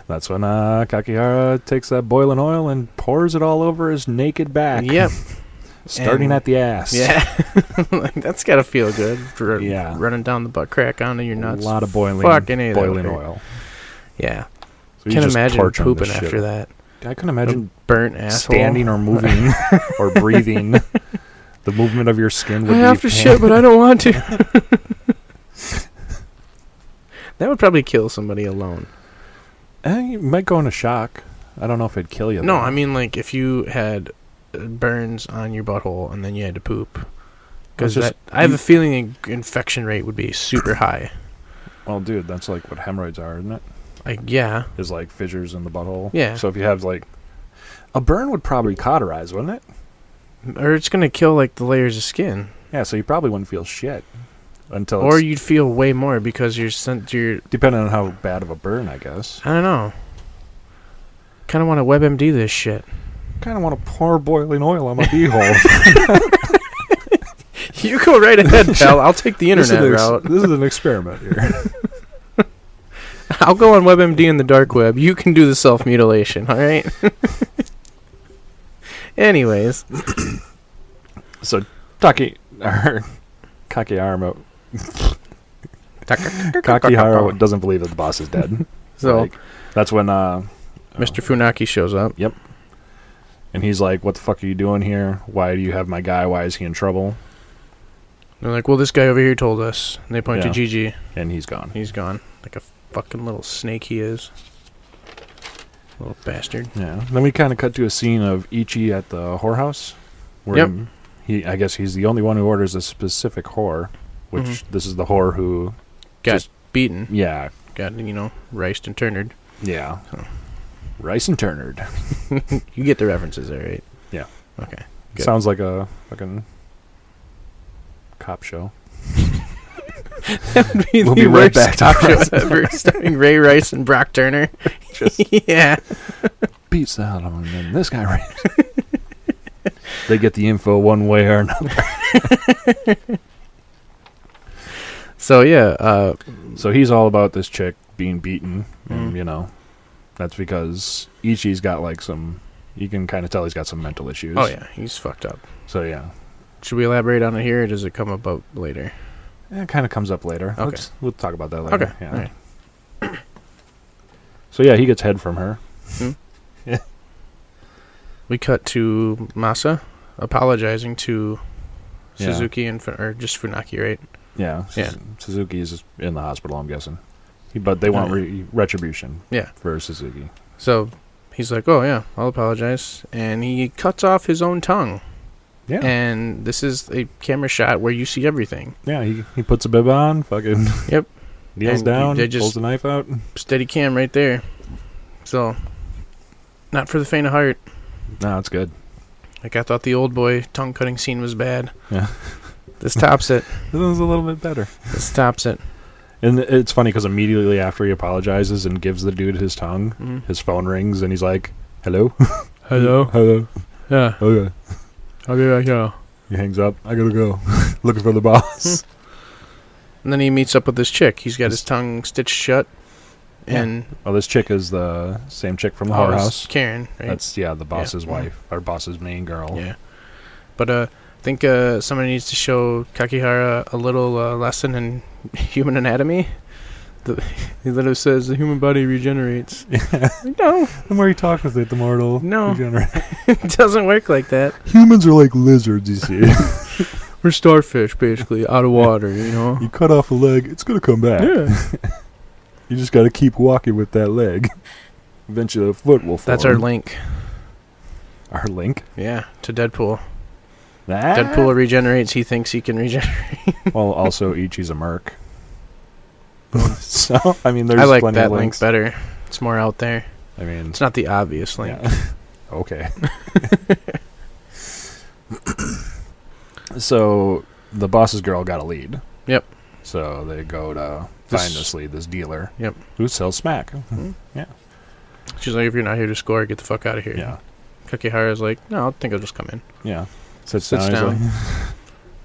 Speaker 3: That's when uh, Kakihara takes that boiling oil and pours it all over his naked back.
Speaker 2: yep,
Speaker 3: Starting
Speaker 2: And-
Speaker 3: at the ass.
Speaker 2: yeah, like that's gotta feel good. r-
Speaker 3: Yeah.
Speaker 2: running down the butt crack onto your
Speaker 3: A
Speaker 2: nuts.
Speaker 3: lot of boiling,
Speaker 2: Fucking A, that
Speaker 3: boiling
Speaker 2: would hurt.
Speaker 3: oil.
Speaker 2: Yeah,
Speaker 3: So he's
Speaker 2: can
Speaker 3: just
Speaker 2: imagine
Speaker 3: torturing
Speaker 2: pooping
Speaker 3: this shit.
Speaker 2: after that.
Speaker 3: I can imagine
Speaker 2: Burnt asshole.
Speaker 3: standing or moving or breathing. The movement of your skin would
Speaker 2: I
Speaker 3: be
Speaker 2: have to shit, but I don't want to. that would probably kill somebody alone.
Speaker 3: Eh, you might go into shock. I don't know if it'd kill you.
Speaker 2: No,
Speaker 3: though.
Speaker 2: I mean like if you had uh, burns on your butthole and then you had to poop. Because
Speaker 3: That's just-
Speaker 2: I have
Speaker 3: you-
Speaker 2: a feeling the infection rate would be super high.
Speaker 3: Well, dude, that's like what hemorrhoids are, isn't it?
Speaker 2: Like yeah,
Speaker 3: Is like fissures in the butthole.
Speaker 2: Yeah.
Speaker 3: So if you have like a burn, would probably cauterize, wouldn't it?
Speaker 2: or it's gonna kill like the layers of skin,
Speaker 3: Yeah. So you probably wouldn't feel shit until.
Speaker 2: or
Speaker 3: it's,
Speaker 2: you'd feel way more because you're sent. You're
Speaker 3: depending on how bad of a burn, I guess.
Speaker 2: I don't know. Kind of want to WebMD this shit.
Speaker 3: Kind of want to pour boiling oil on my beehole.
Speaker 2: You go right ahead, pal. I'll take the
Speaker 3: this, is
Speaker 2: internet
Speaker 3: an ex-
Speaker 2: route.
Speaker 3: this is an experiment here.
Speaker 2: I'll go on WebMD in the dark web. You can do the self mutilation, all right? Anyways,
Speaker 3: so, Taki er, or Kakihara, Kakihara doesn't believe that the boss is dead.
Speaker 2: so
Speaker 3: Like, that's when uh,
Speaker 2: Mr. Oh. Funaki shows up.
Speaker 3: And he's like, "What the fuck are you doing here? Why do you have my guy? Why is he in trouble?"
Speaker 2: They're like, well, this guy over here told us. And they point
Speaker 3: Yeah.
Speaker 2: to Gigi.
Speaker 3: And he's gone.
Speaker 2: He's gone. Like a fucking little snake he is. Little bastard.
Speaker 3: Yeah. Then we kind of cut to a scene of Ichi at the whorehouse, where
Speaker 2: Yep.
Speaker 3: m- he, I guess, he's the only one who orders a specific whore, which
Speaker 2: Mhm.
Speaker 3: this is the whore who,
Speaker 2: Got
Speaker 3: Just-
Speaker 2: beaten.
Speaker 3: yeah,
Speaker 2: Got, you know, riced and turnered.
Speaker 3: yeah,
Speaker 2: Huh.
Speaker 3: rice and turnered.
Speaker 2: You get the references there, right?
Speaker 3: Yeah.
Speaker 2: Okay. Good.
Speaker 3: Sounds like a fucking cop show. We'll
Speaker 2: the
Speaker 3: be
Speaker 2: worst
Speaker 3: right back to
Speaker 2: cop show ever, starring Ray Rice and Brock Turner. yeah.
Speaker 3: Beats the hell out of him. And this guy rapes. they get the info one way or another.
Speaker 2: So yeah, uh,
Speaker 3: So he's all about this chick being beaten, and
Speaker 2: Mm.
Speaker 3: you know, that's because Ichi's got like some. You can kind of tell he's got some mental issues.
Speaker 2: oh yeah, he's fucked up.
Speaker 3: So yeah,
Speaker 2: Should we elaborate on it here, or does it come about later?
Speaker 3: it kind of comes up later.
Speaker 2: Okay.
Speaker 3: Let's- we'll talk about that later.
Speaker 2: Okay,
Speaker 3: Yeah.
Speaker 2: alright.
Speaker 3: so yeah, he gets head from her.
Speaker 2: We cut to Masa apologizing to
Speaker 3: Yeah.
Speaker 2: Suzuki and Fu- or just Funaki, right?
Speaker 3: Yeah. Su-
Speaker 2: Yeah.
Speaker 3: Suzuki's in the hospital. I'm guessing, He- but they want
Speaker 2: Oh, yeah.
Speaker 3: re- retribution.
Speaker 2: Yeah.
Speaker 3: For Suzuki.
Speaker 2: So he's like, "Oh yeah, I'll apologize," and he cuts off his own tongue.
Speaker 3: Yeah.
Speaker 2: And this is a camera shot where you see everything.
Speaker 3: yeah. He he puts a bib on. Fucking.
Speaker 2: Yep.
Speaker 3: Kneels
Speaker 2: And
Speaker 3: down.
Speaker 2: they just-
Speaker 3: pulls the knife out.
Speaker 2: Steady cam right there. So, not for the faint of heart.
Speaker 3: No, it's good.
Speaker 2: Like I thought the old boy tongue cutting scene was bad.
Speaker 3: Yeah.
Speaker 2: This tops it.
Speaker 3: This one's a little bit better.
Speaker 2: This tops it.
Speaker 3: And it's funny because immediately after he apologizes and gives the dude his tongue,
Speaker 2: Mm.
Speaker 3: his phone rings and he's like, "Hello, hello."
Speaker 2: Yeah.
Speaker 3: Okay,
Speaker 2: I'll be back here.
Speaker 3: he hangs up. I gotta go, looking for the boss.
Speaker 2: And then he meets up with this chick. He's got his tongue stitched shut.
Speaker 3: Yeah.
Speaker 2: And
Speaker 3: oh, this chick is the same chick from the
Speaker 2: Oh,
Speaker 3: horror
Speaker 2: it's
Speaker 3: house.
Speaker 2: Karen, right?
Speaker 3: That's yeah, the boss's
Speaker 2: Mhm.
Speaker 3: wife, our boss's main girl.
Speaker 2: yeah. But uh, I think uh, somebody needs to show Kakihara a little uh, lesson in human anatomy. The, he literally says the human body regenerates. no,
Speaker 3: The more he talks with it, the more it'll
Speaker 2: No.
Speaker 3: regenerate.
Speaker 2: it doesn't work like that.
Speaker 3: Humans are like lizards, you see.
Speaker 2: We're starfish, basically, out of water, you know?
Speaker 3: you cut off a leg, it's gonna come back.
Speaker 2: Yeah.
Speaker 3: You just gotta keep walking with that leg. Eventually, the foot will.
Speaker 2: That's our
Speaker 3: form.
Speaker 2: link.
Speaker 3: Our link.
Speaker 2: Yeah, to Deadpool.
Speaker 3: That.
Speaker 2: Deadpool regenerates. He thinks he can regenerate.
Speaker 3: Well, also Ichi's a merc. so I mean, there's
Speaker 2: I like
Speaker 3: plenty
Speaker 2: that
Speaker 3: of
Speaker 2: link
Speaker 3: links.
Speaker 2: better. It's more out there.
Speaker 3: I mean,
Speaker 2: It's not the obvious link.
Speaker 3: yeah. okay. so the boss's girl got a lead.
Speaker 2: Yep.
Speaker 3: So they go to
Speaker 2: This-
Speaker 3: find this lead, this dealer.
Speaker 2: Yep.
Speaker 3: Who sells smack?
Speaker 2: She's like, if you're not here to score, get the fuck out of here.
Speaker 3: Yeah.
Speaker 2: Kakihara's like, no, I think I'll just come in.
Speaker 3: Yeah. Sits,
Speaker 2: Sits down.
Speaker 3: down. he's like,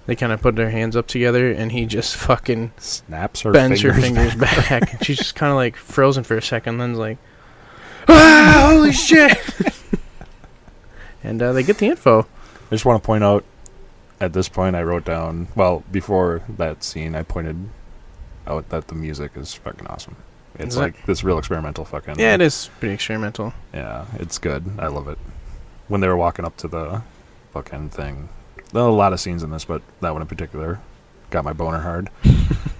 Speaker 2: They kind of put their hands up together, and he just fucking
Speaker 3: snaps her
Speaker 2: bends
Speaker 3: fingers.
Speaker 2: her fingers back. and she's just kind of like frozen for a second, then's like, ah, holy shit! and uh, they get the info.
Speaker 3: I just want to point out at this point, I wrote down, well, before that scene, I pointed out that the music is fucking awesome. It's
Speaker 2: Is it?
Speaker 3: like this real experimental fucking.
Speaker 2: Yeah, it is pretty experimental.
Speaker 3: Yeah, it's good. I love it. When they were walking up to the fucking thing, there are a lot of scenes in this, but that one in particular got my boner hard.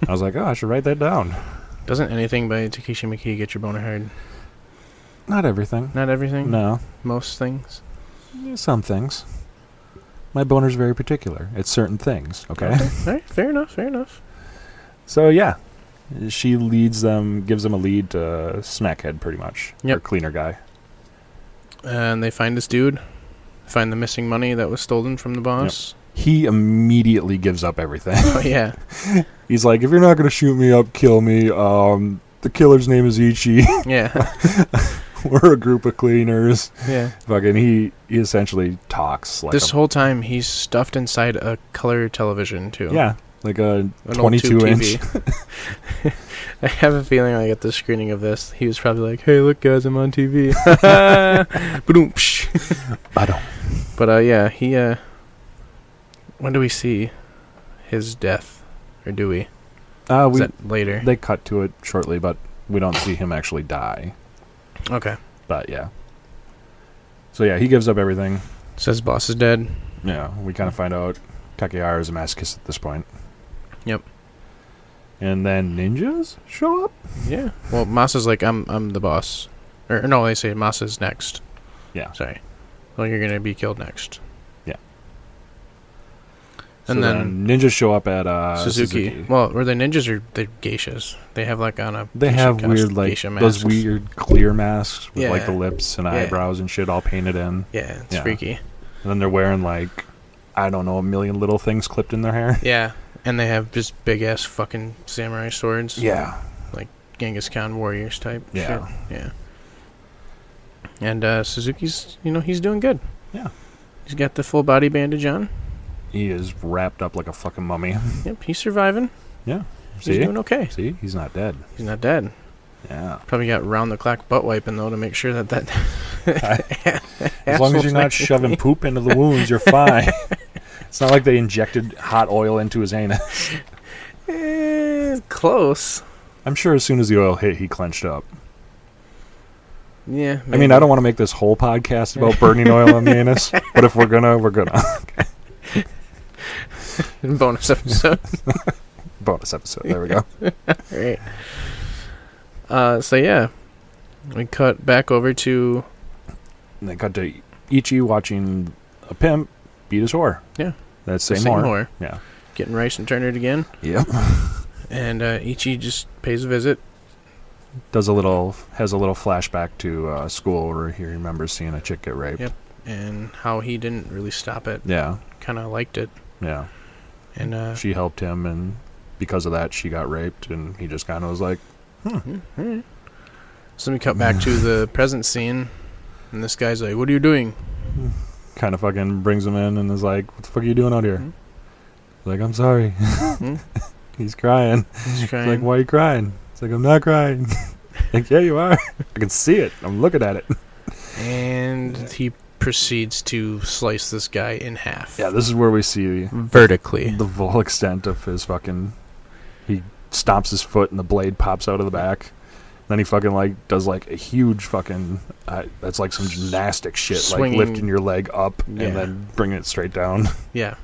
Speaker 3: I was like, oh, I should write that down.
Speaker 2: Doesn't anything by Takeshi Miike get your boner hard?
Speaker 3: Not everything.
Speaker 2: Not everything?
Speaker 3: No,
Speaker 2: Most things?
Speaker 3: some things. My boner's very particular. It's certain things, okay?
Speaker 2: Alright, fair enough, fair enough.
Speaker 3: So yeah, she leads them, gives them a lead to Smackhead, pretty much.
Speaker 2: Yep.
Speaker 3: Or cleaner guy.
Speaker 2: And they find this dude, find the missing money that was stolen from the boss.
Speaker 3: He immediately gives up everything.
Speaker 2: Oh, yeah.
Speaker 3: He's like, if you're not gonna shoot me up, kill me. Um, the killer's name is Ichi.
Speaker 2: Yeah.
Speaker 3: We're a group of cleaners.
Speaker 2: yeah.
Speaker 3: Fucking he, he essentially talks like
Speaker 2: this
Speaker 3: a,
Speaker 2: whole time, he's stuffed inside a color television, too.
Speaker 3: yeah, like a
Speaker 2: An old tube
Speaker 3: 22 inch.
Speaker 2: TV. I have a feeling like at the screening of this, he was probably like, "Hey, look, guys, I'm on TV." Ba-doom, psh.
Speaker 3: I don't.
Speaker 2: but uh, yeah, he. Uh, when do we see his death, or do we?
Speaker 3: Uh,
Speaker 2: Is
Speaker 3: we
Speaker 2: that later?
Speaker 3: they cut to it shortly, but we don't see him actually die.
Speaker 2: okay.
Speaker 3: But yeah. So yeah, he gives up everything.
Speaker 2: Says boss is dead.
Speaker 3: Yeah, we kind of find out Kakihara is a masochist at this point.
Speaker 2: Yep.
Speaker 3: And then ninjas show up.
Speaker 2: Yeah. Well, Masa's like, "I'm, I'm the boss," or no, they say Masa's next.
Speaker 3: Yeah.
Speaker 2: Sorry. Well, you're gonna be killed next.
Speaker 3: Yeah.
Speaker 2: And
Speaker 3: So
Speaker 2: then
Speaker 3: ninjas show up at uh,
Speaker 2: Suzuki.
Speaker 3: Suzuki.
Speaker 2: Well, or the ninjas are the geishas. They have like on a
Speaker 3: They
Speaker 2: geisha
Speaker 3: have
Speaker 2: cos-
Speaker 3: weird like
Speaker 2: geisha
Speaker 3: those
Speaker 2: masks.
Speaker 3: weird clear masks with like
Speaker 2: Yeah.
Speaker 3: the lips and
Speaker 2: Yeah.
Speaker 3: eyebrows and shit all painted in. And
Speaker 2: Yeah, it's
Speaker 3: Yeah.
Speaker 2: freaky.
Speaker 3: then they're wearing like I don't know a million little things clipped in their hair.
Speaker 2: Yeah, and they have just big ass fucking samurai swords.
Speaker 3: Yeah.
Speaker 2: Genghis Khan warriors type.
Speaker 3: Yeah.
Speaker 2: shit. yeah. And uh, Suzuki's, you know, he's doing good.
Speaker 3: Yeah.
Speaker 2: he's got the full body bandage on.
Speaker 3: He is wrapped up like a fucking mummy.
Speaker 2: Yep, he's surviving. He's
Speaker 3: See?
Speaker 2: doing okay.
Speaker 3: See? He's not dead.
Speaker 2: He's not dead.
Speaker 3: Yeah.
Speaker 2: Probably got round the clock butt wiping though to make sure that that.
Speaker 3: As long as
Speaker 2: Asshole's
Speaker 3: you're not shoving poop into the wounds, you're fine. it's not like they injected hot oil into his anus.
Speaker 2: Eh, close.
Speaker 3: I'm sure as soon as the oil hit, he clenched up.
Speaker 2: Yeah.
Speaker 3: I mean,
Speaker 2: maybe.
Speaker 3: I don't want to make this whole podcast about burning oil on the anus, but if we're gonna, we're gonna.
Speaker 2: bonus episode.
Speaker 3: Bonus episode. There we go.
Speaker 2: Right. Uh, so yeah, we cut back over to
Speaker 3: And they cut to Ichi watching a pimp beat his whore.
Speaker 2: Yeah.
Speaker 3: That's
Speaker 2: the
Speaker 3: same whore.
Speaker 2: whore.
Speaker 3: Yeah.
Speaker 2: getting rice and turned it again,
Speaker 3: Yep.
Speaker 2: and uh, Ichi just pays a visit.
Speaker 3: Does a little has a little flashback to uh, school where he remembers seeing a chick get raped.
Speaker 2: Yep. And how he didn't really stop it,
Speaker 3: Yeah.
Speaker 2: kind of liked it,
Speaker 3: Yeah.
Speaker 2: and uh,
Speaker 3: she helped him and because of that she got raped and he just kind of was like
Speaker 2: so then we cut back to the present scene, and this guy's like, "What are you doing?"
Speaker 3: kind of fucking brings him in and is like what the fuck are you doing out here
Speaker 2: Hmm.
Speaker 3: like i'm sorry
Speaker 2: Hmm.
Speaker 3: he's crying
Speaker 2: He's
Speaker 3: He's
Speaker 2: crying.
Speaker 3: like why are you crying it's like i'm not crying like yeah you are i can see it i'm looking at it
Speaker 2: and he proceeds to slice this guy in half.
Speaker 3: yeah this is where we see
Speaker 2: vertically.
Speaker 3: the full extent of his fucking he stomps his foot and the blade pops out of the back then he fucking like does like a huge fucking uh, that's like some gymnastic shit
Speaker 2: Swinging-
Speaker 3: like lifting your leg up
Speaker 2: Yeah.
Speaker 3: and then bringing it straight down
Speaker 2: Yeah,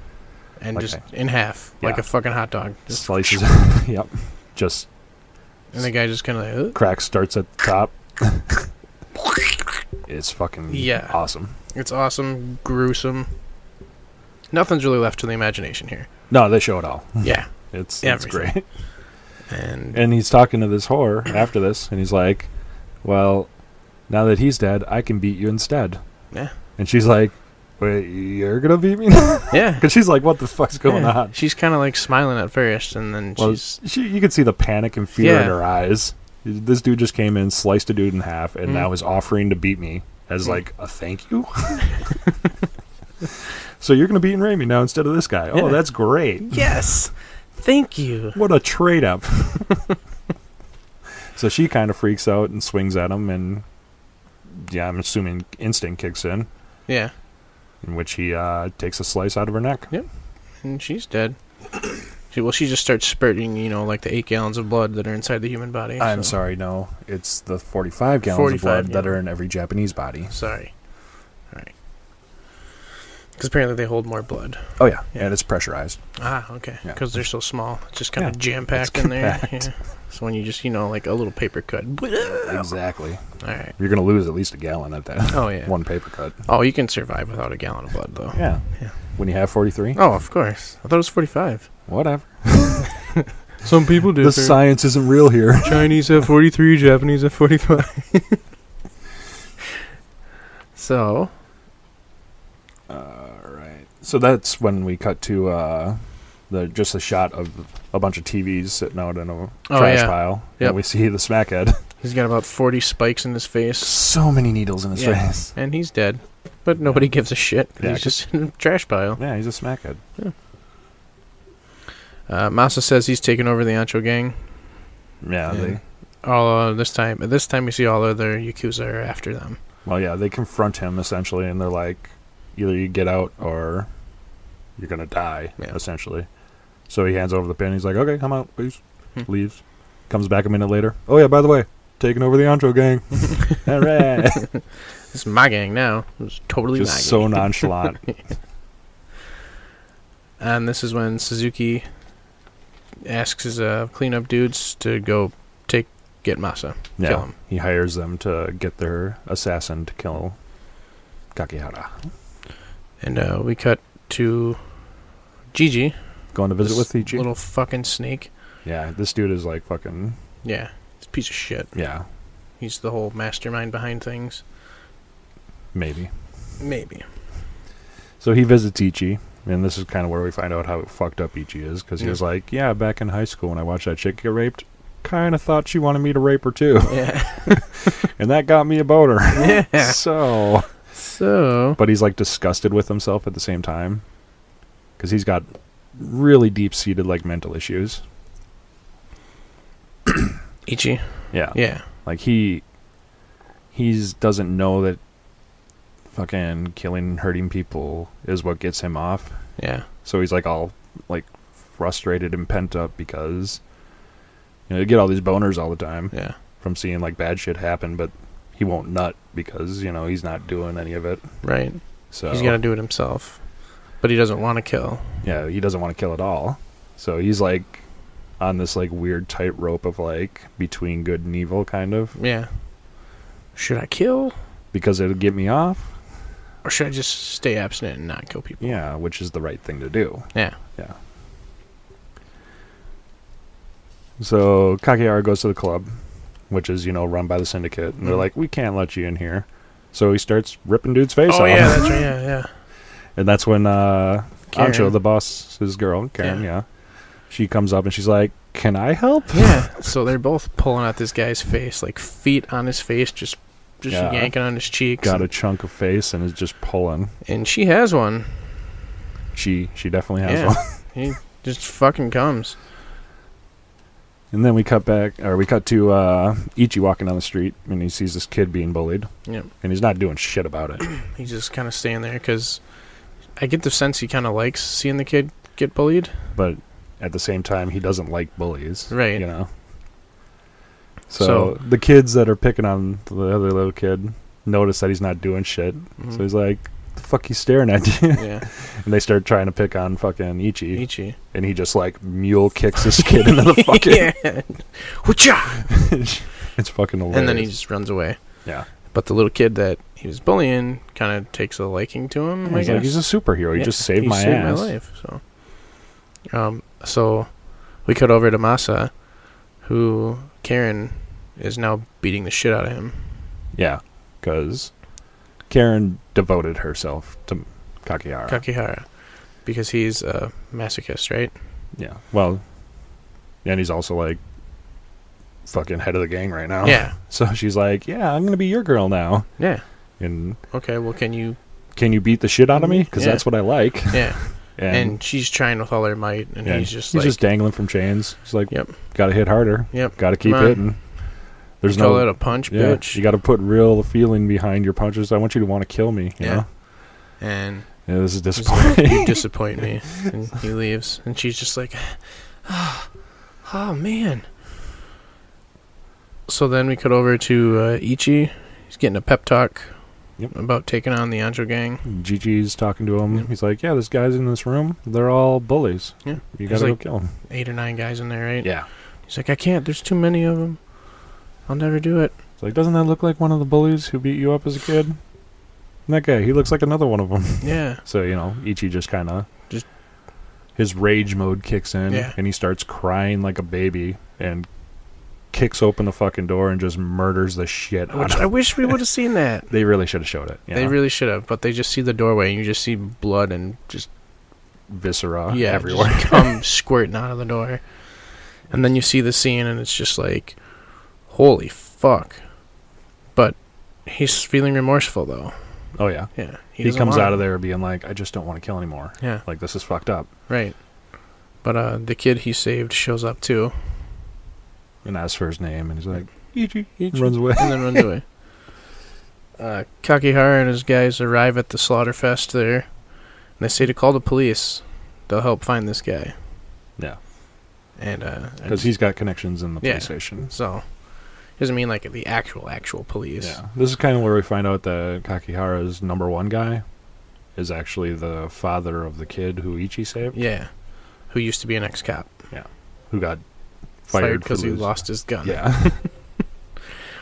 Speaker 2: and
Speaker 3: Like
Speaker 2: just
Speaker 3: a-
Speaker 2: in half, like
Speaker 3: Yeah.
Speaker 2: a fucking hot dog. Just
Speaker 3: slices yep just
Speaker 2: And the guy just kind of like, "Ugh."
Speaker 3: crack starts at the top it's fucking
Speaker 2: Yeah.
Speaker 3: awesome
Speaker 2: it's awesome, gruesome. Nothing's really left to the imagination here.
Speaker 3: no they show it all
Speaker 2: yeah.
Speaker 3: it's it's
Speaker 2: Everything.
Speaker 3: great
Speaker 2: And
Speaker 3: and he's talking to this whore after this and he's like well now that he's dead i can beat you instead
Speaker 2: Yeah.
Speaker 3: And she's like, "Wait, you're gonna beat me?" Because
Speaker 2: Yeah.
Speaker 3: she's like, "What the fuck's going
Speaker 2: Yeah.
Speaker 3: on?"
Speaker 2: She's kind of like smiling at first, and then
Speaker 3: Well,
Speaker 2: she's
Speaker 3: she, you could see the panic and fear
Speaker 2: Yeah.
Speaker 3: in her eyes. This dude just came in, sliced a dude in half, and
Speaker 2: Mm.
Speaker 3: now is offering to beat me as
Speaker 2: Mm.
Speaker 3: like a thank you. so you're gonna be in Raimi now instead of this guy. Oh,
Speaker 2: Yeah.
Speaker 3: that's great.
Speaker 2: yes, thank you.
Speaker 3: What a trade up. so she kind of freaks out and swings at him, and yeah, I'm assuming instinct kicks in,
Speaker 2: Yeah,
Speaker 3: in which he uh, takes a slice out of her neck.
Speaker 2: Yeah. and she's dead. She, well, she just starts spurting, you know, like the eight gallons of blood that are inside the human body.
Speaker 3: I'm
Speaker 2: so-
Speaker 3: sorry, no. It's the 45 gallons of
Speaker 2: 45
Speaker 3: blood that
Speaker 2: gallon.
Speaker 3: are in every Japanese body.
Speaker 2: Sorry. All right. Because apparently they hold more blood.
Speaker 3: Oh, yeah. And it's pressurized.
Speaker 2: Ah, okay.
Speaker 3: Yeah.
Speaker 2: Because they're so small, it's just kind
Speaker 3: Yeah,
Speaker 2: of jam packed
Speaker 3: it's
Speaker 2: in there.
Speaker 3: compact.
Speaker 2: Yeah. So when you just, you know, like a little paper cut.
Speaker 3: Exactly.
Speaker 2: All right.
Speaker 3: You're going to lose at least a gallon at that.
Speaker 2: Oh yeah.
Speaker 3: One paper cut.
Speaker 2: Oh, you can survive without a gallon of blood, though.
Speaker 3: Yeah.
Speaker 2: Yeah.
Speaker 3: When you have 43,
Speaker 2: Oh, of course. I thought it was forty-five.
Speaker 3: whatever.
Speaker 2: Some people do.
Speaker 3: The science isn't real here.
Speaker 2: Chinese have 43, Japanese have 45. so,
Speaker 3: All Uh, right. So that's when we cut to uh, the just a shot of a bunch of TVs sitting out in a trash
Speaker 2: Oh, yeah.
Speaker 3: pile.
Speaker 2: Yep.
Speaker 3: And we see the smackhead.
Speaker 2: he's got about 40 spikes in his face,
Speaker 3: so many needles in his
Speaker 2: Yeah.
Speaker 3: face.
Speaker 2: and he's dead. But nobody gives a shit. 'cause
Speaker 3: Yeah,
Speaker 2: he's just in a trash pile.
Speaker 3: Yeah, he's a smackhead.
Speaker 2: Uh, Masa says he's taken over the Ancho gang.
Speaker 3: Yeah,
Speaker 2: Yeah.
Speaker 3: They,
Speaker 2: All uh, this time, at this time, we see all other Yakuza are after them.
Speaker 3: well, yeah, they confront him essentially, and they're like, either you get out or you're gonna die,
Speaker 2: Yeah.
Speaker 3: essentially. So he hands over the pen. He's like, okay, I'm out, please.
Speaker 2: Hmm.
Speaker 3: Leaves. Comes back a minute later. Oh yeah, by the way, taking over the Andro gang. All right.
Speaker 2: This is my gang now. It's totally my gang.
Speaker 3: Just so nonchalant.
Speaker 2: And this is when Suzuki asks his uh, cleanup dudes to go take get Masa.
Speaker 3: yeah.
Speaker 2: Kill him.
Speaker 3: He hires them to get their assassin to kill Kakihara.
Speaker 2: And uh, we cut to Gigi.
Speaker 3: Going to visit
Speaker 2: this
Speaker 3: with Ichi.
Speaker 2: Little fucking snake.
Speaker 3: yeah, this dude is like fucking.
Speaker 2: Yeah. He's a piece of shit.
Speaker 3: Yeah,
Speaker 2: He's the whole mastermind behind things.
Speaker 3: maybe.
Speaker 2: Maybe.
Speaker 3: So he visits Ichi, and this is kind of where we find out how fucked up Ichi is, because he
Speaker 2: Yeah.
Speaker 3: was like, "Yeah, back in high school when I watched that chick get raped, kind of thought she wanted me to rape her too,
Speaker 2: Yeah.
Speaker 3: and that got me a boner."
Speaker 2: yeah.
Speaker 3: so,
Speaker 2: So.
Speaker 3: but he's like disgusted with himself at the same time, because he's got really deep-seated like mental issues.
Speaker 2: Ichi.
Speaker 3: Yeah,
Speaker 2: Yeah.
Speaker 3: like he he's doesn't know that fucking killing and hurting people is what gets him off.
Speaker 2: Yeah.
Speaker 3: So he's like all like frustrated and pent up because you know you get all these boners all the time
Speaker 2: Yeah.
Speaker 3: from seeing like bad shit happen, but he won't nut because you know he's not doing any of it.
Speaker 2: Right.
Speaker 3: So
Speaker 2: He's got to do it himself. But he doesn't want to kill.
Speaker 3: yeah, he doesn't want to kill at all. So he's like on this like weird tightrope of like between good and evil kind of
Speaker 2: Yeah. Should I kill?
Speaker 3: because it'll get me off.
Speaker 2: Or should I just stay abstinent and not kill people?
Speaker 3: Yeah, which is the right thing to do.
Speaker 2: Yeah.
Speaker 3: Yeah. So Kakihara goes to the club, which is, you know, run by the syndicate, and they're
Speaker 2: Mhm.
Speaker 3: like, We can't let you in here. So he starts ripping dude's face
Speaker 2: Oh,
Speaker 3: off.
Speaker 2: yeah, that's right. Yeah, yeah.
Speaker 3: and that's when uh
Speaker 2: Karen.
Speaker 3: Ancho, the boss's girl, Karen, yeah.
Speaker 2: Yeah.
Speaker 3: She comes up and she's like, Can I help?
Speaker 2: Yeah. So they're both pulling at this guy's face, like feet on his face, just just
Speaker 3: Yeah.
Speaker 2: yanking on his cheeks.
Speaker 3: Got a chunk of face and is just pulling.
Speaker 2: And she has one.
Speaker 3: She she definitely has
Speaker 2: yeah.
Speaker 3: one.
Speaker 2: he just fucking comes.
Speaker 3: And then we cut back or we cut to uh Ichi walking down the street and he sees this kid being bullied.
Speaker 2: Yep.
Speaker 3: And he's not doing shit about it.
Speaker 2: He's just kind of staying there because I get the sense he kind of likes seeing the kid get bullied.
Speaker 3: but at the same time he doesn't like bullies
Speaker 2: Right.
Speaker 3: you know so,
Speaker 2: So-
Speaker 3: the kids that are picking on the other little kid notice that he's not doing shit so he's like the fuck you staring at you
Speaker 2: Mm-hmm. yeah.
Speaker 3: and they start trying to pick on fucking ichi
Speaker 2: Ichi.
Speaker 3: and he just like mule kicks this kid into the fucking
Speaker 2: yeah. Whatcha?
Speaker 3: it's fucking hilarious.
Speaker 2: And then he just Oh runs away.
Speaker 3: yeah
Speaker 2: But the little kid that he was bullying kind of takes a liking to him. I
Speaker 3: he's
Speaker 2: guess.
Speaker 3: like he's a superhero he
Speaker 2: Yeah,
Speaker 3: just saved
Speaker 2: he
Speaker 3: my
Speaker 2: saved
Speaker 3: ass
Speaker 2: my life. So, um, so we cut over to Masa, who Karen is now beating the shit out of him.
Speaker 3: yeah because Karen devoted herself to Kakihara.
Speaker 2: Kakihara, because he's a masochist, right?
Speaker 3: yeah. Well, and he's also like fucking head of the gang right now.
Speaker 2: Yeah,
Speaker 3: So she's like, "Yeah, I'm gonna be your girl now."
Speaker 2: yeah.
Speaker 3: And
Speaker 2: Okay, well, can you?
Speaker 3: can you beat the shit out of me? Because
Speaker 2: Mm, Yeah.
Speaker 3: that's what I like.
Speaker 2: Yeah,
Speaker 3: And,
Speaker 2: and, she's trying with all her might, and
Speaker 3: yeah,
Speaker 2: he's just
Speaker 3: he's
Speaker 2: like,
Speaker 3: just dangling from chains. He's like,
Speaker 2: Yep.
Speaker 3: Got to hit harder.
Speaker 2: Yep.
Speaker 3: Got to keep
Speaker 2: Come on.
Speaker 3: hitting. There's
Speaker 2: call
Speaker 3: no
Speaker 2: it a punch,
Speaker 3: yeah,
Speaker 2: bitch.
Speaker 3: You got to put real feeling behind your punches. I want you to want to kill me. You
Speaker 2: Yeah.
Speaker 3: know?
Speaker 2: and
Speaker 3: Yeah, this is
Speaker 2: he's like,
Speaker 3: disappointing.
Speaker 2: you disappoint me, and he leaves, and she's just like, oh, oh man. So then we cut over to uh, Ichi. He's getting a pep talk
Speaker 3: Yep.
Speaker 2: about taking on the Anjo gang.
Speaker 3: Gigi's talking to him.
Speaker 2: Yep.
Speaker 3: He's like, "Yeah, this guy's in this room. They're all bullies.
Speaker 2: Yeah. He's
Speaker 3: You gotta
Speaker 2: like-
Speaker 3: go kill him."
Speaker 2: Eight or nine guys in there, right?
Speaker 3: Yeah.
Speaker 2: He's like, I can't. There's too many of them. I'll never do it.
Speaker 3: It's like, doesn't that look like one of the bullies who beat you up as a kid? And that guy, he looks like another one of them.
Speaker 2: Yeah.
Speaker 3: So you know, Ichi just kind of
Speaker 2: Just-
Speaker 3: his rage mode kicks in,
Speaker 2: Yeah.
Speaker 3: and he starts crying like a baby, and kicks open the fucking door and just murders the shit out
Speaker 2: Which
Speaker 3: of.
Speaker 2: I wish we would have seen that.
Speaker 3: they really should have showed it. Yeah.
Speaker 2: They really should have, but they just see the doorway and you just see blood and just
Speaker 3: viscera
Speaker 2: yeah,
Speaker 3: Uh, everywhere.
Speaker 2: just come squirting out of the door. And then you see the scene and it's just like holy fuck. But he's feeling remorseful though.
Speaker 3: oh yeah.
Speaker 2: Yeah.
Speaker 3: He
Speaker 2: doesn't
Speaker 3: comes
Speaker 2: want
Speaker 3: out of
Speaker 2: it.
Speaker 3: there being like, I just don't want to kill anymore.
Speaker 2: Yeah,
Speaker 3: Like this is fucked up.
Speaker 2: right. But uh the kid he saved shows up too
Speaker 3: And asks for his name, and he's like,
Speaker 2: Ichi, Ichi.
Speaker 3: runs away.
Speaker 2: and then runs away. Uh, Kakihara and his guys arrive at the slaughter fest there, and they say to call the police. They'll help find this guy.
Speaker 3: Yeah.
Speaker 2: And uh, I
Speaker 3: because
Speaker 2: just-
Speaker 3: he's got connections in the
Speaker 2: Yeah.
Speaker 3: police station.
Speaker 2: so doesn't mean like the actual actual police.
Speaker 3: Yeah, this is kind of where we find out that Kakihara's number one guy is actually the father of the kid who Ichi saved,
Speaker 2: Yeah. Who used to be an ex cop
Speaker 3: who got
Speaker 2: fired
Speaker 3: fired for
Speaker 2: because he
Speaker 3: lose-
Speaker 2: lost his gun.
Speaker 3: Yeah,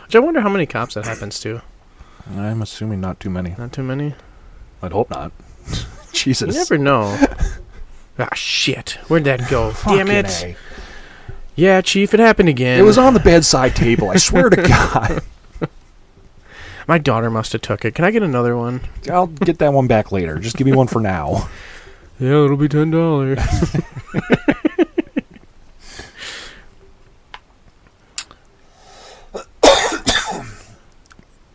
Speaker 2: Which I wonder how many cops that happens to.
Speaker 3: I'm assuming not too many.
Speaker 2: Not too many.
Speaker 3: I'd hope not.
Speaker 2: You
Speaker 3: Jesus,
Speaker 2: never know. ah shit! Where'd that go? Damn
Speaker 3: Fucking
Speaker 2: it!
Speaker 3: A.
Speaker 2: Yeah, chief, it happened again.
Speaker 3: It was on the bedside table. I swear to God,
Speaker 2: My daughter must have took it. Can I get another one?
Speaker 3: I'll get that one back later. Just give me one for now.
Speaker 2: Yeah, it'll be ten dollars.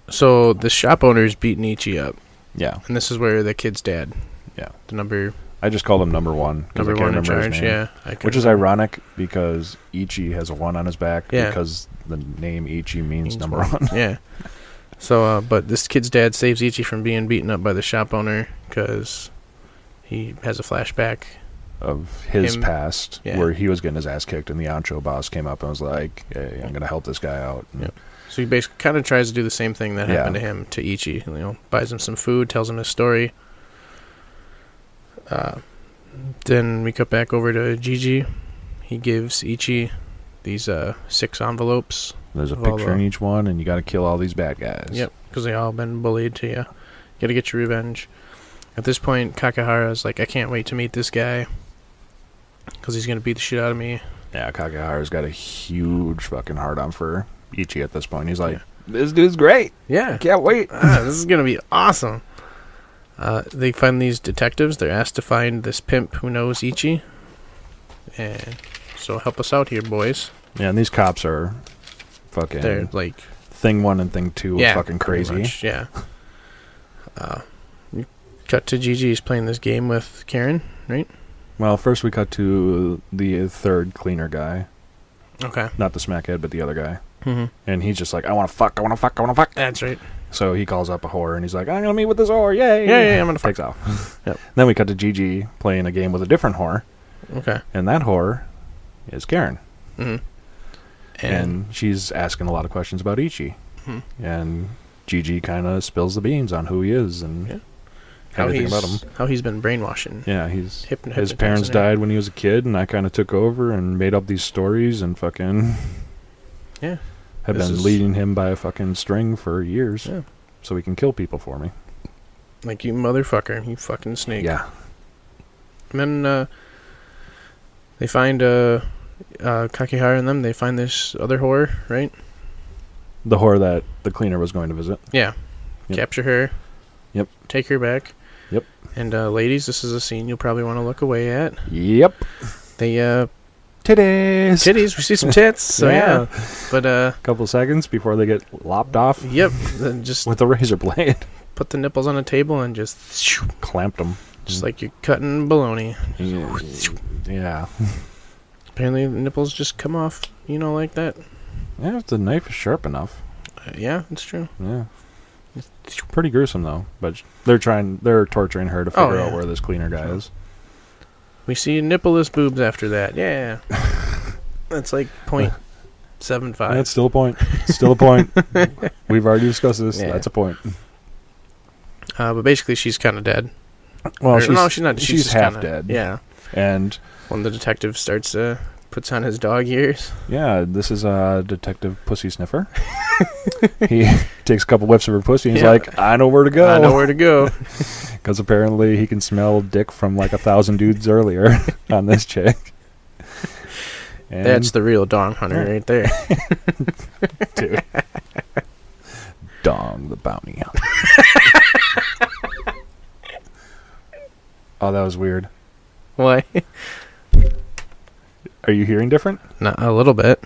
Speaker 2: so the shop owner's beating Ichi up,
Speaker 3: Yeah,
Speaker 2: and this is where the kid's dad.
Speaker 3: Yeah.
Speaker 2: the number
Speaker 3: I just called him number one because I
Speaker 2: number
Speaker 3: can't
Speaker 2: one in
Speaker 3: remember his
Speaker 2: charge.
Speaker 3: name.
Speaker 2: Yeah, I
Speaker 3: Which is ironic because Ichi has a one on his back
Speaker 2: Yeah.
Speaker 3: because the name Ichi
Speaker 2: Means
Speaker 3: means number one.
Speaker 2: yeah. So, uh, but this kid's dad saves Ichi from being beaten up by the shop owner because he has a flashback.
Speaker 3: of his
Speaker 2: Him-
Speaker 3: past
Speaker 2: yeah.
Speaker 3: where he was getting his ass kicked and the Ancho boss came up and was like, hey, I'm going to help this guy out. And
Speaker 2: Yep. So he basically kind of tries to do the same thing that
Speaker 3: Yeah.
Speaker 2: happened to him to Ichi. You know, buys him some food, tells him his story. Uh, then we cut back over to Gigi. He gives Ichi these uh, six envelopes.
Speaker 3: There's a
Speaker 2: Well,
Speaker 3: picture in each one and you got to kill all these bad guys.
Speaker 2: Yep, because they all been bullied to you. Got to get your revenge. At this point, Kakahara is like, I can't wait to meet this guy because he's gonna beat the shit out of me.
Speaker 3: Yeah, Kakahara's got a huge fucking hard on for Ichi at this point. He's like,
Speaker 2: Yeah.
Speaker 3: this dude's great.
Speaker 2: Yeah,
Speaker 3: Can't wait.
Speaker 2: ah, this is gonna be awesome. Uh, they find these detectives. They're asked to find this pimp who knows Ichi, and so help us out here, boys.
Speaker 3: Yeah, and these cops are fucking
Speaker 2: They're like,
Speaker 3: thing one and thing two are
Speaker 2: yeah,
Speaker 3: fucking
Speaker 2: pretty
Speaker 3: crazy.
Speaker 2: much, yeah. Uh, you cut to Gigi's playing this game with Karen.
Speaker 3: Well, first we cut to the third cleaner guy.
Speaker 2: Okay.
Speaker 3: Not the smackhead, but the other guy.
Speaker 2: hmm
Speaker 3: And he's just like, I want to fuck, I want to fuck, I want to fuck.
Speaker 2: That's right.
Speaker 3: So he calls up a whore and he's like, I'm gonna meet with this whore, yay!
Speaker 2: Yeah, yeah, yeah, I'm gonna fuck.
Speaker 3: Takes off.
Speaker 2: Yep.
Speaker 3: Then we cut to Gigi playing a game with a different whore,
Speaker 2: Okay.
Speaker 3: and that whore is Karen,
Speaker 2: hmm And,
Speaker 3: and, she's asking a lot of questions about Ichi,
Speaker 2: Mhm.
Speaker 3: and Gigi kind of spills the beans on who he is and
Speaker 2: Yeah. how
Speaker 3: everything
Speaker 2: he's
Speaker 3: about him.
Speaker 2: how he's been brainwashing.
Speaker 3: Yeah, he's
Speaker 2: Hypno-
Speaker 3: his
Speaker 2: hypnotizing
Speaker 3: parents
Speaker 2: her.
Speaker 3: died when he was a kid, and I kind of took over and made up these stories and fucking
Speaker 2: Yeah.
Speaker 3: have
Speaker 2: This
Speaker 3: been
Speaker 2: is-
Speaker 3: leading him by a fucking string for years,
Speaker 2: Yeah.
Speaker 3: so he can kill people for me.
Speaker 2: Like you motherfucker, you fucking snake.
Speaker 3: Yeah,
Speaker 2: And then uh, they find uh, uh, Kakihara and them. They find this other whore, right?
Speaker 3: the whore that the cleaner was going to visit.
Speaker 2: Yeah.
Speaker 3: Yep.
Speaker 2: Capture her.
Speaker 3: Yep.
Speaker 2: Take her back.
Speaker 3: Yep.
Speaker 2: And uh, ladies, this is a scene you'll probably want to look away at.
Speaker 3: Yep.
Speaker 2: They uh,
Speaker 3: Titties.
Speaker 2: titties. We see some tits. So
Speaker 3: Yeah.
Speaker 2: yeah. But uh,
Speaker 3: couple seconds before they get lopped off
Speaker 2: yep. Then just
Speaker 3: with a razor blade.
Speaker 2: put the nipples on a table and just shoo,
Speaker 3: Clamped them.
Speaker 2: just like you're cutting bologna.
Speaker 3: Yeah.
Speaker 2: Apparently, the nipples just come off. You know, like that.
Speaker 3: Yeah, if the knife is sharp enough.
Speaker 2: Uh, yeah, it's true.
Speaker 3: Yeah. It's pretty gruesome though, but they're trying they're torturing her to figure
Speaker 2: Oh,
Speaker 3: out
Speaker 2: yeah.
Speaker 3: where this cleaner guy is.
Speaker 2: We see nippleless boobs after that. Yeah. That's like point seven five.
Speaker 3: That's still a point. Still a point. We've already discussed this.
Speaker 2: Yeah.
Speaker 3: That's a point.
Speaker 2: Uh, but basically, she's kind of dead.
Speaker 3: Well,
Speaker 2: Or-
Speaker 3: she's,
Speaker 2: no, she's not. She's,
Speaker 3: she's
Speaker 2: just
Speaker 3: half
Speaker 2: kinda-
Speaker 3: dead.
Speaker 2: Yeah.
Speaker 3: and
Speaker 2: When the detective starts uh puts on his dog ears.
Speaker 3: yeah, this is uh, Detective Pussy Sniffer. he takes a couple whiffs of her pussy. and He's
Speaker 2: Yeah.
Speaker 3: like, I know where to
Speaker 2: I know
Speaker 3: go
Speaker 2: where to go.
Speaker 3: because apparently he can smell dick from like a thousand dudes earlier on this chick. And
Speaker 2: That's the real dog hunter
Speaker 3: Yeah.
Speaker 2: right there.
Speaker 3: dude. Dong the bounty. Hunter. oh, that was weird.
Speaker 2: Why?
Speaker 3: Are you hearing different?
Speaker 2: Not a little bit.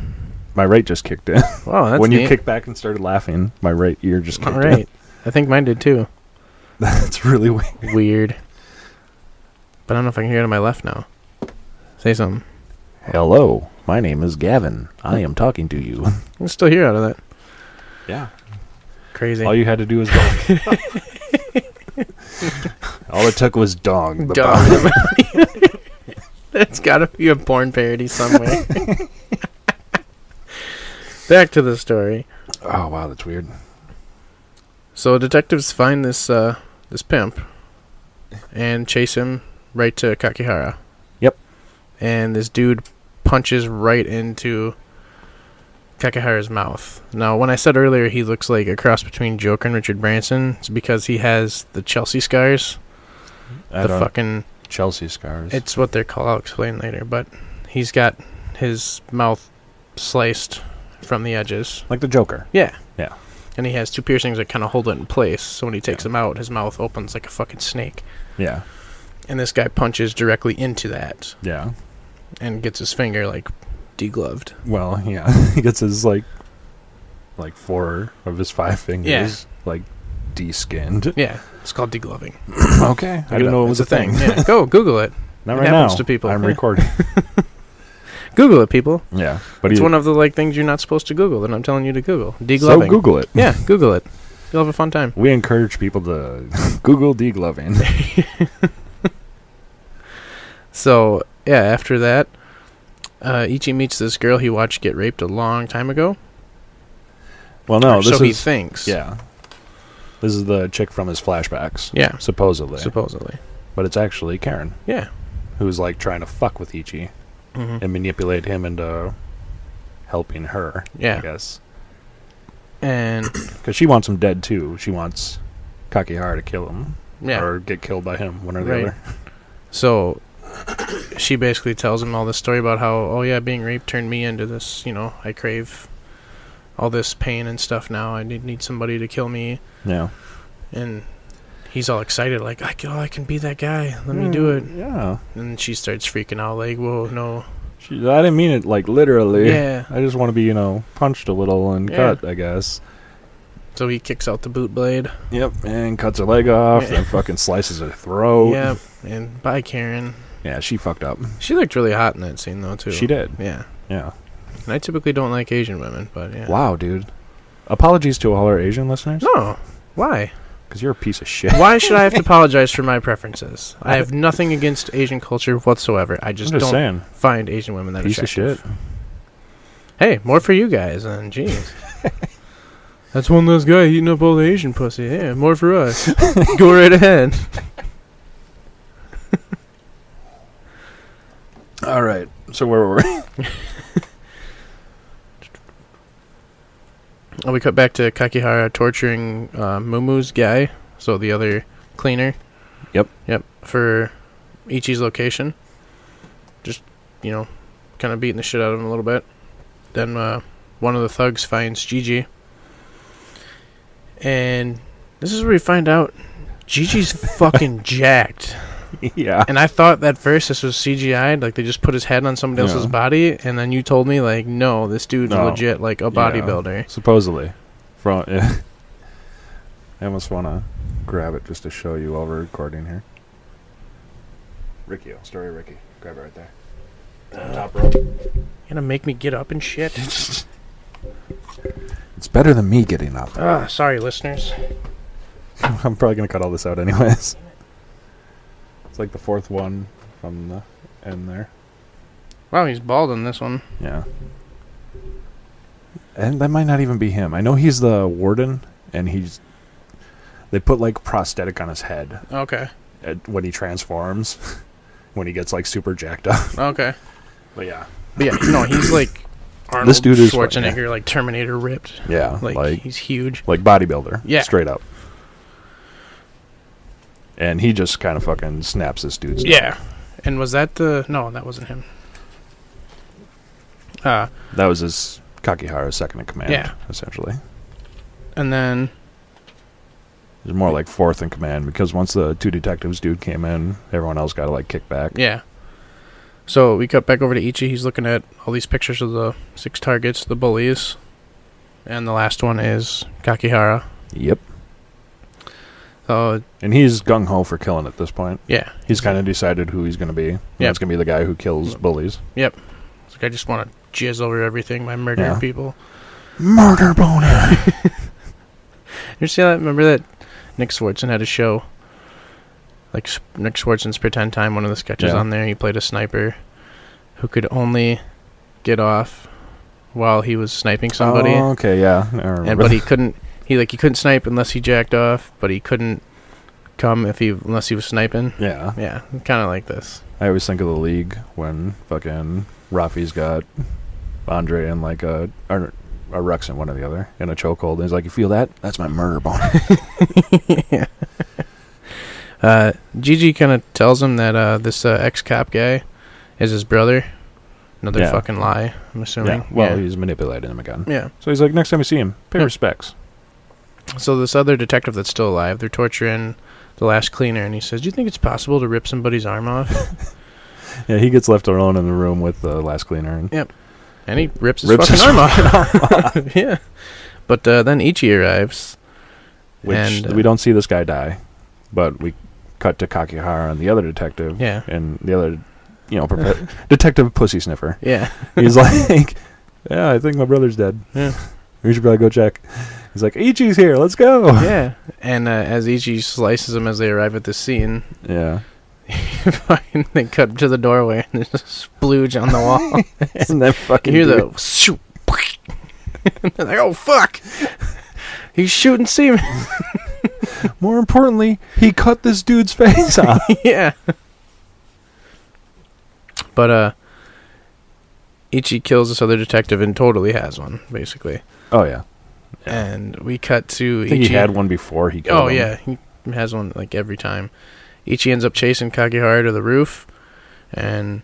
Speaker 3: My right just kicked in.
Speaker 2: Wow, that's
Speaker 3: when you
Speaker 2: neat.
Speaker 3: kicked back and started laughing, my right ear just
Speaker 2: All
Speaker 3: kicked in.
Speaker 2: right. I think mine did too.
Speaker 3: That's really weird.
Speaker 2: Weird. But I don't know if I can hear it on my left now. Say something.
Speaker 3: Hello, my name is Gavin. I am talking to you.
Speaker 2: I can still hear out of that.
Speaker 3: Yeah.
Speaker 2: Crazy.
Speaker 3: All you had to do was dong. All it took was dong. the
Speaker 2: dog. That's got to be a porn parody somewhere. Back to the story.
Speaker 3: bounty- Oh wow, that's weird.
Speaker 2: So detectives find this uh, this pimp and chase him right to Kakihara.
Speaker 3: Yep.
Speaker 2: And this dude punches right into Kakihara's mouth. Now, when I said earlier he looks like a cross between Joker and Richard Branson, it's because he has the Chelsea scars.
Speaker 3: I
Speaker 2: the
Speaker 3: don't-
Speaker 2: fucking
Speaker 3: Chelsea scars.
Speaker 2: It's what they're called. I'll explain later. But he's got his mouth sliced from the edges.
Speaker 3: like the Joker.
Speaker 2: Yeah.
Speaker 3: Yeah.
Speaker 2: And he has two piercings that kind of hold it in place. So when he takes them out, his mouth opens like a fucking snake.
Speaker 3: Yeah.
Speaker 2: And this guy punches directly into that
Speaker 3: Yeah.
Speaker 2: and gets his finger like degloved.
Speaker 3: Well, yeah, he gets his like, like four of his five fingers like de-skinned.
Speaker 2: Yeah. It's called degloving.
Speaker 3: okay, I didn't know it was a thing.
Speaker 2: yeah. Go Google it.
Speaker 3: Not
Speaker 2: It
Speaker 3: right
Speaker 2: happens
Speaker 3: now.
Speaker 2: to people.
Speaker 3: I'm
Speaker 2: Yeah.
Speaker 3: recording.
Speaker 2: Google it, people.
Speaker 3: yeah, but
Speaker 2: it's
Speaker 3: he,
Speaker 2: one of the like things you're not supposed to Google that I'm telling you to Google.
Speaker 3: so
Speaker 2: Degloving.
Speaker 3: Google it.
Speaker 2: yeah, Google it. You'll have a fun time.
Speaker 3: We encourage people to Google degloving.
Speaker 2: So yeah, after that, uh, Ichi meets this girl he watched get raped a long time ago.
Speaker 3: Well, no,
Speaker 2: Or so
Speaker 3: this
Speaker 2: he
Speaker 3: is
Speaker 2: thinks.
Speaker 3: yeah, this is the chick from his flashbacks,
Speaker 2: yeah,
Speaker 3: supposedly,
Speaker 2: supposedly.
Speaker 3: but it's actually Karen
Speaker 2: Yeah.
Speaker 3: who's like trying to fuck with Ichi
Speaker 2: hmm
Speaker 3: and manipulate him into helping her. I
Speaker 2: Yeah,
Speaker 3: guess.
Speaker 2: and
Speaker 3: Because she wants him dead too. She wants Kakihara to kill him
Speaker 2: yeah,
Speaker 3: or get killed by him, one or the
Speaker 2: Right.
Speaker 3: other.
Speaker 2: so she basically tells him all this story about how, oh yeah, being raped turned me into this. You know, I crave all this pain and stuff now. I need, need somebody to kill me,
Speaker 3: Yeah.
Speaker 2: and he's all excited, like, I can, oh, I can be that guy. Let me do
Speaker 3: Mm.
Speaker 2: it.
Speaker 3: Yeah.
Speaker 2: And she starts freaking out, like, whoa, no,
Speaker 3: She, I didn't mean it like literally.
Speaker 2: yeah.
Speaker 3: I just want to be, you know, punched a little and
Speaker 2: Yeah.
Speaker 3: cut, I guess.
Speaker 2: So he kicks out the boot blade.
Speaker 3: Yep. And cuts her leg off and fucking slices her throat.
Speaker 2: Yep. And bye, Karen.
Speaker 3: Yeah, she fucked up.
Speaker 2: She looked really hot in that scene, though, too.
Speaker 3: She did.
Speaker 2: Yeah.
Speaker 3: Yeah.
Speaker 2: And I typically don't like Asian women, but yeah.
Speaker 3: Wow, dude. Apologies to all our Asian listeners
Speaker 2: No. Why?
Speaker 3: because you're a piece of shit.
Speaker 2: Why should I have to apologize for my preferences? I have nothing against Asian culture whatsoever. I
Speaker 3: I'm
Speaker 2: just,
Speaker 3: just
Speaker 2: don't
Speaker 3: saying.
Speaker 2: find Asian women that
Speaker 3: Piece of
Speaker 2: attractive.
Speaker 3: shit.
Speaker 2: Hey, more for you guys, then. Jeez. That's one less guy eating up all the Asian pussy. Yeah, more for us. Go right ahead.
Speaker 3: All right. So where were we?
Speaker 2: Oh, we cut back to Kakihara torturing uh, Mumu's guy, so the other cleaner.
Speaker 3: Yep.
Speaker 2: Yep. For Ichi's location. Just, you know, kind of beating the shit out of him a little bit. Then uh, one of the thugs finds Gigi. And this is where we find out Gigi's fucking jacked.
Speaker 3: yeah.
Speaker 2: And I thought at first this was CGI, like they just put his head on somebody else's
Speaker 3: Yeah.
Speaker 2: body, and then you told me like, no, this dude's
Speaker 3: No.
Speaker 2: legit like a
Speaker 3: Yeah.
Speaker 2: bodybuilder.
Speaker 3: Supposedly. From yeah. I almost want to grab it just to show you while we're recording here. Ricky, story Ricky. Grab it right there. Top rope.
Speaker 2: You gonna make me get up and shit?
Speaker 3: It's better than me getting up.
Speaker 2: Ah, sorry, listeners.
Speaker 3: I'm probably gonna cut all this out anyways. It's like the fourth one from the end there.
Speaker 2: Wow, he's bald on this one.
Speaker 3: Yeah. And that might not even be him. I know he's the warden, and he's. They put like prosthetic on his head
Speaker 2: Okay,
Speaker 3: at, when he transforms, when he gets like super jacked up.
Speaker 2: okay.
Speaker 3: But yeah,
Speaker 2: But yeah, no, he's like Arnold
Speaker 3: dude is funny.
Speaker 2: Schwarzenegger, like Terminator ripped.
Speaker 3: yeah,
Speaker 2: Like,
Speaker 3: like like,
Speaker 2: he's huge.
Speaker 3: bodybuilder,
Speaker 2: Yeah.
Speaker 3: straight up. And he just kind of fucking snaps this dude's. neck.
Speaker 2: Yeah. And was that the? No, that wasn't him. Uh,
Speaker 3: that was his Kakihara's second in command.
Speaker 2: Yeah.
Speaker 3: essentially.
Speaker 2: and then
Speaker 3: It's more like fourth in command because once the two detectives dude came in, everyone else got to like kick back.
Speaker 2: Yeah. So we cut back over to Ichi. He's looking at all these pictures of the six targets, the bullies. And the last one is Kakihara.
Speaker 3: Yep.
Speaker 2: So,
Speaker 3: And he's gung ho for killing at this point.
Speaker 2: yeah.
Speaker 3: He's kind of decided who he's going to be. Yeah,
Speaker 2: Yep.
Speaker 3: it's going to be the guy who kills bullies.
Speaker 2: It's like, I just want to jizz over everything by murdering
Speaker 3: Yeah.
Speaker 2: people.
Speaker 3: Murder boner.
Speaker 2: You see that? Remember that Nick Swartzen had a show? Like, S- Nick Swartzen's Pretend Time, one of the sketches
Speaker 3: Yeah.
Speaker 2: on there. He played a sniper who could only get off while he was sniping somebody.
Speaker 3: Oh, okay, yeah. I remember
Speaker 2: and but he couldn't he like he couldn't snipe unless he jacked off but he couldn't come if he unless he was sniping
Speaker 3: that. yeah.
Speaker 2: yeah kind of like this
Speaker 3: I always think of the league when fucking Rafi's got Andre in like a or a Rex in one or the other in a chokehold. And he's like, "You feel that? That's my murder boner."
Speaker 2: uh gigi kind of tells him that uh this uh, ex-cop guy is his brother another
Speaker 3: Yeah.
Speaker 2: fucking lie i'm assuming
Speaker 3: yeah. Well,
Speaker 2: yeah.
Speaker 3: he's manipulating him again.
Speaker 2: Yeah.
Speaker 3: So he's like, "Next time you see him, pay
Speaker 2: Hmm.
Speaker 3: respects."
Speaker 2: so this other detective that's still alive they're torturing the last cleaner and he says do you think it's possible to rip somebody's arm off
Speaker 3: Yeah, he gets left alone in the room with the last cleaner. And
Speaker 2: and he rips his
Speaker 3: Rips
Speaker 2: fucking
Speaker 3: his
Speaker 2: arm off yeah but uh, then ichi arrives
Speaker 3: which
Speaker 2: And, uh,
Speaker 3: we don't see this guy die, but we cut to Kakihara and the other detective,
Speaker 2: yeah
Speaker 3: and the other, you know, prof- detective pussy sniffer.
Speaker 2: yeah
Speaker 3: He's like, "Yeah, I think my brother's dead.
Speaker 2: Yeah.
Speaker 3: We should probably go check." He's like, "Ichi's here. Let's go."
Speaker 2: yeah. And uh, as Ichi slices them as they arrive at the scene,
Speaker 3: Yeah,
Speaker 2: fucking they cut to the doorway and there's a splooge on the wall.
Speaker 3: and then
Speaker 2: you
Speaker 3: fucking
Speaker 2: hear
Speaker 3: dude-
Speaker 2: the shoo, and they're like, oh fuck, he's shooting semen.
Speaker 3: More importantly, he cut this dude's face off.
Speaker 2: yeah. But uh, Ichi kills this other detective and totally has one basically.
Speaker 3: oh yeah,
Speaker 2: And we cut to
Speaker 3: I think
Speaker 2: Ichi.
Speaker 3: he had one before he. Killed
Speaker 2: Oh
Speaker 3: him.
Speaker 2: yeah, he has one like every time. Ichi ends up chasing Kakihara to the roof, and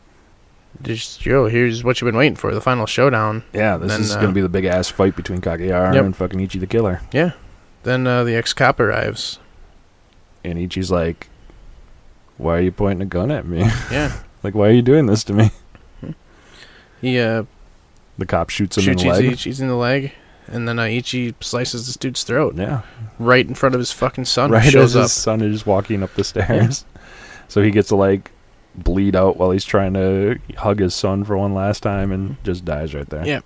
Speaker 2: just yo, here's what you've been waiting for—the final showdown.
Speaker 3: yeah. This
Speaker 2: Then,
Speaker 3: is
Speaker 2: uh,
Speaker 3: gonna be the big ass fight between Kakihara
Speaker 2: Yep.
Speaker 3: and fucking Ichi the killer.
Speaker 2: Then uh, the ex-cop arrives.
Speaker 3: And Ichi's like, "Why are you pointing a gun at me?
Speaker 2: Yeah,
Speaker 3: like, why are you doing this to me?"
Speaker 2: he uh,
Speaker 3: The cop shoots him
Speaker 2: shoots
Speaker 3: in the
Speaker 2: Ichi,
Speaker 3: leg.
Speaker 2: Ichi's in the leg, and then uh, Ichi slices this dude's throat
Speaker 3: Oh, Yeah,
Speaker 2: right in front of his fucking son. who
Speaker 3: right as
Speaker 2: Oh, shows
Speaker 3: his
Speaker 2: up.
Speaker 3: son is walking up the stairs, so he gets to like bleed out while he's trying to hug his son for one last time, and just dies right there.
Speaker 2: Yeah.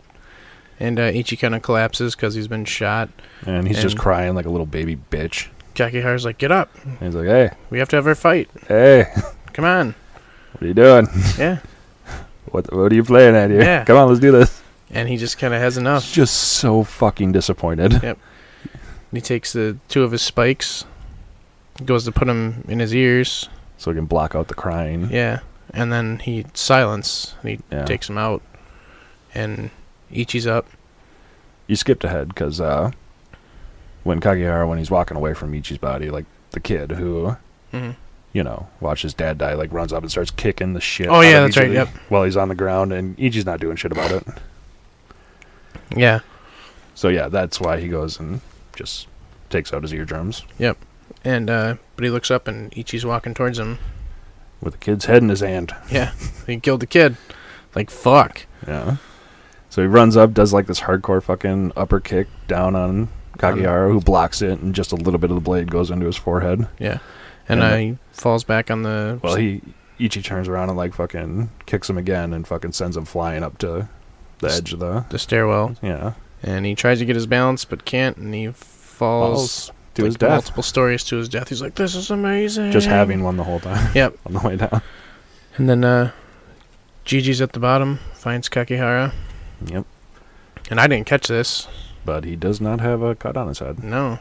Speaker 2: and uh, Ichi kind of collapses because he's been shot.
Speaker 3: And he's just
Speaker 2: And-
Speaker 3: crying like a little baby bitch.
Speaker 2: Kakihara's like, "Get up!
Speaker 3: And he's like, "Hey,
Speaker 2: We have to have our fight.
Speaker 3: hey,
Speaker 2: Come on!"
Speaker 3: what are you doing?
Speaker 2: Yeah,
Speaker 3: What what are you playing at here?
Speaker 2: Yeah.
Speaker 3: Come on, let's do this."
Speaker 2: and he just kind of has enough.
Speaker 3: He's just so fucking disappointed.
Speaker 2: Yeah. And he takes the two of his spikes, goes to put them in his ears.
Speaker 3: So he can block out the crying.
Speaker 2: Yeah, and then he silence. And he
Speaker 3: Yeah.
Speaker 2: takes him out, and Ichi's up.
Speaker 3: you skipped ahead because uh, when Kagehara, when he's walking away from Ichi's body, like the kid who,
Speaker 2: hmm
Speaker 3: you know, watched his dad die, like runs up and starts kicking the shit.
Speaker 2: Oh,
Speaker 3: out
Speaker 2: yeah,
Speaker 3: of
Speaker 2: that's right,
Speaker 3: Ichi
Speaker 2: yep.
Speaker 3: While he's on the ground, and Ichi's not doing shit about it.
Speaker 2: Yeah,
Speaker 3: So yeah, that's why he goes and just takes out his eardrums.
Speaker 2: And uh, but he looks up and Ichi's walking towards him.
Speaker 3: with a kid's head in his hand.
Speaker 2: He killed the kid. Like fuck.
Speaker 3: Yeah. So he runs up, does like this hardcore fucking upper kick down on Kakihara, who blocks it, and just a little bit of the blade goes into his forehead.
Speaker 2: Yeah. And
Speaker 3: Yeah.
Speaker 2: uh, he falls back on the.
Speaker 3: Well, he Ichi turns around and like fucking kicks him again, and fucking sends him flying up to the
Speaker 2: S-
Speaker 3: edge of the
Speaker 2: the stairwell,
Speaker 3: yeah
Speaker 2: and he tries to get his balance but can't, and he falls,
Speaker 3: to
Speaker 2: like,
Speaker 3: his death.
Speaker 2: multiple stories to his death. He's like, "This is amazing."
Speaker 3: Just having one the whole time.
Speaker 2: Yep.
Speaker 3: on the way down.
Speaker 2: And then uh, Gigi's at the bottom, finds Kakihara,
Speaker 3: Yep.
Speaker 2: and I didn't catch this.
Speaker 3: But he does not have a cut on his head.
Speaker 2: No.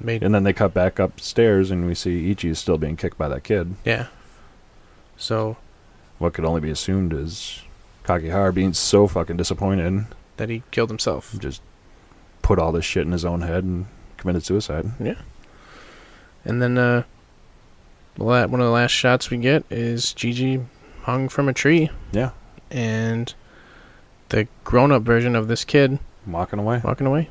Speaker 2: Made
Speaker 3: And then they cut back upstairs, and we see Ichi is still being kicked by that kid.
Speaker 2: yeah. So
Speaker 3: What could only be assumed is Kakihara being so fucking disappointed
Speaker 2: that he killed himself,
Speaker 3: just put all this shit in his own head and committed suicide.
Speaker 2: and then uh, the la- one of the last shots we get is Gigi hung from a tree.
Speaker 3: Yeah.
Speaker 2: And the grown-up version of this kid
Speaker 3: Walking away.
Speaker 2: walking away,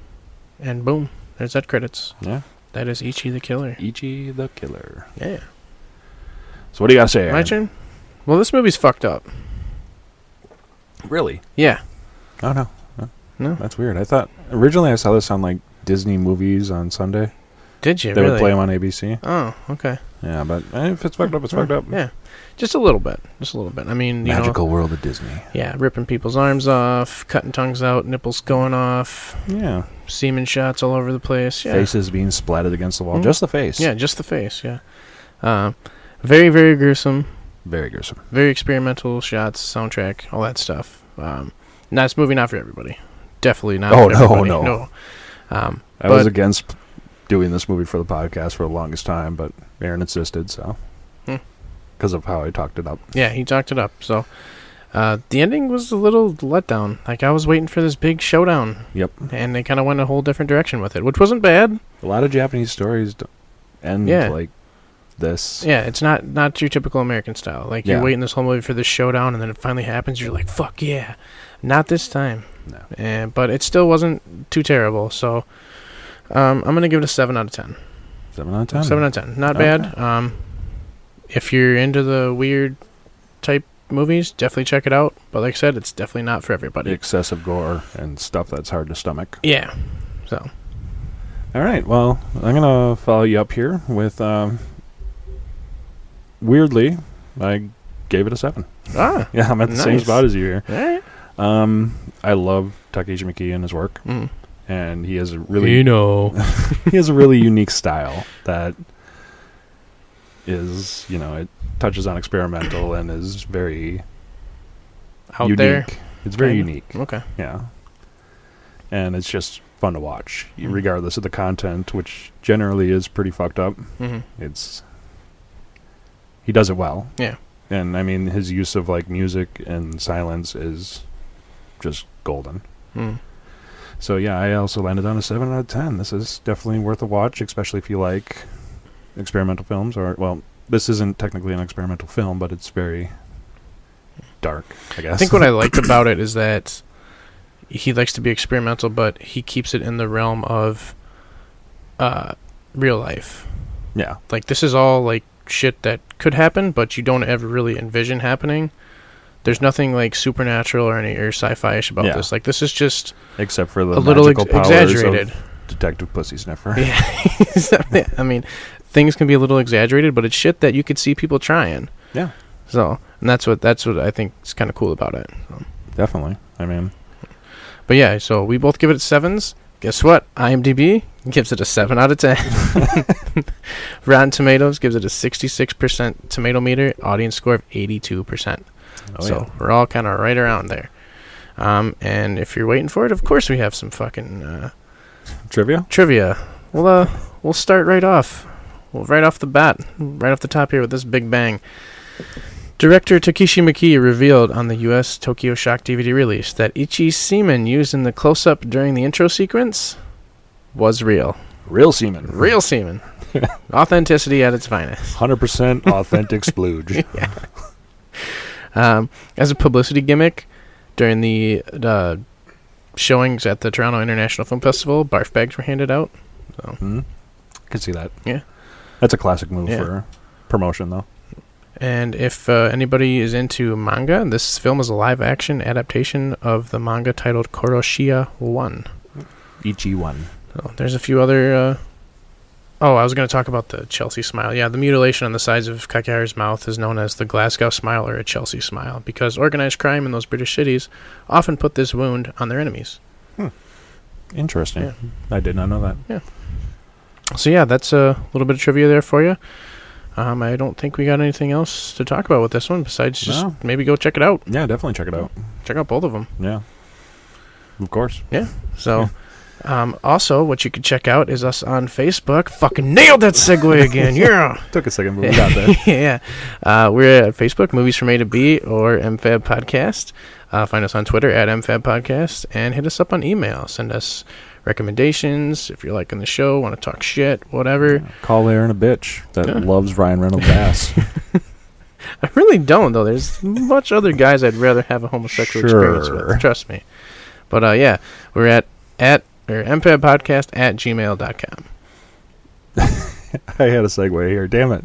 Speaker 2: and boom, there's that credits.
Speaker 3: Yeah.
Speaker 2: That is Ichi the Killer.
Speaker 3: Ichi the killer.
Speaker 2: Yeah.
Speaker 3: So what do you gotta say?
Speaker 2: My turn. Well, this movie's fucked up.
Speaker 3: Really?
Speaker 2: Yeah.
Speaker 3: Oh no.
Speaker 2: No.
Speaker 3: That's weird. I thought originally I saw this on like Disney movies on Sunday.
Speaker 2: Did you
Speaker 3: they
Speaker 2: really?
Speaker 3: would play them on ABC.
Speaker 2: oh, okay.
Speaker 3: Yeah, but eh, if it's fucked up, it's
Speaker 2: Yeah.
Speaker 3: fucked up.
Speaker 2: Yeah. Just a little bit. Just a little bit. I mean, you
Speaker 3: Magical world of Disney.
Speaker 2: know, yeah, ripping people's arms off, cutting tongues out, nipples going off,
Speaker 3: Yeah.
Speaker 2: semen shots all over the place. Yeah.
Speaker 3: Faces being splattered against the wall.
Speaker 2: Mhm.
Speaker 3: Just the face.
Speaker 2: Yeah, just the face. Yeah. Um, very, very gruesome.
Speaker 3: Very gruesome.
Speaker 2: Very experimental shots, soundtrack, all that stuff. Um, nice movie, not for everybody. Definitely not.
Speaker 3: Oh,
Speaker 2: for
Speaker 3: no,
Speaker 2: everybody.
Speaker 3: no.
Speaker 2: no. Um,
Speaker 3: I
Speaker 2: But-
Speaker 3: was against doing this movie for the podcast for the longest time, but Aaron insisted, so.
Speaker 2: Hmm.
Speaker 3: Because of how I talked it up.
Speaker 2: Yeah, he talked it up. So uh, the ending was a little letdown. Like I was waiting for this big showdown.
Speaker 3: Yep.
Speaker 2: And they kind of went a whole different direction with it, which wasn't bad.
Speaker 3: A lot of Japanese stories d- end
Speaker 2: Yeah.
Speaker 3: like this.
Speaker 2: Yeah, it's not not your typical American style. Like
Speaker 3: Yeah.
Speaker 2: you're waiting this whole movie for this showdown, and then it finally happens. You're like, fuck yeah, not this time.
Speaker 3: No.
Speaker 2: And but it still wasn't too terrible. So um, I'm gonna give it a seven out of ten.
Speaker 3: Seven out of ten.
Speaker 2: Seven out of ten, not
Speaker 3: Okay.
Speaker 2: bad. Um, if you're into the weird type movies, definitely check it out. But like I said, it's definitely not for everybody.
Speaker 3: The excessive gore and stuff that's hard to stomach.
Speaker 2: Yeah. So
Speaker 3: All right. Well, I'm gonna follow you up here with. Um, weirdly, I gave it a seven.
Speaker 2: ah,
Speaker 3: Yeah, I'm at the same
Speaker 2: Nice.
Speaker 3: spot as you here.
Speaker 2: all right.
Speaker 3: Um, I love Takeshi Miike and his work,
Speaker 2: Mm.
Speaker 3: and he has a really
Speaker 2: know.
Speaker 3: he has a really unique style that is you know it touches on experimental and is very
Speaker 2: Out
Speaker 3: unique.
Speaker 2: there.
Speaker 3: It's very
Speaker 2: Kinda.
Speaker 3: unique.
Speaker 2: Okay.
Speaker 3: Yeah. And it's just fun to watch, y-
Speaker 2: Mhm.
Speaker 3: regardless of the content, which generally is pretty fucked up.
Speaker 2: hmm
Speaker 3: It's he does it well.
Speaker 2: Yeah.
Speaker 3: And I mean his use of like music and silence is just golden.
Speaker 2: Mm.
Speaker 3: So yeah, I also landed on a seven out of ten. This is definitely worth a watch, especially if you like experimental films or well, this isn't technically an experimental film, but it's very dark, I guess.
Speaker 2: I think what I liked about it is that he likes to be experimental, but he keeps it in the realm of uh, real life.
Speaker 3: yeah.
Speaker 2: Like this is all like shit that could happen, but you don't ever really envision happening. There's nothing like supernatural or any or sci-fi-ish about
Speaker 3: Yeah.
Speaker 2: this. Like this is just
Speaker 3: except for the
Speaker 2: a little ex-
Speaker 3: magical powers of
Speaker 2: exaggerated.
Speaker 3: detective pussy sniffer.
Speaker 2: Yeah. I mean, things can be a little exaggerated, but it's shit that you could see people trying.
Speaker 3: Yeah.
Speaker 2: So, and that's what that's what I think is kind of cool about it. So.
Speaker 3: Definitely. I mean,
Speaker 2: But yeah, so we both give it sevens. Guess what? IMDb gives it a seven out of ten. Rotten Tomatoes gives it a sixty-six percent tomato meter, audience score of eighty-two percent.
Speaker 3: oh,
Speaker 2: so we're all kind of right around there. Um, and if you're waiting for it, of course we have some fucking uh,
Speaker 3: yeah. trivia.
Speaker 2: trivia. Well, uh, we'll start right off. Well, right off the bat, right off the top here with this big bang. Director Takeshi Miike revealed on the U.S. Tokyo Shock DVD release that Ichi's semen used in the close-up during the intro sequence was real.
Speaker 3: Real semen.
Speaker 2: Real semen. Authenticity at its finest.
Speaker 3: 100% authentic splooge.
Speaker 2: Um, as a publicity gimmick during the uh, showings at the Toronto International Film Festival, barf bags were handed out.
Speaker 3: Hmm? I could see that.
Speaker 2: Yeah.
Speaker 3: That's a classic move
Speaker 2: Yeah.
Speaker 3: for promotion, though.
Speaker 2: And if uh, anybody is into manga, this film is a live action adaptation of the manga titled Koroshia 1.
Speaker 3: Ichi one.
Speaker 2: Oh, there's a few other. Uh, oh, I was going to talk about the Chelsea smile. Yeah, the mutilation on the sides of Kakai's mouth is known as the Glasgow smile or a Chelsea smile because organized crime in those British cities often put this wound on their enemies.
Speaker 3: Interesting.
Speaker 2: Yeah.
Speaker 3: I did not know that.
Speaker 2: So, yeah, that's a little bit of trivia there for you. Um, I don't think we got anything else to talk about with this one besides just
Speaker 3: No.
Speaker 2: maybe go check it out.
Speaker 3: Yeah, definitely check it out.
Speaker 2: Check out both of them.
Speaker 3: Yeah. Of course.
Speaker 2: So, um, also, what you could check out is us on Facebook. Fucking nailed that segue again. Yeah.
Speaker 3: Took a second, but we got there.
Speaker 2: yeah. Uh, we're at Facebook, Movies from A to B, or MFAB Podcast. Uh, find us on Twitter at MFAB Podcast and hit us up on email. Send us recommendations if you're liking the show, want to talk shit, whatever.
Speaker 3: Call Aaron a bitch that
Speaker 2: Yeah.
Speaker 3: loves Ryan Reynolds' ass.
Speaker 2: I really don't, though. There's much other guys I'd rather have a homosexual experience
Speaker 3: Sure.
Speaker 2: with. Trust me. But uh, yeah, we're at, at or MFAB Podcast at gmail.com.
Speaker 3: I had a segue here. Damn it.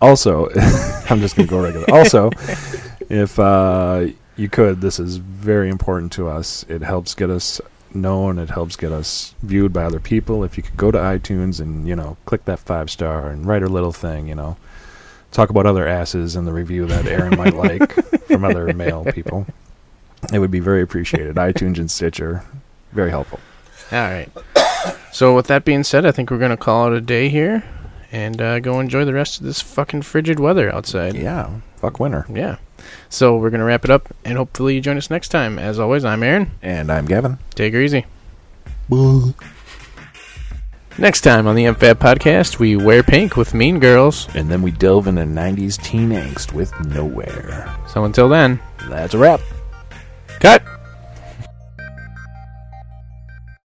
Speaker 3: Also, I'm just going to go regular. Also, if uh, you could, this is very important to us. It helps get us known. It helps get us viewed by other people. If you could go to iTunes and, you know, click that five star and write a little thing, you know, talk about other asses in the review that Aaron might like from other male people. It would be very appreciated. iTunes and Stitcher, very helpful.
Speaker 2: All right. So with that being said, I think we're gonna call it a day here, and uh, go enjoy the rest of this fucking frigid weather outside.
Speaker 3: Yeah. Fuck winner.
Speaker 2: Yeah. So we're gonna wrap it up, and hopefully you join us next time. As always, I'm Aaron.
Speaker 3: And I'm Gavin.
Speaker 2: Take her easy. Next time on the MFAB podcast, we wear pink with Mean Girls.
Speaker 3: And then we delve into 90s teen angst with Nowhere.
Speaker 2: So until then,
Speaker 3: That's a wrap.
Speaker 2: cut.